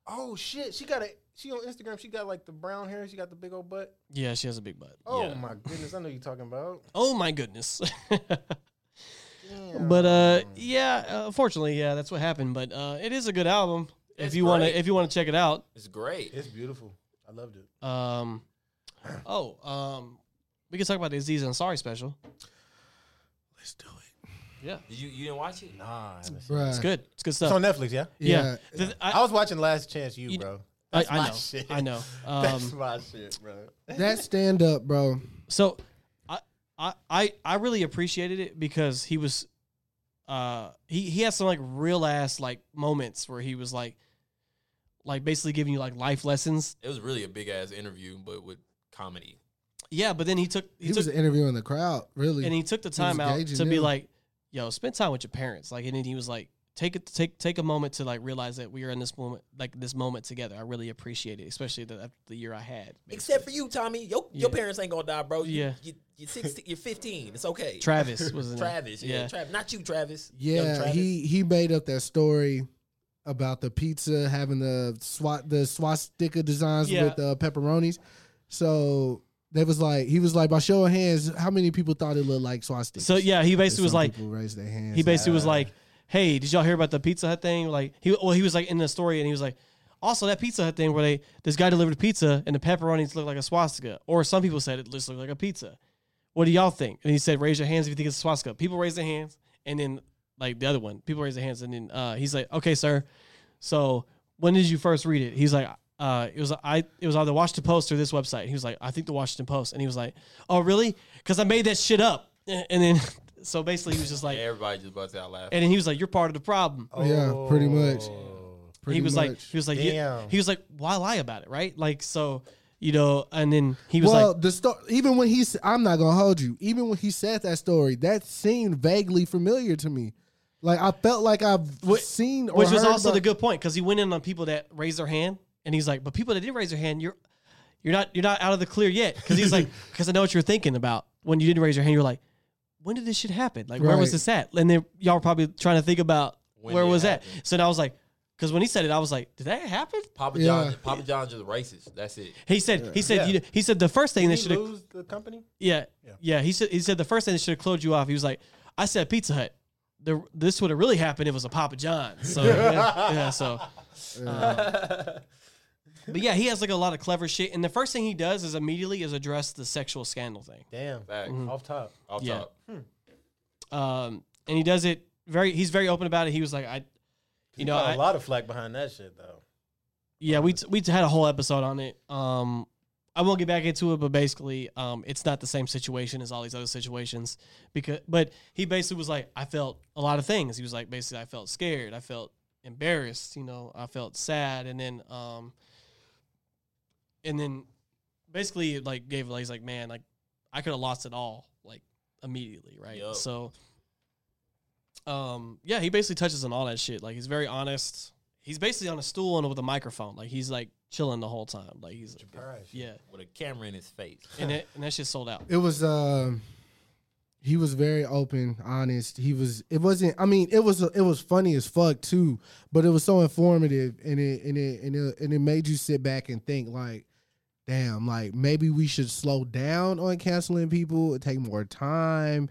E: Oh shit, she got a she on Instagram. She got like the brown hair. She got the big old butt.
B: Yeah, she has a big butt.
E: Oh
F: Yeah.
E: my goodness, I know you're talking about.
B: Oh my goodness.
E: Damn.
B: but uh yeah, uh, unfortunately, yeah, that's what happened, but uh it is a good album. if
F: It's
B: you want to
F: great.
B: if you want to check it out.
F: It's great.
E: it's beautiful. I loved it.
B: Um Oh, um we can talk about the Aziz Ansari special.
E: Let's do it.
B: Yeah.
F: Did you you didn't watch it?
E: Nah, I haven't seen it.
D: Bruh.
B: It's good. It's good
E: it's
B: stuff.
E: on Netflix. Yeah,
B: yeah. Th- I,
E: I, was watching Last Chance You,
B: You-
E: bro.
B: I,
E: That's
B: I
E: my
B: know.
E: shit.
B: I know.
E: That's
B: Um,
E: my shit, bro.
D: That stand up, bro.
B: so I, I I I really appreciated it because he was uh he he had some like real ass like moments where he was like like basically giving you like life lessons.
F: It was really a big ass interview, but with comedy.
B: Yeah, but then he took he,
D: He,
B: took
D: was interviewing the crowd, really.
B: and he took the
D: was
B: time out
D: gauging
B: to be
D: them.
B: like, yo, spend time with your parents. Like and then he was like take it take take a moment to like realize that we are in this moment like this moment together. I really appreciate it, especially the after the year I had.
F: Except for you, Tommy. Your, your
B: Yeah.
F: parents ain't gonna die, bro. You,
B: Yeah.
F: You, you're 16, you're 15. It's okay.
B: Travis was in it.
F: Travis. Yeah. Travis. Not you, Travis. Young
D: yeah,
F: Travis.
D: he he made up that story about the pizza having the swat the swastika designs
B: Yeah.
D: with uh, pepperonis. So they was like he was like by show of hands, how many people thought it looked like swastikas?
B: So yeah, he basically was
D: Some
B: like
D: people raised their hands.
B: He basically was like, "Hey, did y'all hear about the Pizza Hut thing?" Like he, well, he was like in the story, and he was like, "Also that Pizza Hut thing where they this guy delivered pizza and the pepperonis looked like a swastika, or some people said it just looked like a pizza. What do y'all think?" And he said, "Raise your hands if you think it's a swastika." People raise their hands, and then like the other one, people raise their hands, and then uh, he's like, "Okay, sir, so when did you first read it?" He's like. Uh, it was I. It was either Washington Post or this website. He was like, I think the Washington Post, and he was like, Oh, really? Because I made that shit up. And then, so basically, he was just like,
F: Everybody just busts out laughing.
B: and then he was like, "You're part of the problem."
D: yeah, pretty much. Oh,
F: Oh.
D: Pretty
B: he was like,
D: much.
B: he was like, yeah.
E: Damn.
B: he was like, why lie about it, right? Like, so you know, and then he was
D: well,
B: like,
D: the story. Even when he, s- I'm not gonna hold you. Even when he said that story, that seemed vaguely familiar to me. Like I felt like I've seen, or
B: which was
D: heard
B: also
D: about-
B: the good point because he went in on people that raised their hand, and he's like, but people that didn't raise their hand, you're you're not you're not out of the clear yet because he's like, because I know what you're thinking about when you didn't raise your hand. You're like, when did this shit happen? Like, where was
D: Right.
B: this at? And then y'all were probably trying to think about
F: When
B: where
F: it
B: was
F: happened.
B: that. So then I was like, because when he said it, I was like, did that happen?
F: Papa
D: Yeah.
F: John. Papa John's just racist. That's it.
B: He said, he said,
E: Yeah.
B: you know, he said the first thing
E: Did
B: that
E: he
B: should have
E: lose the company?
B: Yeah, yeah. He said he said the first thing that should have closed you off. He was like, "I said Pizza Hut. The, this would have really happened. if It was a Papa John." So yeah, yeah, so. uh, but yeah, he has like a lot of clever shit, and the first thing he does is immediately is address the sexual scandal thing.
E: Damn.
F: Facts.
E: Off top.
B: Mm-hmm.
F: Off
B: Yeah.
F: top.
B: Um, and he does it very. He's very open about it. He was like, "I, you know,
E: Got a
B: I-
E: lot of flack behind that shit though.
B: yeah." We t- we t- had a whole episode on it. Um, I won't get back into it, but basically, um, it's not the same situation as all these other situations because. But he basically was like, I felt a lot of things. He was like, basically, I felt scared, I felt embarrassed, you know, I felt sad, and then, um, and then, basically, it, like gave like he's like, man, like I could have lost it all, like immediately, right?
F: Yup.
B: So, um, yeah, he basically touches on all that shit. Like he's very honest. He's basically on a stool and with a microphone. Like he's like chilling the whole time. Like he's yeah,
F: With a camera in his face.
B: and that, and that shit sold out.
D: It was. um he was very open, honest. He was. It wasn't. I mean, it was. It was funny as fuck too, but it was so informative, and it and it and it, and it made you sit back and think like, damn, like maybe we should slow down on canceling people, take more time,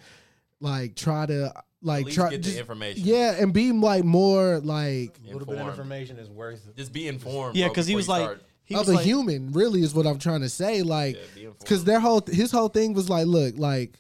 D: like try to
F: At
D: like
F: least
D: try
F: get
D: just-
F: the information.
D: yeah, and be like more like
E: A little bit of
F: Informed.
E: information is worth it.
F: Just be informed.
B: Yeah,
F: bro,
B: because he
F: before
B: was
F: you
B: like,
F: start.
B: he
D: of
B: was
D: a
B: like,
D: human really is what i'm trying to say like
F: Yeah, be informed.
D: because their whole his whole thing was like look like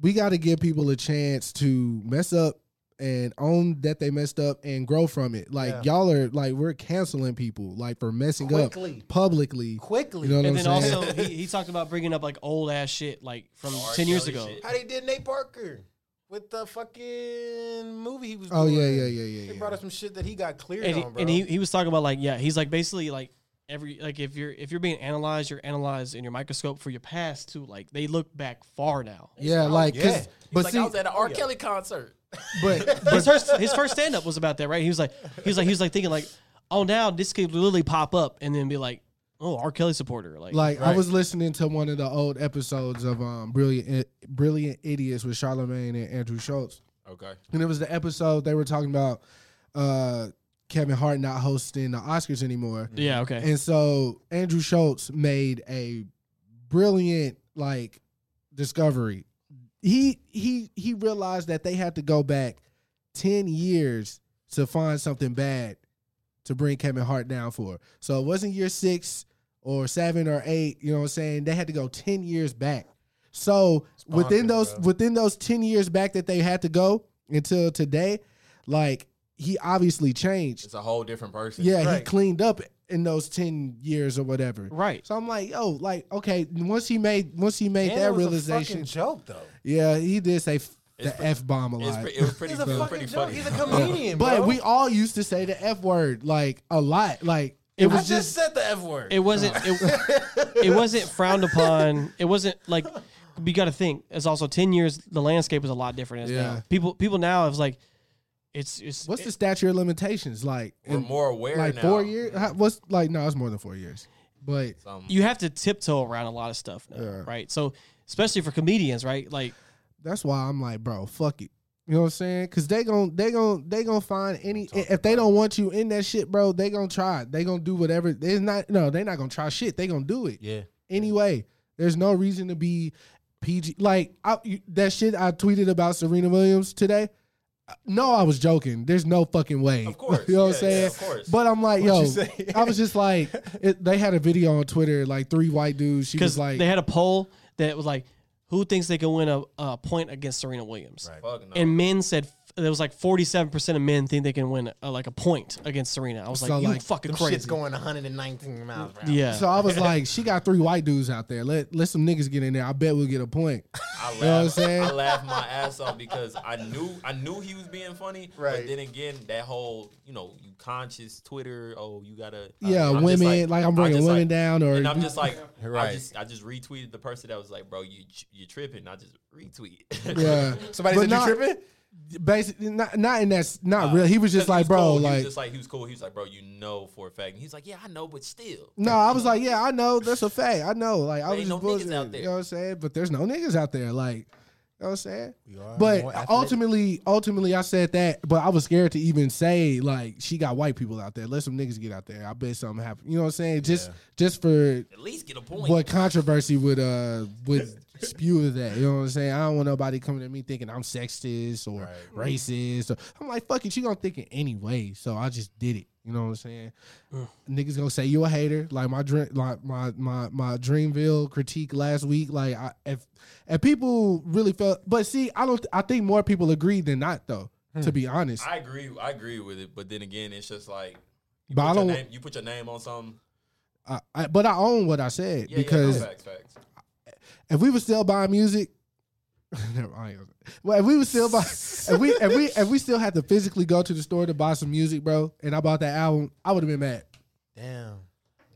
D: we got to give people a chance to mess up and own that they messed up and grow from it. Like
E: Yeah.
D: y'all are like we're canceling people like for messing
E: Quickly.
D: up publicly.
E: Quickly.
D: You know what
B: and
D: I'm
B: then
D: saying?
B: also he, he talked about bringing up like old ass shit like from ten years
F: Kelly
B: ago.
F: shit.
E: How they did Nate Parker with the fucking movie he was
D: Oh,
E: doing.
D: yeah, yeah, yeah, yeah,
E: They
D: yeah.
E: brought up some shit that he got cleared
B: And he,
E: on, bro.
B: and he he was talking about like yeah he's like basically like every like if you're if you're being analyzed you're analyzed in your microscope for your past too like they look back far now.
D: Yeah, like 'cause-
E: yeah.
D: but
C: like
D: see,
C: I was at an R. Kelly concert.
D: but
B: his first his first stand up was about that, right? He was like he was like he was like thinking like, oh now this could literally pop up and then be like, oh R Kelly supporter, like,
D: Like I was listening to one of the old episodes of um Brilliant Brilliant Idiots with Charlemagne and Andrew Schultz.
F: Okay.
D: And it was the episode they were talking about uh Kevin Hart not hosting the Oscars anymore.
B: yeah okay
D: And so Andrew Schultz made a brilliant like discovery. He he he realized that they had to go back 10 years to find something bad to bring Kevin Hart down for. So it wasn't year 6 or 7 or 8, you know what I'm saying? They had to go 10 years back. So within
E: Bonkers,
D: those
E: bro.
D: within those 10 years back that they had to go until today, like he obviously changed.
F: It's a whole different person.
D: Yeah, he
E: Right.
D: cleaned up in those ten years or whatever.
B: right.
D: So I'm like, oh, like okay. Once he made, once he made
E: And
D: that
E: it was a
D: realization,
E: fucking joke though.
D: yeah, he did say f-
F: It's
D: the
F: pre-
D: f bomb a
F: It's
D: lot.
F: pre- it was pretty,
E: He's
F: it
E: a
F: was
E: fucking
F: pretty
E: joke.
F: funny.
E: He's a comedian,
D: but
E: bro.
D: we all used to say the f word like a lot. Like it
E: I
D: was
E: just,
D: just
E: said the F word.
B: It wasn't it, it wasn't frowned upon. It wasn't like you got to think. It's also ten years. The landscape is a lot different. As
D: Yeah.
B: now. people people now is like, it's it's
D: what's the statute of limitations? Like
F: We're
D: in-
F: more aware
D: like
F: now.
D: four years. How, what's like no, it's more than four years. But
F: Some-
B: you have to tiptoe around a lot of stuff now,
D: Yeah.
B: right? So especially for comedians, right? Like
D: that's why I'm like, bro, fuck it. You know what I'm saying? Cause they gon' they gon' they gon' find any if they don't want you in that shit, bro. They gon' try. They gon' do whatever. There's not no. They not gonna try shit. They gonna do it.
F: Yeah.
D: Anyway, there's no reason to be PG. Like I, you- that shit I tweeted about Serena Williams today. uh, No, I was joking. There's no fucking way.
F: Of course.
D: you know what
F: Yeah,
D: I'm saying?
F: yeah, of course.
D: But I'm like,
E: What'd you
D: yo,
E: say?
D: I was just like, it, they had a video on Twitter, like three white dudes. She was
B: because
D: like,
B: they had a poll that was like, who thinks they can win a, a point against Serena Williams?
F: Fuck no.
B: and men said there was like 47% of men think they can win uh, like a point against Serena. I was
D: So,
B: like, you
D: like,
B: fucking
E: Them
B: crazy.
E: shit's going 119 miles. per hour.
B: yeah.
D: So I was like, she got three white dudes out there. Let let some niggas get in there. I bet we'll get a point. know what
F: I
D: I'm
F: laughed,
D: saying?
F: I laughed my ass off because I knew I knew he was being funny. But
E: Right.
F: then again, that whole you know you conscious Twitter. Oh, you gotta
D: Yeah,
F: I'm just
D: women, like, I'm bringing
F: just
D: women down or-
F: and I'm just like I
E: Right.
F: just I just retweeted the person that was like, bro, you you tripping. I just retweet.
D: Yeah.
E: Somebody
D: But
E: said
D: not-
E: you tripping?
D: Basically, not not in that.
F: Uh,
D: Not real. He was just
F: 'Cause he
D: like,
F: was
D: bro,
F: cool. he
D: like.
F: was just like he was cool. He was like, bro, you know for a fact. And he's like, yeah, I know, but still.
D: no, I was like, yeah, I know, that's a fact. I know, like, I was
F: ain't
D: just
F: no niggas
D: bullshitting,
F: out there.
D: You know what I'm saying? But there's no niggas out there, like, you know what I'm saying?
E: are more
D: But
E: athletic.
D: ultimately, ultimately, I said that, but I was scared to even say like she got white people out there. Let some niggas get out there. I bet something happened. You know what I'm saying? Just, just for
F: At least get a point.
D: what controversy would uh would spew of that. You know what I'm saying? I don't want nobody coming at me thinking I'm sexist or racist. Or, I'm like, fuck it, you gonna think it anyway. So I just did it. You know what I'm saying? Niggas gonna say you a hater. Like my dream, like my my my Dreamville critique last week. Like I, if if people really felt, but see, I don't. I think more people agree than not though. To be honest,
F: Hmm. I agree. I agree with it. But then again, it's just like you,
D: But I
F: put, your
D: don't-
F: name, you put your name on something.
D: I, I, but I own what I said
F: Yeah,
D: because
F: yeah, no, facts, facts.
D: if we were still buying music, never mind, I ain't gonna- well, if we were still buy, if we if we if we still had to physically go to the store to buy some music, bro, and I bought that album, I would have been mad.
E: Damn.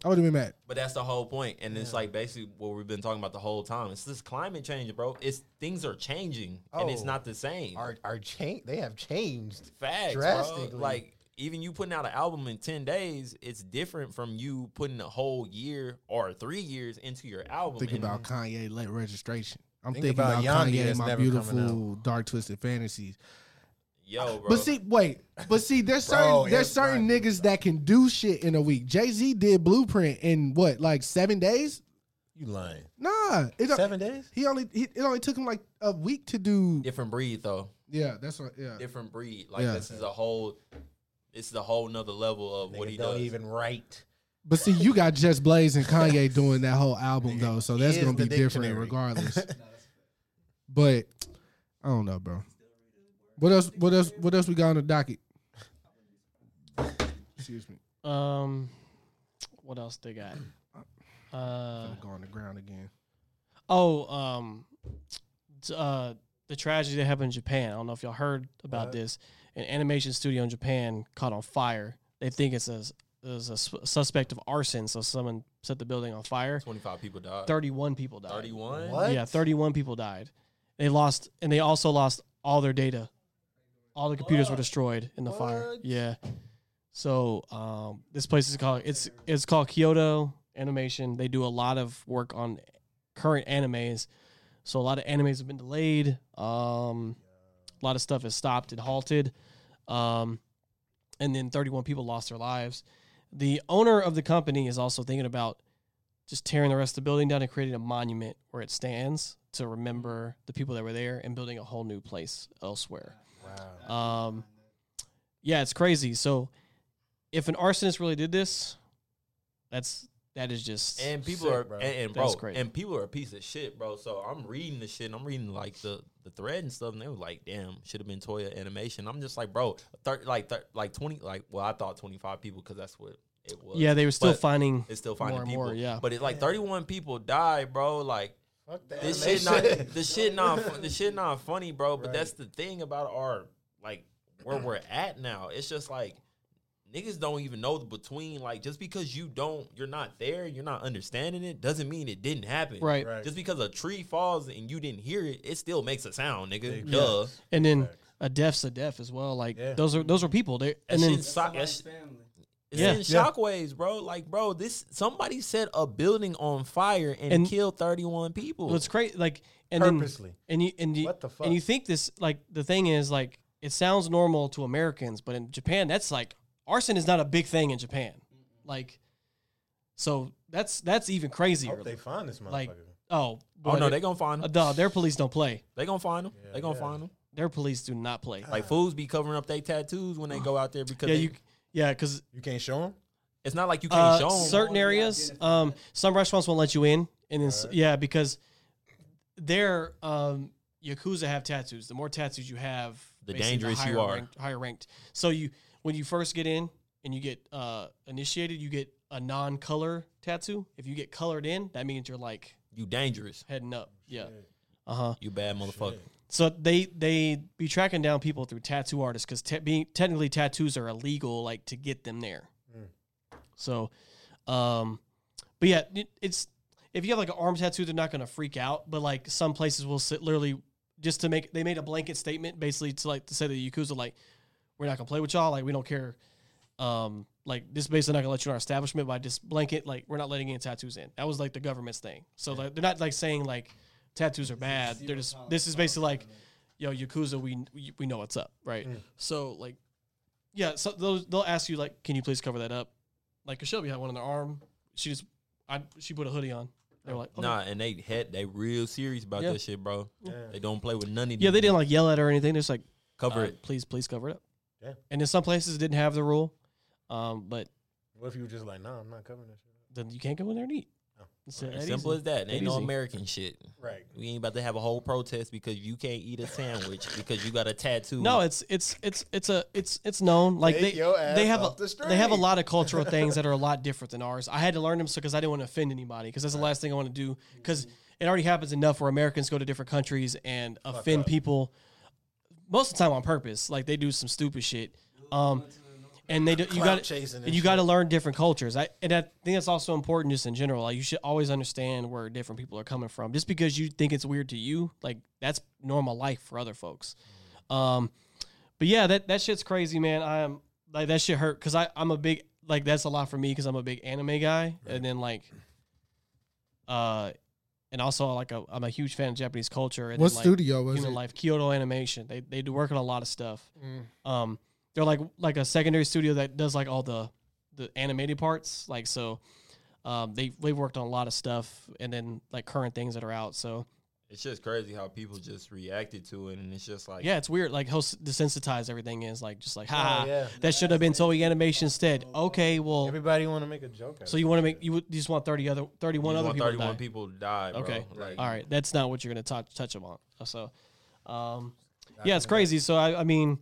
D: I would have been mad.
F: But that's the whole point, and it's like basically what we've been talking about the whole time. It's this climate change, bro. It's things are changing, and it's
E: Oh.
F: not the same.
E: Are are change? They have changed.
F: Facts, bro.
E: drastically.
F: Like even you putting out an album in ten days, it's different from you putting a whole year or three years into your album.
D: Think
F: And
D: about Kanye late registration. I'm
E: Oh, Think
D: thinking about,
E: about Yandy
D: Kanye,
E: that's
D: my
E: never coming
D: beautiful dark twisted fantasies.
F: yo, bro.
D: But see, wait, but see, there's
E: Bro,
D: certain there's
E: it's
D: certain
E: like-
D: niggas that can do shit in a week. Jay Z did Blueprint in what, like seven days?
E: You lying?
D: Nah, it,
E: Seven days?
D: He only he, it only took him like a week to do.
F: different breed though,
D: Yeah, that's what. Yeah,
F: different breed. Like
D: Yeah.
F: this is a whole, this is a whole nother level of what
E: Nigga
F: he
E: don't
F: does.
E: even write.
D: But see, you got Just Blaze and Kanye doing that whole album though, so that's
E: Is
D: gonna be
E: the
D: different
E: dictionary.
D: regardless. but I don't know, bro. What else? What else? What else we got on the docket? Excuse me.
B: Um, what else they got? Uh,
D: Go on the ground again.
B: oh, um, t- uh, the tragedy that happened in Japan. I don't know if y'all heard about this. An animation studio in Japan caught on fire. They think it's a, it's a su- suspect of arson, so someone set the building on fire.
F: Twenty five people died.
B: 31 people died.
F: Thirty one.
H: What?
B: Yeah, 31 people died. They lost, and they also lost all their data. All the computers were destroyed in the fire.
H: What?
B: Yeah. So um, this place is called it's it's called Kyoto Animation. They do a lot of work on current animes. So a lot of animes have been delayed. Um, a lot of stuff has stopped and halted. Um, and then 31 people lost their lives. The owner of the company is also thinking about just tearing the rest of the building down and creating a monument where it stands to remember the people that were there and building a whole new place elsewhere. Wow. Um, yeah, it's crazy. So if an arsonist really did this, that's that is just
F: And people
E: Sick,
F: are
E: bro.
F: and, and bro,
B: That's crazy.
F: and people are a piece of shit, bro. So I'm reading the shit, and I'm reading like the the thread and stuff, and they were like, "Damn, should have been Toya Animation." I'm just like, bro, thir- like thir- like twenty, like well, I thought twenty five people because that's what it was.
B: yeah, they were still
F: But
B: finding
F: It's still
B: more
F: finding
B: and
F: people,
B: more, yeah.
F: But it's like thirty one people died, bro. Like
E: Fuck that.
F: this shit not the shit not fun, the shit not funny, bro. But
E: Right.
F: that's the thing about our like where we're at now. It's just like niggas don't even know the between. Like just because you don't, you're not there, you're not understanding it, doesn't mean it didn't happen.
B: right.
E: Right.
F: Just because a tree falls and you didn't hear it, it still makes a sound, nigga.
E: Yeah.
F: Duh.
B: And then
E: Facts.
B: a deaf's a deaf as well. Like
E: Yeah.
B: those are those are people. They
F: That
B: and then
F: shit's- Sock-
G: Somebody's
F: that
G: family.
F: It's
B: Yeah.
F: in shockwaves, bro. Like, bro, this somebody set a building on fire and,
B: And-
F: killed 31 people.
B: it's crazy. Like and then-
E: Purposely.
B: and you and you
E: What the
B: and you
E: fuck?
B: think this like the thing is like it sounds normal to Americans, but in Japan that's like arson is not a big thing in Japan. Like so that's that's even
E: I
B: crazier.
E: hope they find this motherfucker.
B: Like, oh, boy,
F: oh no,
B: they,
F: they gonna find
B: uh,
F: them.
B: duh, their police don't play.
F: They gonna find them.
E: Yeah,
F: they gonna
E: yeah.
F: find them.
B: Their police do not play.
F: Like fools be covering up their tattoos when they go out there because
B: Yeah,
F: they-
B: you yeah, because
E: you can't show him.
F: it's not like you can't
B: uh,
F: show 'em.
B: certain areas, um, some restaurants won't let you in, and then s yeah, because their um, yakuza have tattoos. The more tattoos you have,
F: The
B: basically,
F: dangerous you
B: higher
F: are.
B: ranked, higher ranked. So you when you first get in and you get uh, initiated, you get a non-color tattoo. If you get colored in, that means you're like
F: you dangerous.
B: heading up. Yeah. Uh huh.
F: You bad motherfucker.
B: So they they be tracking down people through tattoo artists because te- being technically tattoos are illegal, like to get them there. So, um, but yeah, it, it's if you have like an arm tattoo, they're not gonna freak out. But like some places will sit literally just to make they made a blanket statement basically to like to say the yakuza like we're not gonna play with y'all, like we don't care. Um, like this basically not gonna let you in our establishment by just blanket like we're not letting any tattoos in. That was like the government's thing. So like they're not like saying like tattoos are bad. They're just this is basically like yo yakuza we we- we know what's up right. So like yeah, so those they'll ask you like can you please cover that up? Like Shelby had one on their arm. She just I she put a hoodie on. They were like okay.
F: Nah, and they head they real serious about
B: Yeah.
F: that shit, bro. They don't play with none of
B: Yeah,
F: them.
B: they didn't like yell at her or anything. They're just like
F: cover
B: uh,
F: it.
B: please please cover it up.
E: Yeah.
B: And in some places it didn't have the rule, um, but
E: What if you were just like, nah, I'm not covering that shit.
B: then you can't go in there and eat.
E: Oh,
B: It's uh, that
F: As simple
B: easy.
F: as that. It ain't
B: That
F: no
B: easy.
F: American shit.
E: Right.
F: We ain't about to have a whole protest because you can't eat a sandwich because you got a tattoo.
B: No, it's it's it's it's a it's it's known like
E: uh, Take
B: they
E: your ass
B: they have a
E: off the
B: they have a
E: street.
B: lot of cultural things that are a lot different than ours. I had to learn them because I didn't want to offend anybody because that's the last thing I want to do because it already happens enough where Americans go to different countries and offend people most of the time on purpose. Like they do some stupid shit. Um, and they do, you
E: Clout
B: got
E: chasing
B: and
E: and
B: you got to learn different cultures. I and I think that's also important just in general. Like you should always understand where different people are coming from. Just because you think it's weird to you, like that's normal life for other folks. Um, but yeah, that that shit's crazy, man. I am like that shit hurt because I I'm a big like that's a lot for me because I'm a big anime guy, and then like, uh, and also like a, I'm a huge fan of Japanese culture. And
D: What
B: then, like,
D: studio was
B: Human
D: it?
B: Life, Kyoto Animation. They they do work on a lot of stuff. Um, they're like like a secondary studio that does like all the the animated parts. Like so, um, they they've worked on a lot of stuff, and then like current things that are out. So
F: it's just crazy how people just reacted to it, and it's just like
B: yeah, it's weird. Like how s- desensitized everything is. Like just like
F: Ah.
B: ha, ha,
E: Oh, yeah.
B: that should have been Toei Animation instead. Okay, well,
E: Everybody want to make a joke. Out
B: so you want to make you, would- you just want thirty other thirty one
F: you
B: other
F: want
B: people. to
F: 31
B: die.
F: people to die, bro.
B: Okay.
F: Like,
B: All right, that's not what you're gonna touch touch them on. So, Uh, um, yeah, it's crazy. So I, I mean,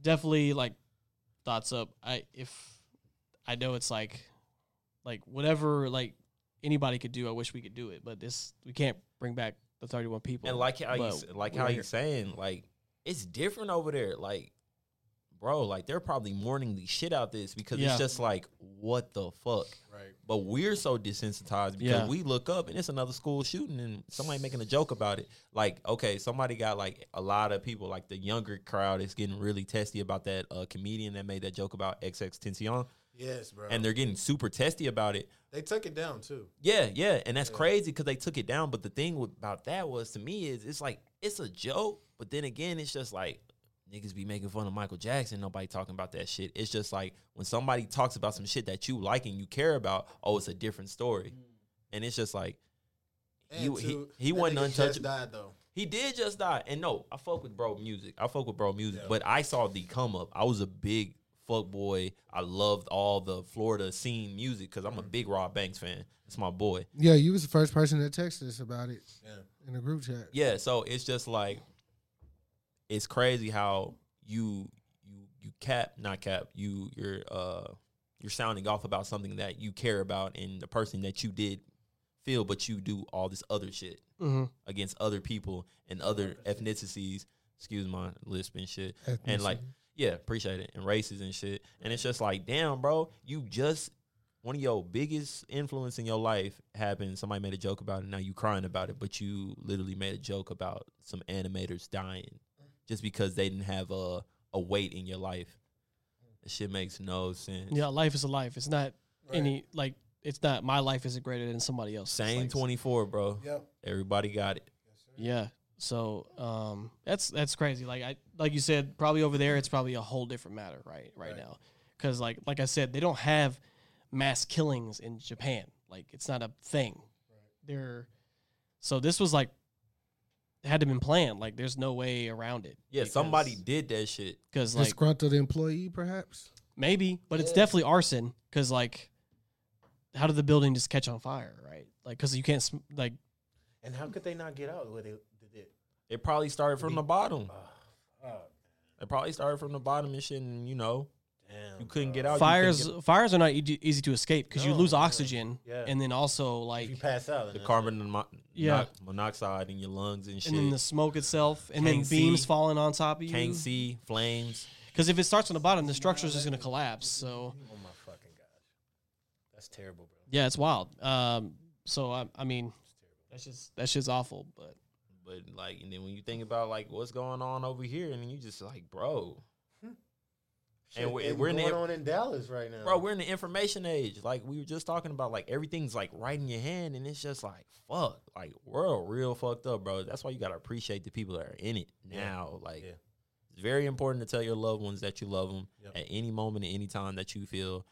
B: definitely like thoughts up. I if I know it's like like whatever like anybody could do. I wish we could do it, but this we can't bring back the thirty one people.
F: And like how you
B: but
F: s- like
B: we're
F: how
B: here.
F: you saying like it's different over there. Like, bro, like they're probably mourning the shit out this because
B: Yeah.
F: it's just like what the fuck.
E: Right.
F: But we're so desensitized because
B: Yeah.
F: we look up and it's another school shooting and somebody making a joke about it. Like, okay, somebody got like a lot of people, like the younger crowd is getting really testy about that uh, comedian that made that joke about XX Tension.
E: Yes, bro.
F: And they're getting super testy about it.
E: they took it down too.
F: Yeah, yeah, and that's crazy because they took it down. But the thing with- about that was to me is it's like it's a joke, but then again, it's just like niggas be making fun of Michael Jackson. Nobody talking about that shit. It's just like when somebody talks about some shit that you like and you care about, oh, it's a different story. And it's just like
E: Mm.
F: he
E: And
F: he,
E: two,
F: he
E: that
F: wasn't
E: nigga just
F: untouchable.
E: Died though.
F: He did just die. And no, I fuck with bro music. I fuck with bro music. But I saw the come up. I was a big fuck boy. I loved all the Florida scene music because
E: Mm.
F: I'm a big Rob Banks fan. It's my boy.
D: Yeah, you was the first person that texted us about it in the group chat.
F: Yeah, so it's just like it's crazy how you you you cap not cap you you're uh you're sounding off about something that you care about and the person that you did feel, but you do all this other shit
B: Mhm.
F: against other people and other ethnicities. Excuse my lisp and shit, and like yeah, appreciate it and races and shit. And it's just like damn, bro, you just one of your biggest influence in your life happened. Somebody made a joke about it. Now you crying about it, but you literally made a joke about some animators dying just because they didn't have a a weight in your life. That shit makes no sense.
B: yeah, life is a life. It's not any like it's not my life isn't greater than somebody else.
F: Same twenty four, bro.
E: Yep.
F: Everybody got it.
B: Yeah. So um, that's that's crazy. Like I like you said, probably over there, it's probably a whole different matter, right? Right, now, because like like I said, they don't have mass killings in Japan. Like it's not a thing. They're so this was like it had to been planned. Like there's no way around it.
F: Yeah, somebody did that shit.
B: because like
D: Disgruntled employee, perhaps.
B: maybe, but it's definitely arson. Because like, how did the building just catch on fire? Right? Like because you can't sm- like
E: And how could they not get out? What they did it?
F: It probably started from the bottom.
E: Oh, fuck.
F: It probably started from the bottom and shit. And you know,
E: Damn.
F: you couldn't get out. you couldn't
B: fires
F: get-
B: fires are not easy, easy to escape because you
E: No,
B: lose
E: yeah.
B: oxygen
E: Yeah.
B: and then also like
E: If you pass out,
F: the
E: then
F: carbon mono-
B: Yeah.
F: monoxide in your lungs and shit.
B: and then the smoke itself and then
F: Can't
B: beams
F: see.
B: falling on top of
F: Can't
B: you
F: see flames.
B: because if it starts on the bottom the structure is just going to collapse so
E: that's- oh my fucking gosh, that's terrible, bro.
B: yeah it's wild um so i, I mean that's just that shit's awful but
F: But like, and then when you think about like what's going on over here, and you just like, bro,
E: Hmm. Shit,
F: we-
E: it's
F: we're in the-
E: going on in Dallas right now,
F: bro, we're in the information age. Like we were just talking about, like everything's like right in your hand, and it's just like, fuck, like we're all real fucked up, bro. That's why you gotta appreciate the people that are in it now. Like,
E: Yeah.
F: it's very important to tell your loved ones that you love them
E: Yep.
F: at any moment, at any time that you feel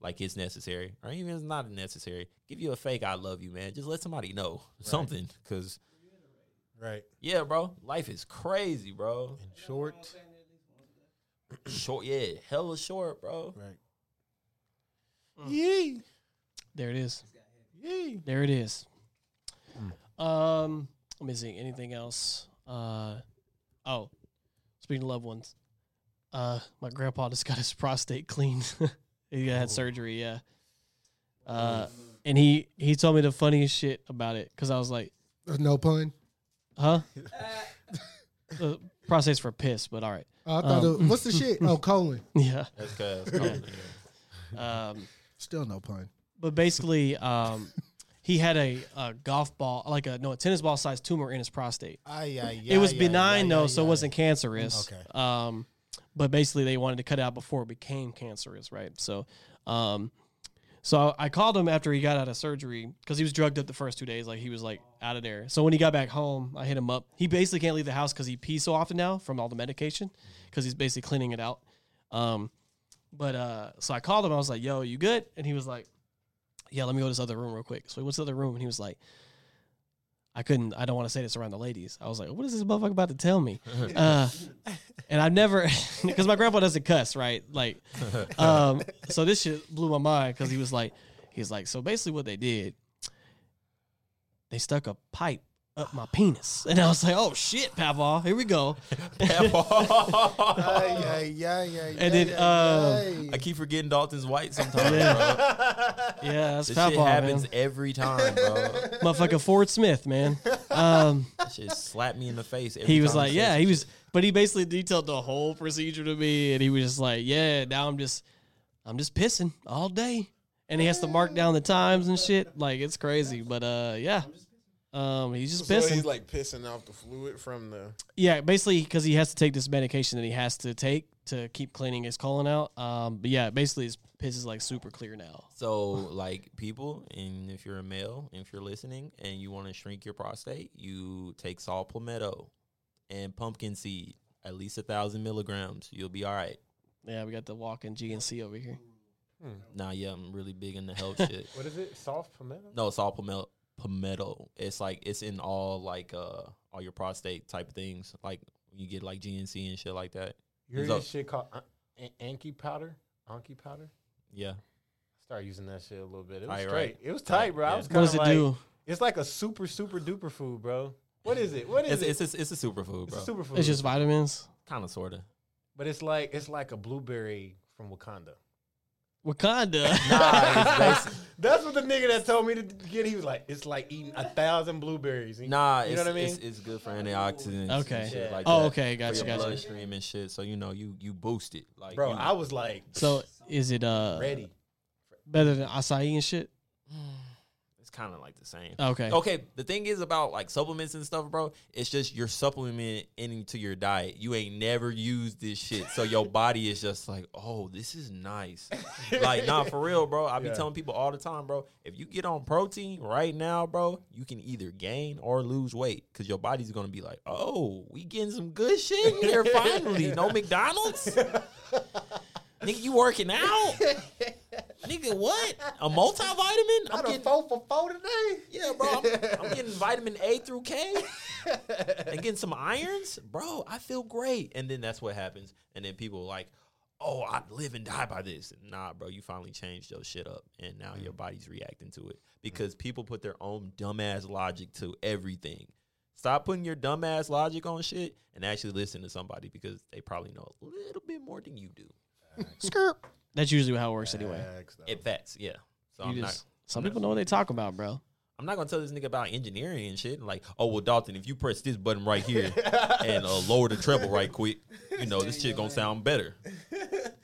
F: like it's necessary, or even if it's not necessary. Give you a fake "I love you," man. Just let somebody know something, because
E: right?
F: yeah, bro, life is crazy, bro.
E: In short,
F: short, yeah, hella short, bro.
E: right?
D: Yee.
B: there it is
D: Yee.
B: there it is um let me see anything else uh oh speaking of loved ones uh my grandpa just got his prostate cleaned he had surgery yeah uh and he he told me the funniest shit about it because i was like
D: Uh, No pun.
B: huh the prostate's for piss but all right
D: Oh, I thought
B: Um.
D: it, what's the shit? Oh, colon.
B: yeah
F: That's cause
B: um
D: Still no pun.
B: but basically um he had a, a golf ball like a no a tennis ball sized tumor in his prostate
H: Ay, ay,
B: it was
H: ay, ay,
B: benign
H: ay,
B: though,
H: ay,
B: so it
H: ay.
B: wasn't cancerous.
H: Okay.
B: Um, but basically they wanted to cut it out before it became cancerous, right? So, um, so I called him after he got out of surgery because he was drugged up the first two days, like he was like out of there. So when he got back home, I hit him up. He basically can't leave the house because he pees so often now from all the medication, because he's basically cleaning it out. Um, but uh, so I called him. I was like, "Yo, you good?" And he was like, "Yeah, let me go to this other room real quick." So he went to the other room and he was like, "I couldn't. I don't want to say this around the ladies." I was like, "What is this motherfucker about to tell me?" uh, and I've never, because my grandpa doesn't cuss, right? Like, um, so this shit blew my mind because he was like, he's like, so basically what they did, they stuck a pipe up my penis. And I was like, oh shit, Pavlov, here we go. And then, uh,
F: I keep forgetting Dalton's white sometimes, bro.
B: Yeah, that's
F: this
B: foul
F: shit
B: ball,
F: happens
B: man.
F: every time, bro.
B: Motherfucking Ford Smith, man. Um,
F: That shit slapped me in the face. Every
B: he was
F: time
B: like,
F: said
B: yeah,
F: some
B: he
F: shit.
B: was, but he basically detailed the whole procedure to me, and he was just like, yeah, now I'm just, I'm just pissing all day, and he has to mark down the times and shit. Like it's crazy, but uh, yeah, um, he's just
J: So
B: pissing.
J: he's like pissing off the fluid from the.
B: Yeah, basically because he has to take this medication that he has to take to keep cleaning his colon out. Um, but yeah, basically his piss is like super clear now.
F: So like people, and if you're a male, if you're listening, and you want to shrink your prostate, you take saw palmetto and pumpkin seed, at least a thousand milligrams. You'll be all right.
B: Yeah, we got the walking GNC over here.
F: Nah, yeah, I'm really big into health shit.
E: What is it? Soft palmetto?
F: No, it's all palmetto. Palmetto. It's like it's in all like uh all your prostate type of things. Like you get like GNC and shit like that.
E: You heard
F: So-
E: this shit called an- an- Anki powder? Anki powder?
F: yeah.
E: Started using that shit a little bit. It was
F: Tight,
E: tight.
F: right?
E: It was
F: Tight,
E: tight, bro. I
F: yeah.
E: was
F: What does
E: kinda
F: it
E: like-
F: do?
E: It's like a super super duper food, bro. What is it? What is
F: it's,
E: it?
F: It's a, it's a superfood, bro.
E: It's a superfood.
B: It's just vitamins.
F: Kind of, sorta.
E: But it's like it's like a blueberry from Wakanda.
B: Wakanda.
E: That's what the nigga that told me to get. He was like, it's like eating a thousand blueberries.
F: Nah,
E: you
F: it's,
E: know what I mean.
F: It's, it's good for antioxidants.
B: Okay.
F: And shit like
B: Oh,
F: that,
B: okay, gotcha,
F: for your
B: gotcha.
F: Bloodstream and shit. So you know, you you boost it, like
E: Bro,
F: you-
E: I was like,
B: So is it uh
E: Ready.
B: better than acai and shit?
F: It's kind of like the same.
B: Okay.
F: Okay. The thing is about like supplements and stuff, bro. It's just you're supplementing into your diet. You ain't never used this shit, so your body is just like, oh, this is nice. like, nah, for real, bro. I be
J: Yeah.
F: telling people all the time, bro. If you get on protein right now, bro, you can either gain or lose weight because your body's gonna be like, oh, we getting some good shit here finally. No McDonald's. Nigga, you working out? Nigga, what? A multivitamin? I'm getting
E: four for four today.
F: Yeah, bro. I'm, I'm getting vitamin A through K and getting some irons, bro. I feel great. And then that's what happens. And then people are like, oh, I live and die by this. Nah, bro, you finally changed your shit up, and now
B: Mm.
F: your body's reacting to it because people put their own dumbass logic to everything. Stop putting your dumbass logic on shit and actually listen to somebody because they probably know a little bit more than you do.
B: Skirt. That's usually how it works anyway.
F: It facts, yeah. So
B: Oh. You
F: I'm
B: just-
F: not.
B: some people know what they talk about, bro.
F: I'm not gonna tell this nigga about engineering and shit. Like, oh well, Dalton, if you press this button right here and uh, lower the treble right quick, you know this shit gonna sound better.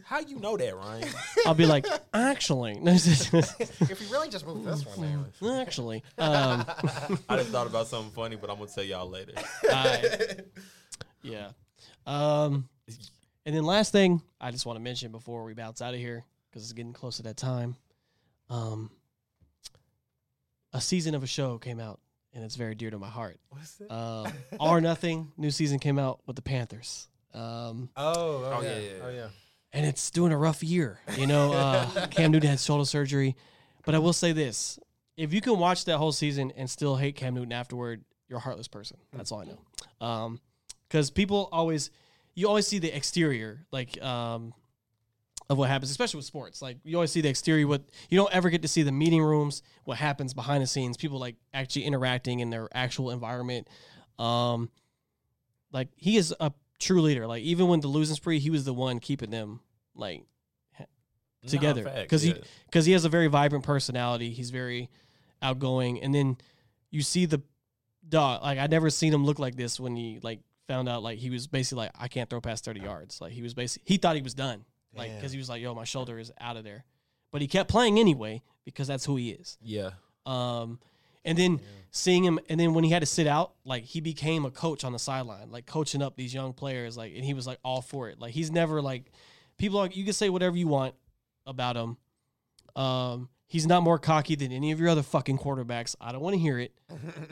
F: How you know that, Ryan?
B: I'll be like, actually,
F: If you really just move this one
B: actually, um,
F: I just thought about something funny, but I'm gonna tell y'all later.
B: Alright. Yeah. Um, and then last thing I just want to mention before we bounce out of here because it's getting close to that time. Um, a season of a show came out and it's very dear to my heart. What's it? Um, All or Nothing new season came out with the Panthers. Um,
E: oh, oh, yeah, oh yeah.
B: and it's doing a rough year. You know, uh, Cam Newton had shoulder surgery, but I will say this: if you can watch that whole season and still hate Cam Newton afterward, you're a heartless person.
F: Hmm.
B: That's all I know. Because people always, you always see the exterior, like um, of what happens, especially with sports. Like you always see the exterior. What you don't ever get to see the meeting rooms, what happens behind the scenes. People like actually interacting in their actual environment. Um, like he is a true leader. Like even when the losing spree, he was the one keeping them like ha-
F: Nah,
B: together
F: facts,
B: because
F: yeah.
B: he because he has a very vibrant personality. He's very outgoing, and then you see the dog. Like I never seen him look like this when he like found out like he was basically like I can't throw past thirty yards. Like he was basically he thought he was done. Like
F: Damn.
B: because he was like yo my shoulder is out of there, but he kept playing anyway because that's who he is.
F: Yeah.
B: Um, and then seeing him, and then when he had to sit out, like he became a coach on the sideline, like coaching up these young players, like, and he was like all for it. Like he's never like people are. You can say whatever you want about him. Um, he's not more cocky than any of your other fucking quarterbacks. I don't want to hear it.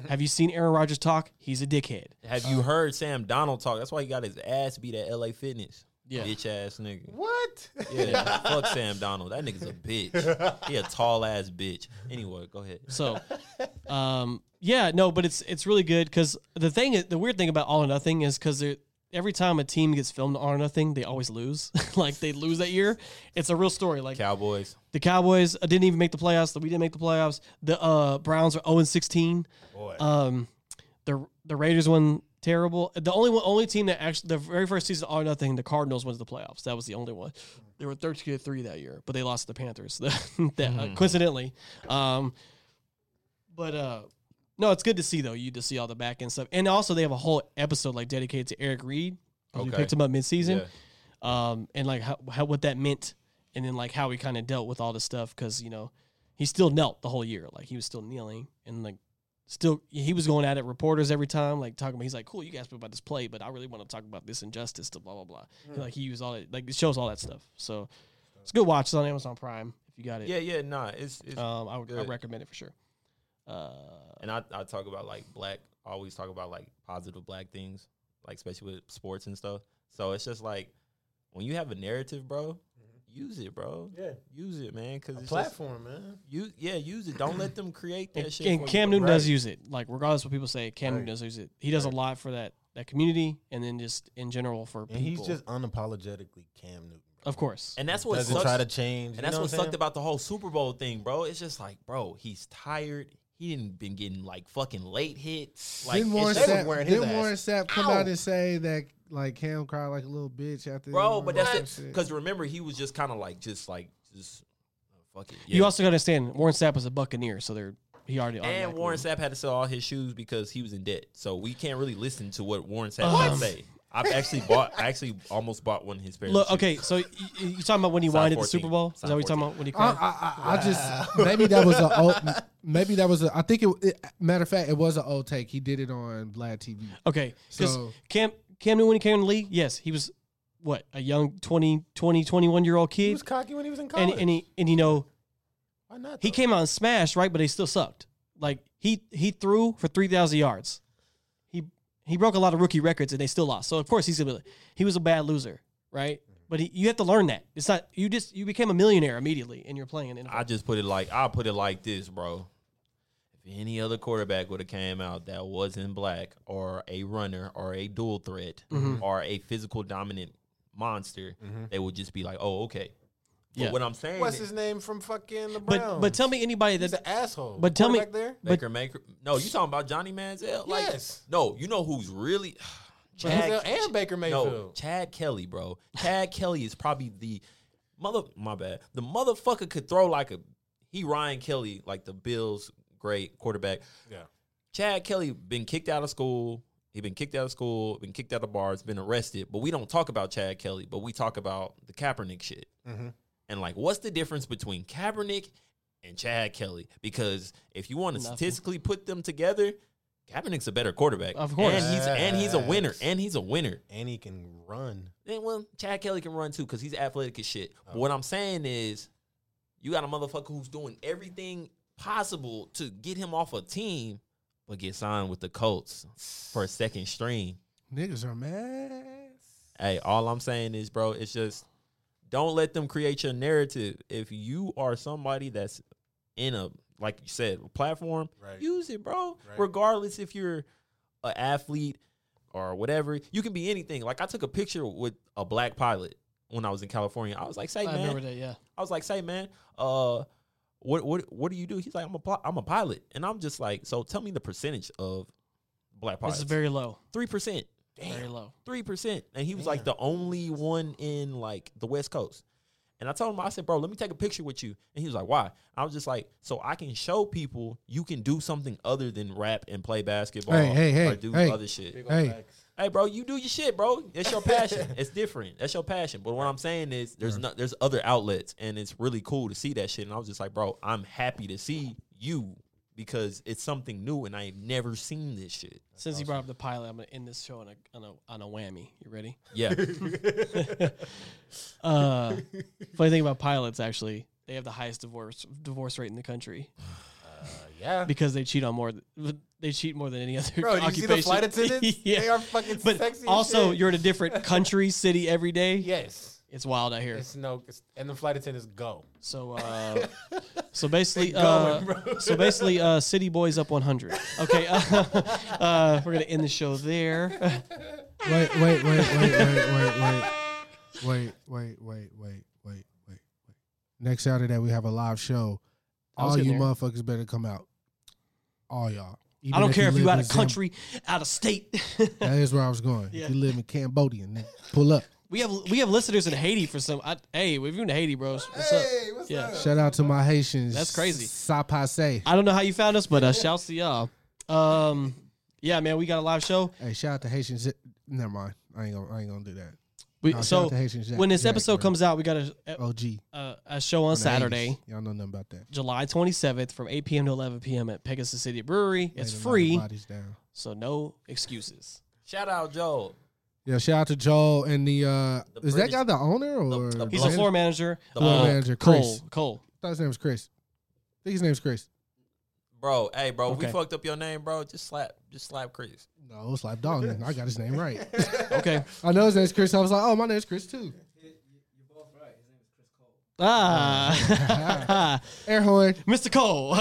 B: Have you seen Aaron Rodgers talk? He's a dickhead.
F: Have you heard Sam Donald talk? That's why he got his ass beat at LA Fitness.
B: Yeah.
F: Bitch ass nigga.
E: What?
F: Yeah. fuck Sam Donald. That nigga's a bitch. He a tall ass bitch. Anyway, go ahead.
B: So, um, yeah, no, but it's it's really good because the thing, is, the weird thing about All or Nothing is because every time a team gets filmed on All or Nothing, they always lose. like they lose that year. It's a real story. Like
F: Cowboys.
B: the Cowboys uh, didn't even make the playoffs. We didn't make the playoffs. The uh, Browns are zero and sixteen.
E: Boy.
B: oh Um, the the Raiders one terrible. The only one, only team that actually the very first season all or nothing, the Cardinals went to the playoffs. That was the only one. They were thirteen to three that year, but they lost to the Panthers. that uh,
F: Mm.
B: coincidentally, um, but uh, no, it's good to see though. You just see all the back end stuff, and also they have a whole episode like dedicated to Eric Reed. 'cause We
F: Okay.
B: picked him up mid season, um, and like how, how what that meant, and then like how he kind of dealt with all this stuff because you know he still knelt the whole year. Like he was still kneeling and like still he was going at it reporters every time, like talking about he's like, Cool, you guys about this play, but I really want to talk about this injustice to blah blah blah.
F: Mm.
B: And, like he used all that like it shows all that stuff. So it's a good watch. It's on Amazon Prime if you got it.
F: Yeah, yeah, nah, it's, it's
B: um I would I
F: good.
B: recommend it for sure. Uh
F: and I, I talk about like black. I always talk about like positive black things, like especially with sports and stuff. So it's just like when you have a narrative, bro, use it, bro.
E: Mm-hmm. Yeah.
F: use it, man. Because it's
E: platform,
F: just,
E: man.
F: Use yeah, use it. Don't let them create that
B: and,
F: shit.
B: and
F: for you.
B: Cam Newton does
F: Right.
B: use it. Like regardless of what people say, Cam Newton does use it. He does a lot for that that community and then just in general for
E: And
B: people.
E: he's just unapologetically Cam Newton.
B: of course.
F: And that's what
E: Doesn't
F: sucks.
E: try to change, you
F: And that's
E: know
F: what
E: what I'm
F: sucked
E: saying?
F: about the whole Super Bowl thing, bro. It's just like, bro, he's tired. He didn't been getting like fucking late hits. Like
D: didn't
F: it's
D: Warren
F: just-
D: Sapp, didn't Warren Sapp come out
F: Ow.
D: and say that like Cam cried like a little bitch after
F: bro. But
D: that
F: that's
D: shit?
F: because remember he was just kind of like just like just uh, fuck it.
B: You also gotta understand Warren Sapp was a Buccaneer, so they're he already
F: and
B: automatically-
F: Warren Sapp had to sell all his shoes because he was in debt. So we can't really listen to what Warren Sapp
B: What?
F: had to say. I've actually bought, I actually almost bought one of his pairs.
B: Look,
F: of
B: okay,
F: shoes.
B: so you, you talking about when he
F: Sign
B: whined at the
F: 14.
B: Super Bowl? Is
F: Sign
B: that what you're talking
F: 14.
B: about when he
D: I,
B: cried?
E: Uh,
D: I, I just maybe that was a old, maybe that was a I think it, it matter of fact it was an old take he did it on Vlad TV
B: Okay, because
D: So-
B: Cam Cam Newton when he came in the league, yes, he was what a young 20, 20 21 year old kid.
E: He was cocky when he was in
B: and
E: college.
B: and he and you know
E: Why not?
B: he came out and smashed right, but he still sucked. Like he he threw for three thousand yards. He he broke a lot of rookie records and they still lost. So of course he's gonna be like, he was a bad loser, right? But he, you have to learn that it's not you just you became a millionaire immediately and you're playing in the NFL.
F: I just put it like I put it like this, bro. If any other quarterback would have came out that wasn't black or a runner or a dual threat
B: Mhm.
F: or a physical dominant monster, they would just be like, "Oh, okay." But
B: Yeah.
F: what I'm saying,
E: Mm-hmm. What's
F: is-
E: his name from fucking the Browns?
B: But but tell me anybody
E: he's
B: that's
E: an asshole.
B: but tell me-
E: Quarterback there.
B: but-
F: Baker Maker, no, you talking about Johnny Manziel? Like,
E: Yes.
F: No, you know who's really
E: Manziel and Baker
F: No,
E: Mayfield.
F: Chad Kelly, bro. Chad Kelly is probably the mother. My bad. The motherfucker could throw like a he Ryan Kelly, like the Bills' great quarterback.
E: Yeah.
F: Chad Kelly been kicked out of school. He been kicked out of school, been kicked out of bars, been arrested. But we don't talk about Chad Kelly, but we talk about the Kaepernick shit.
E: Mhm.
F: And like, what's the difference between Kaepernick and Chad Kelly? Because if you want to
B: Nothing.
F: statistically put them together, Kaepernick's a better quarterback.
B: Of course.
F: and he's and he's a winner,
E: Facts.
F: and he's a winner.
E: And he can run.
F: Then well, Chad Kelly can run too because he's athletic as shit. But what I'm saying is, you got a motherfucker who's doing everything possible to get him off a team, but get signed with the Colts for a second string.
D: niggas are mad
F: Hey, all I'm saying is, bro, it's just don't let them create your narrative. If you are somebody that's in a like you said platform,
E: Right.
F: use it, bro.
E: Right.
F: Regardless if you're an athlete or whatever, you can be anything. Like I took a picture with a black pilot when I was in California. I was like, "Say
B: I
F: man,"
B: remember that, yeah.
F: I was like, "Say man, uh, what what what do you do?" He's like, "I'm a pil- I'm a pilot," and I'm just like, "So tell me the percentage of black
B: This
F: pilots."
B: is very low.
F: three percent
B: Very low.
F: three percent, and he was like the only one in like the West Coast. And I told him, I said, bro, let me take a picture with you. And he was like, why? I was just like, so I can show people you can do something other than rap and play basketball
D: Hey, hey, hey,
F: or do
D: hey.
F: other shit.
D: hey
F: Hey, bro, you do your shit, bro. It's your passion. it's different. That's your passion. But what I'm saying is, there's no, there's other outlets, and it's really cool to see that shit. And I was just like, bro, I'm happy to see you because it's something new, and I've never seen this shit.
B: Since you brought up the pilot, I'm gonna end this show on a on a on a whammy. You ready?
F: Yeah.
B: uh, funny thing about pilots, actually, they have the highest divorce divorce rate in the country
E: Yeah.
B: because they cheat on more. th- They cheat more than any other
E: Bro, do you see
B: occupation.
E: the flight attendants? They are fucking
B: but
E: sexy as
B: Also,
E: shit.
B: you're in a different country, city every day.
E: Yes.
B: it's wild out here.
E: It's no. It's, and the flight attendants go.
B: So, uh, so basically,
E: They going,
B: uh,
E: bro.
B: so basically, uh, City Boys up 100. Okay, uh, uh, we're gonna end the show there.
D: wait wait wait wait wait wait wait wait wait wait wait wait wait next Saturday we have a live show
B: I was
D: all you
B: getting there.
D: motherfuckers better come out all y'all
B: I
D: Even
B: don't
D: if
B: care
D: you
B: if you
D: live
B: out
D: in
B: of
D: Zim-
B: country, out of state.
D: That is where I was going.
B: Yeah.
D: If you live in Cambodia, nigga, pull up.
B: We have we have listeners in Haiti for some. I, hey, if you're in Haiti, bro, what's up? What's yeah.
D: Shout out to my Haitians.
B: That's crazy.
D: Sapase.
B: I don't know how you found us, but uh, shout to y'all. Um, yeah, man, we got a live show.
D: Hey, shout out to Haitians. Never mind. I ain't gonna. I ain't gonna do that.
B: We,
D: Nah, shout
B: so
D: out to Haitians, Jack-
B: when this
D: Jack,
B: episode
D: bro.
B: comes out, we got a
D: OG
B: a, a show on
D: the 80s.
B: Saturday,
D: Y'all know nothing about that.
B: July 27th from 8 p.m. to 11 p.m. at Pegasus City Brewery. It's
D: Lay the
B: free,
D: bodies down.
B: so no excuses.
F: Shout out Joel.
D: Yeah, shout out to Joel and the. uh Is that guy the owner or
B: He's a floor manager.
D: The floor
B: uh,
D: manager,
B: Cole.
D: Chris.
B: Cole.
D: thought his name was Chris. I think his name was Chris.
F: Bro, hey, bro, if
D: Okay.
F: we fucked up your name, bro. Just slap, just slap Chris.
D: No, it's like dog. I got his name right.
B: okay.
D: I know his name's Chris. I was like, oh, my name's Chris too.
B: Ah,
D: air horn,
B: Mr. Cole.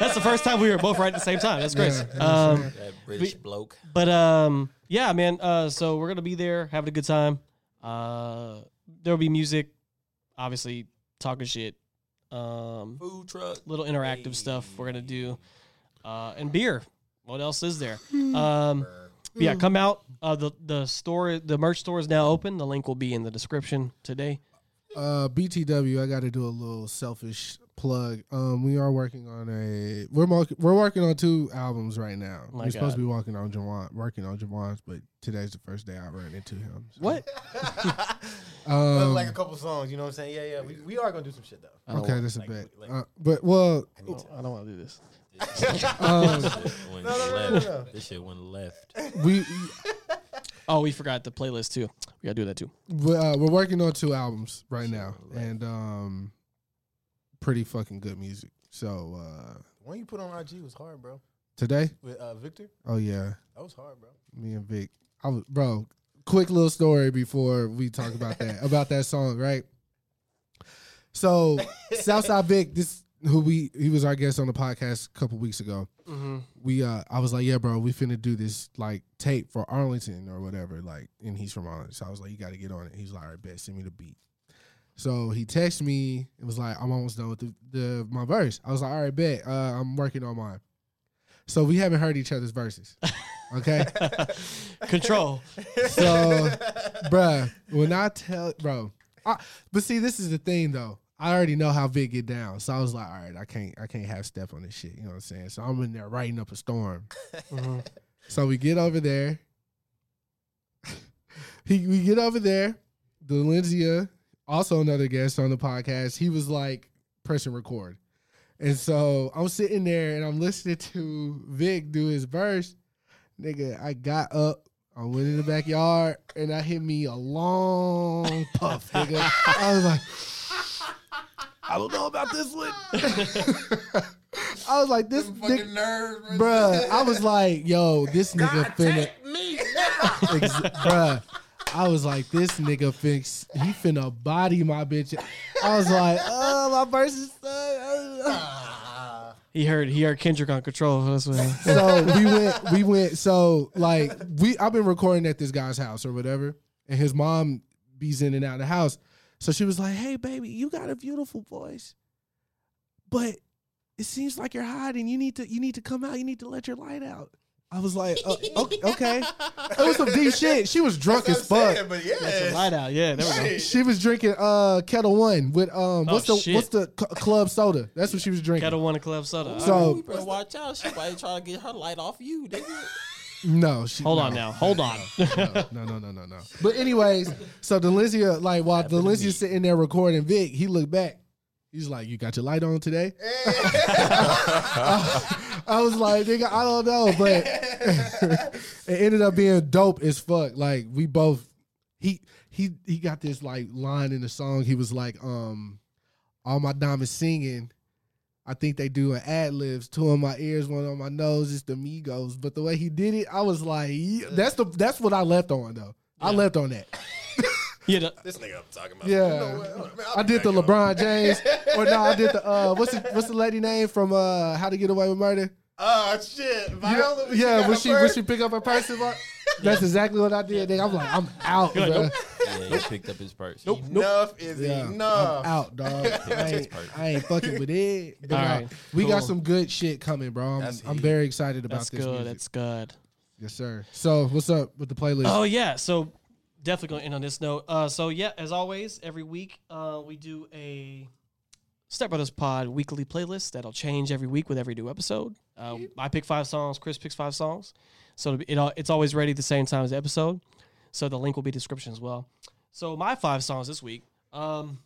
B: That's the first time we were both right at the same time. That's crazy.
F: Yeah,
B: um,
F: that's right. That British
B: but-
F: bloke.
B: But um, yeah, man. Uh, so we're gonna be there, having a good time. Uh, there'll be music, obviously talking shit. Um,
F: Food truck,
B: little interactive stuff. We're gonna do, uh, and beer. What else is there? Um, but yeah, come out. Uh, the the store, the merch store is now open. The link will be in the description today.
D: Uh, BTW, I got to do a little selfish plug. Um, we are working on a we're mar- we're working on two albums right now.
B: Oh My
D: we're supposed
B: God.
D: to be working on Javon, working on Javon's, but today's the first day I ran into him. so-
B: What?
D: Um,
E: like a couple songs, you know what I'm saying? Yeah, yeah. We, we are gonna do some shit though.
D: Okay, that's a bit. uh, but well,
B: I don't, want to do this.
D: Um,
F: Went
E: No, no, no, no,
F: left.
E: no.
F: This shit went left.
D: we
B: Oh, we forgot the playlist too. We gotta do that too.
D: we're, uh, we're working on two albums right now, and um, pretty fucking good music. So uh,
E: The one you put on IG was hard, bro.
D: today,
E: With uh, Victor,
D: oh yeah,
E: that was hard, bro.
D: me and Vic. I was, bro, quick little story before we talk about that about that song, right? So Southside Vic, this who we he was our guest on the podcast a couple weeks ago.
B: Mhm.
D: We uh I was like, yeah, bro, we finna do this like tape for Arlington or whatever, like, and he's from Arlington, so I was like, you got to get on it. He's like, all right, bet, send me the beat. So he texted me and was like, I'm almost done with the, the my verse. I was like, all right, bet, uh, I'm working on mine. So we haven't heard each other's verses, okay?
B: Control.
D: So, bruh, when I tell, bro, I, but see, this is the thing though. I already know how Vic get down, so I was like, all right, I can't, I can't have step on this shit. You know what I'm saying? So I'm in there writing up a storm.
B: Mhm.
D: So we get over there. he, we get over there. Delenzia, also another guest on the podcast, he was like pressing record. And so I'm sitting there and I'm listening to Vic do his verse. Nigga, I got up, I went in the backyard, and I hit me a long puff, nigga. I was like, I don't know about this one. I was like, this nigga, bruh. I was like, yo, this nigga finna,
E: Me.
D: ex- bruh. I was like, this nigga fix, he finna body my bitch. I was like, oh, my verse is.
B: He heard he heard Kendrick on Control. That's what. he-
D: so we went we went so like we I've been recording at this guy's house or whatever and his mom bees in and out of the house. So she was like, "Hey baby, you got a beautiful voice. But it seems like you're hiding. You need to you need to come out. You need to let your light out." I was like, "Uh, o- "Okay." It was some deep shit. She was drunk as
E: That's what I'm
D: fuck.
E: saying, but yeah,
B: That's a light out. Yeah, there we go.
D: She was drinking uh Kettle 1 with um
B: Oh,
D: what's the
B: shit.
D: what's the c- club soda? That's what she was drinking.
B: Gotta want a club soda.
D: So
F: Bro, watch out. She might try to get her light off you, nigga.
D: no, she
B: Hold
D: no.
B: on now. Hold on.
D: no, no, no, no, no. But anyways, so Delizia, like while Delizia's sitting there recording Vic, he looked back. He's like, "You got your light on today?" I, was like, "Nigga, I don't know," but it ended up being dope as fuck. Like we both, he he he got this like line in the song. He was like, "Um, all my diamonds singing." I think they do an ad libs, two on my ears, one on my nose. It's the Migos, but the way he did it, I was like, yeah, "That's the that's what I left on though. I left on that.
B: Yeah, the-
E: This nigga I'm talking about.
D: Yeah,
E: man,
D: I did the LeBron James, or no, I did the uh, what's the, what's the lady name from uh, How to Get Away with Murder?
E: Oh shit,
D: You know-
E: Viola.
D: yeah,
E: got
D: when
E: her
D: she when
E: first?
D: she pick up her purse, like, that's exactly what I did. Nigga. I'm like, I'm out,
B: You're like,
D: bro.
B: nope.
F: Yeah, he picked up his purse.
D: Nope, nope.
H: Enough is
D: Yeah,
H: enough.
D: I'm out, dog.
F: Picked up
D: I
F: his
D: ain't,
F: purse.
D: I ain't fucking with it. But
B: All
D: uh,
B: right,
D: we got
B: cool.
D: some good shit coming, bro. I'm,
B: That's
D: I'm
B: heat.
D: very excited about
B: That's
D: this.
B: good,
D: music.
B: that's good.
D: Yes, sir. So, what's up with the playlist?
B: Oh yeah, so definitely gonna end on this note. Uh, so yeah, as always, every week uh, we do a Step Brothers Pod weekly playlist that'll change every week with every new episode. Uh, I pick five songs, Chris picks five songs, so it, al- it's always ready at the same time as the episode. So the link will be description as well. So my five songs this week. Um,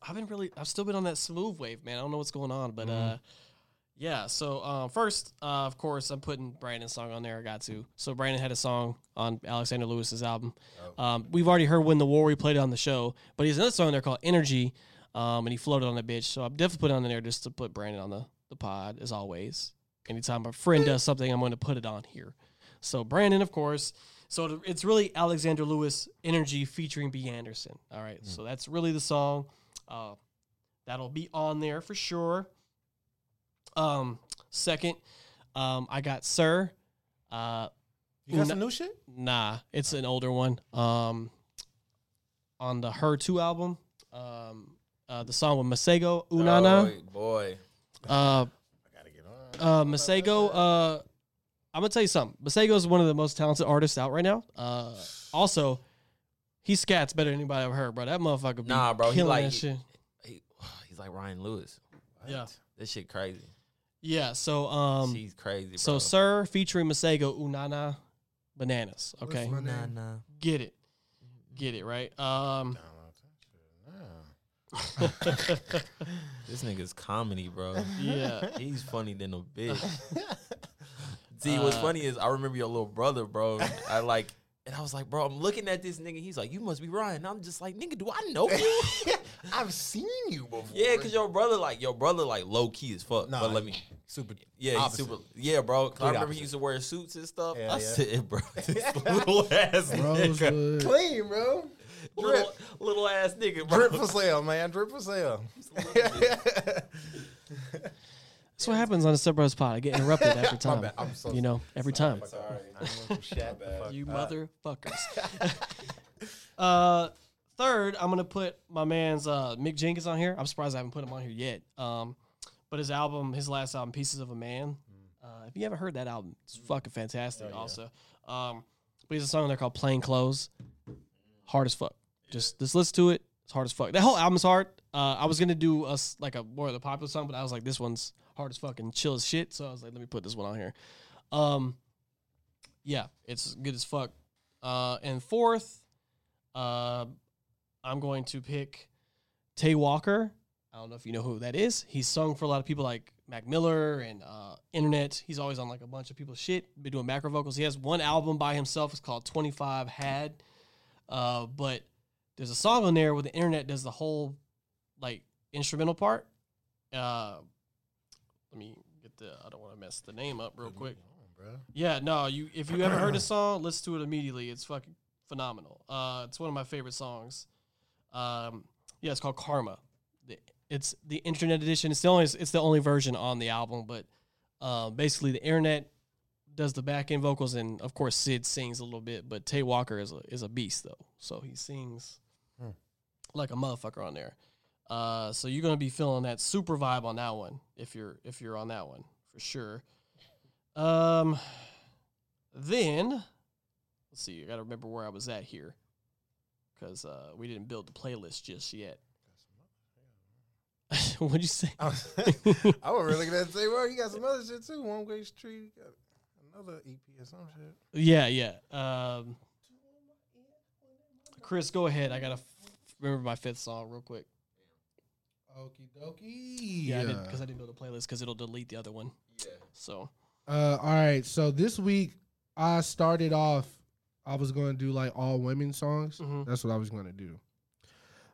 B: I've been really, I've still been on that smooth wave, man. I don't know what's going on, but uh, yeah. So uh, first, uh, of course, I'm putting Brandon's song on there. I got to. So Brandon had a song on Alexander Lewis's album.
E: Oh.
B: Um, we've already heard "Win the War." We played it on the show, but he has another song there called "Energy," um, and he floated on that bitch. So I'm definitely putting it on there just to put Brandon on the the pod as always. Anytime a friend does something, I'm going to put it on here. So Brandon, of course. So it- it's really Alexander Lewis energy featuring B. Anderson. All right,
E: Mm.
B: so that's really the song. Uh, that'll be on there for sure. Um, second, um, I got Sir. Uh,
E: You got
B: Una-
E: some new shit?
B: Nah, it's an older one. Um, on the Her Two album, um, uh, the song with Masego Unana.
F: Oh, boy.
B: Uh, uh, Masego, uh, I'm gonna tell you something. Masego is one of the most talented artists out right now. Uh, also, he scats better than anybody I've heard, bro. That motherfucker be
F: Nah, bro. He
B: killing
F: like
B: that shit.
F: he- he's like Ryan Lewis.
B: Yeah.
F: This shit crazy.
B: Yeah, so um,
F: She's crazy,
B: So
F: bro.
B: Sir featuring Masego Unana Bananas.
F: What's
B: Okay,
F: my name? Unana.
B: get it, get it right. Um,
F: This nigga's comedy, bro.
B: Yeah.
F: He's funny than a bitch. See, what's
B: Uh,
F: funny is I remember your little brother, bro. I like and I was like, bro, I'm looking at this nigga. He's like, you must be Ryan. I'm just like, nigga, do I know you?
E: I've seen you before.
F: yeah, cause your brother, like, your brother, like, low key as fuck.
E: Nah,
F: but let me,
E: super.
F: yeah, he's
E: opposite.
F: super, yeah, bro. 'Cause I
E: Complete
F: remember he
E: opposite.
F: used to wear suits and stuff.
E: Yeah,
F: I
E: yeah.
F: said, bro, this little ass
B: Oh,
F: nigga,
D: Rosewood.
E: Clean, bro.
F: little, little ass nigga, bro.
E: Drip for sale, man. Drip for sale.
B: That's what happens on the Step Brothers pod. I get interrupted every
E: My
B: time.
E: bad. I'm so
B: you know, every time.
E: Shut the fuck
B: You
E: up.
B: motherfuckers. uh, third, I'm gonna put my man's uh, Mick Jenkins on here. I'm surprised I haven't put him on here yet. Um, but his album, his last album, Pieces of a Man. Uh, if you haven't heard that album, it's fucking fantastic. Also, um, but he has a song on there called "Plain Clothes." Hard as fuck. Just just listen to it. It's hard as fuck. That whole album's hard. Uh, I was gonna do us like a more of the popular song, but I was like, this one's hard as fucking chill as shit. So I was like, let me put this one on here. Um, yeah, it's good as fuck. Uh, and fourth, uh, I'm going to pick Tay Walker. I don't know if you know who that is. He's sung for a lot of people like Mac Miller and uh, Internet. He's always on like a bunch of people's shit, been doing macro vocals. He has one album by himself. It's called 25 Had. Uh, but there's a song on there where the Internet does the whole like instrumental part. Uh, let me get the. I don't want to mess the name up real quick. Yeah, no, you if you ever heard a song, listen to it immediately. It's fucking phenomenal. Uh, it's one of my favorite songs. Um, yeah, it's called Karma. The- It's the internet edition. It's the only it's the only version on the album, but uh, basically the internet does the back end vocals, and of course Sid sings a little bit. But Tay Walker is a is a beast though, so he sings
E: Hmm.
B: like a motherfucker on there. Uh, so you're gonna be feeling that super vibe on that one if you're if you're on that one for sure. Um, then let's see. I gotta remember where I was at here because uh, we didn't build the playlist just yet. What'd you say?
E: I was, I was really gonna say, well, you got some other shit too. One Way Street, you got another EP or some shit.
B: Yeah, yeah. Um, Chris, go ahead. I gotta f- remember my fifth song real quick.
D: Okie dokie.
B: Yeah, because I, did, 'cause I didn't build a playlist because it'll delete the other one. Yeah. So
D: Uh, all right. So this week I started off. I was going to do like all women songs.
B: Mhm.
D: That's what I was going to do.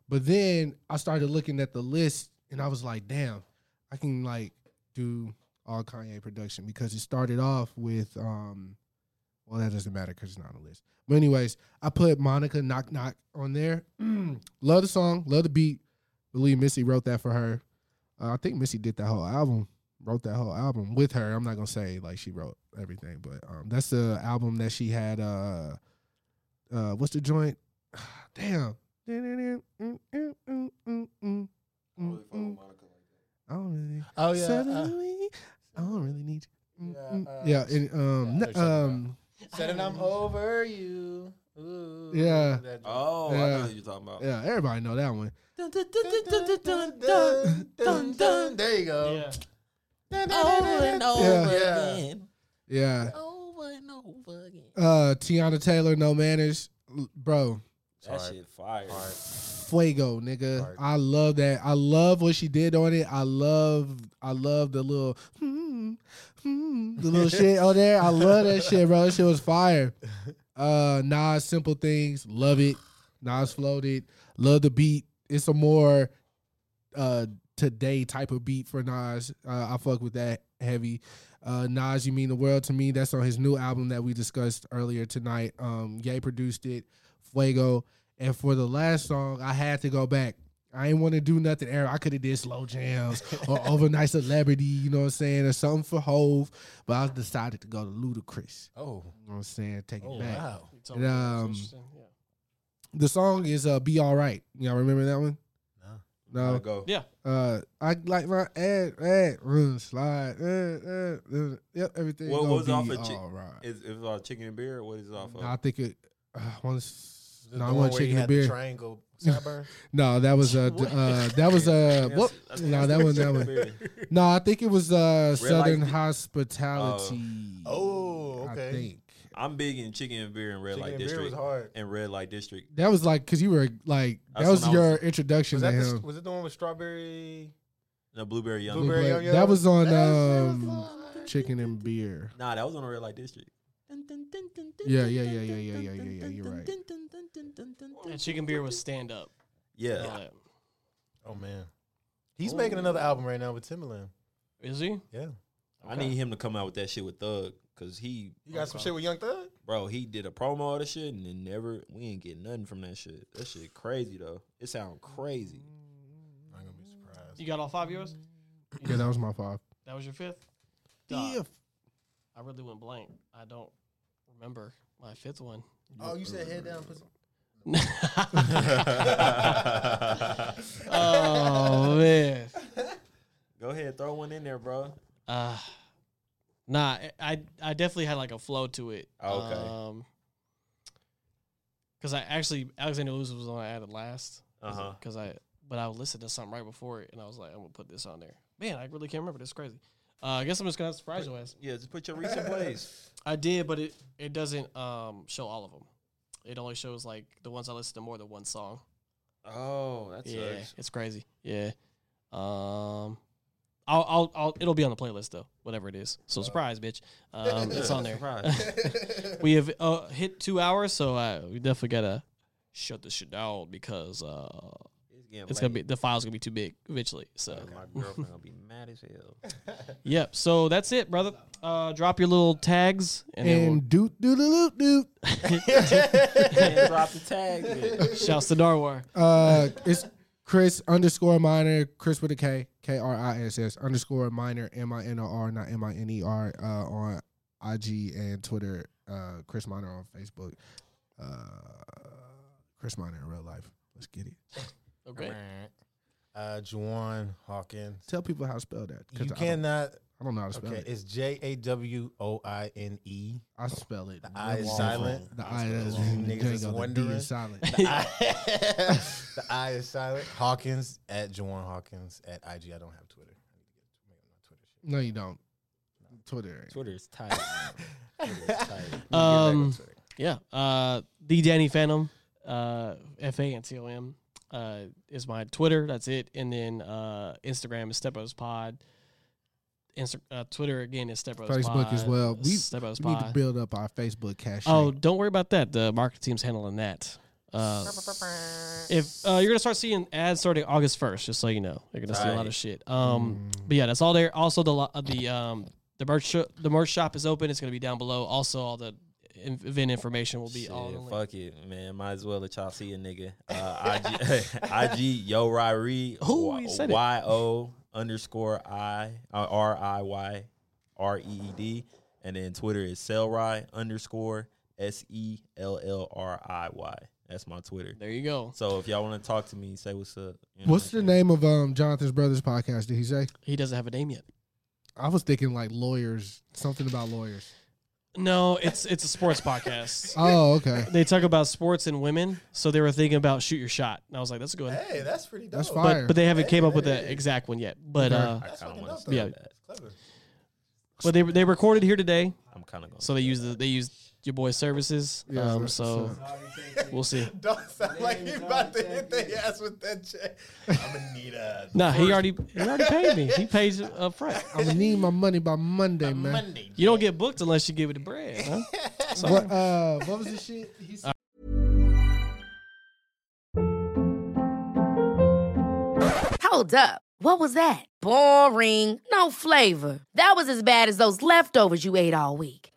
D: But then I started looking at the list and I was like, damn, I can like do all Kanye production because it started off with um well that doesn't matter because it's not on the list. But anyways, I put Monica Knock Knock on there. love the song, love the beat. Believe Missy wrote that for her. Uh, I think Missy did that whole album, wrote that whole album with her. I'm not gonna say like she wrote everything, but um, that's the album that she had. Uh, uh, what's the joint? Damn. I don't really need
H: Oh, yeah,
D: Suddenly, I don't really need you.
H: Yeah,
D: Mm, mm.
H: uh,
D: Yeah, and um,
H: yeah,
D: n-
H: there's something
D: um,
H: Said it, I'm over you. Ooh,
D: yeah.
H: that joint.
F: Oh, I know
D: yeah.
F: what you're talking about.
D: Yeah, everybody know that one.
H: Dun, dun, dun, dun, dun, dun, dun, dun, dun. There you go.
B: Yeah.
F: Over and over
D: Yeah.
F: again.
D: Yeah.
F: Over and over again.
D: Uh, Tiana Taylor, no manners, L- bro.
F: That shit fire.
D: Fuego, nigga. I love that. I love what she did on it. I love, I love the little, hmm, hmm, the little shit on there. I love that shit, bro. That shit was fire. Uh, Nas, simple things, love it. Nas floated, love the beat. It's a more uh today type of beat for Nas. Uh, I fuck with that heavy. Uh, Nas, you mean the world to me. That's on his new album that we discussed earlier tonight. Um, Ye produced it, Fuego. And for the last song, I had to go back. I didn't want to do nothing. Aaron. I could have did slow jams or overnight celebrity. You know what I'm saying, or something for Hove. But I decided to go to Ludacris.
H: Oh.
D: you know what I'm saying, take
H: Oh,
D: it back.
H: wow.
B: You
D: And,
B: told me that was
D: um,
B: interesting, yeah.
D: the song is uh, "Be All Right." Y'all remember that one? No, no.
F: Gotta go.
B: Yeah.
D: Uh, I like my ad, ad, run, slide, uh, uh, uh, yep, everything.
F: What
D: gonna
F: was it off
D: be
F: of chick-
D: all right.
F: is, is it off chicken and beer? or What is it off of?
D: Nah, I think it. Uh, I want to.
E: the
D: No, I
E: one
D: want
E: where you
D: chicken and
E: had the
D: beer.
E: triangle sideburn?
D: no, that was uh, d-
E: What?
D: uh that was uh,
F: That's-
D: whoop.
F: that's-
D: no, that wasn't that
F: that's
D: one.
F: chicken
D: No, I think it was uh,
F: Light
D: Southern
F: Di-
D: Hospitality.
E: Oh,
D: I
E: okay.
D: think
F: I'm big in chicken and beer and red
E: Chicken
F: light
E: and beer
F: district.
E: was hard.
F: And red light district.
D: that was like because you were like
F: That's
D: that was
F: when I was-
D: your introduction
E: Was that
D: to
E: the, s-
D: him.
E: was it the one with strawberry?
F: No blueberry young.
E: Blueberry
D: But
E: Yum Yum?
D: that was on
E: That was
D: um, chicken and beer.
F: Nah, that was on the red light district.
D: Yeah, yeah, yeah, yeah, yeah, yeah, yeah, yeah. You're right.
B: Yeah, chicken beer was stand up.
F: Yeah.
B: All that.
E: Oh man, he's making another album right now with Timbaland.
B: Is he?
E: Yeah,
F: I need him to come out with that shit with Thug, cause he,
E: you got some shit with Young Thug.
F: bro, he did a promo of the shit and then never, we ain't get nothing from that shit. That shit crazy though. It sound crazy.
E: I'm gonna be surprised.
B: You got all five of yours?
D: Yeah, that was my five.
B: That was your fifth? Dog, I really went blank. I don't remember my fifth one.
E: Oh, you said head down. Pussy.
B: Oh man.
F: Go ahead, throw one in there, bro.
B: Uh Nah, I I definitely had like a flow to it.
F: Oh, okay.
B: Um, Cause I actually Alexander Lewis was the one I added last.
F: Uh-huh.
B: Cause I but I listened to something right before it and I was like I'm gonna put this on there. Man, I really can't remember. That's crazy. Uh, I guess I'm just gonna have to surprise your ass.
F: Yeah, just put your recent plays.
B: I did, but it it doesn't um show all of them. It only shows like the ones I listened to more than one song.
F: Oh, that's
B: yeah, it's crazy. Yeah. Um, I'll, I'll, I'll, it'll be on the playlist though, whatever it is. So surprise, bitch. Um, it's on there. we have uh, hit two hours, so uh, we definitely gotta shut this shit down because uh,
F: It's, getting
B: it's gonna be
F: late.
B: the file's gonna be too big eventually. So
F: My girlfriend gonna be mad as hell.
B: yep. So that's it, brother. Uh, drop your little tags and,
D: And doot doot doot doot.
F: Man, drop the tag. bitch.
B: then we'll, shouts to Darwar.
D: Uh, it's Chris underscore minor, Chris with a K, K R I S S underscore minor, M I N O R, not M I N E R, uh, on IG and Twitter. Uh, Chris Minor on Facebook. Uh, Chris Minor in real life. Let's get it.
B: Okay.
E: Uh, Juwan Hawkins.
D: Tell people how to spell that. 'cause I
E: You
D: don't,
E: cannot.
D: I don't know how to spell
E: Okay,
D: it.
E: it's J A W O I N E.
D: I spell it.
E: The I is
D: wrong.
E: silent.
D: The I is
E: Niggas
D: Django,
E: is
D: the D
E: wondering.
D: is silent.
E: The I, the I is silent. Hawkins at Juwan Hawkins at IG. I don't have Twitter. I need to get to make my Twitter shit.
D: No, you don't. Twitter.
F: Twitter is tight.
B: Um, yeah. Uh, the Danny Phantom, uh, F A N T O M, uh, is my Twitter. That's it. And then uh, Instagram is Step Brothers Pod. Insta- uh, Twitter again is Step Brothers
D: Facebook
B: Pod.
D: as well. We-
B: Step Brothers
D: We need to
B: Pod.
D: build up our Facebook cash.
B: Oh, don't worry about that. The marketing team's handling that. Uh, if uh, you're gonna start seeing ads starting August first, just so you know, you're gonna see a lot of
F: Right.
B: shit. Um, but yeah, that's all there. Also, the lo- uh, the um the merch sho- the merch shop is open. It's gonna be down below. Also, all the in- event information will be all. in the
F: Shit,
B: link.
F: fuck it, man. Might as well let y'all see a nigga. Uh, IG, IG Yo Ryrie.
B: Who we said it?
F: Y O underscore I uh, R I Y R E E D, and then Twitter is Sellry underscore S E L L R I Y, That's my Twitter.
B: There you go.
F: So if y'all want to talk to me, say what's up. you know.
D: What's the name of um Jonathan's brothers podcast? Did he say?
B: He doesn't have a name yet.
D: I was thinking like lawyers, something about lawyers.
B: No, it's it's a sports podcast.
D: Oh, okay.
B: They talk about sports and women, so they were thinking about shoot your shot. And I was like, that's a good. one.
E: Hey, that's pretty dope.
D: That's fire.
B: But, but they haven't came up with
E: Hey.
B: the exact one yet. But
D: Okay.
B: uh,
F: I kind of want to.
B: yeah.
E: Clever.
B: But they they recorded here today,
F: I'm kind of going.
B: so they use the they used your boy's services.
D: Yeah,
B: um,
D: that's
B: so
D: what's
B: we'll see.
E: Don't sound like you about to hit their ass with that check. I'm gonna need a
B: Nah, he already he already paid me. He pays up front.
D: I'm gonna need my money by Monday, man.
E: Monday.
B: You don't get booked unless you give it the bread. Huh? So-
D: What uh what was the shit he said?
K: Hold up. What was that? Boring. No flavor. That was as bad as those leftovers you ate all week.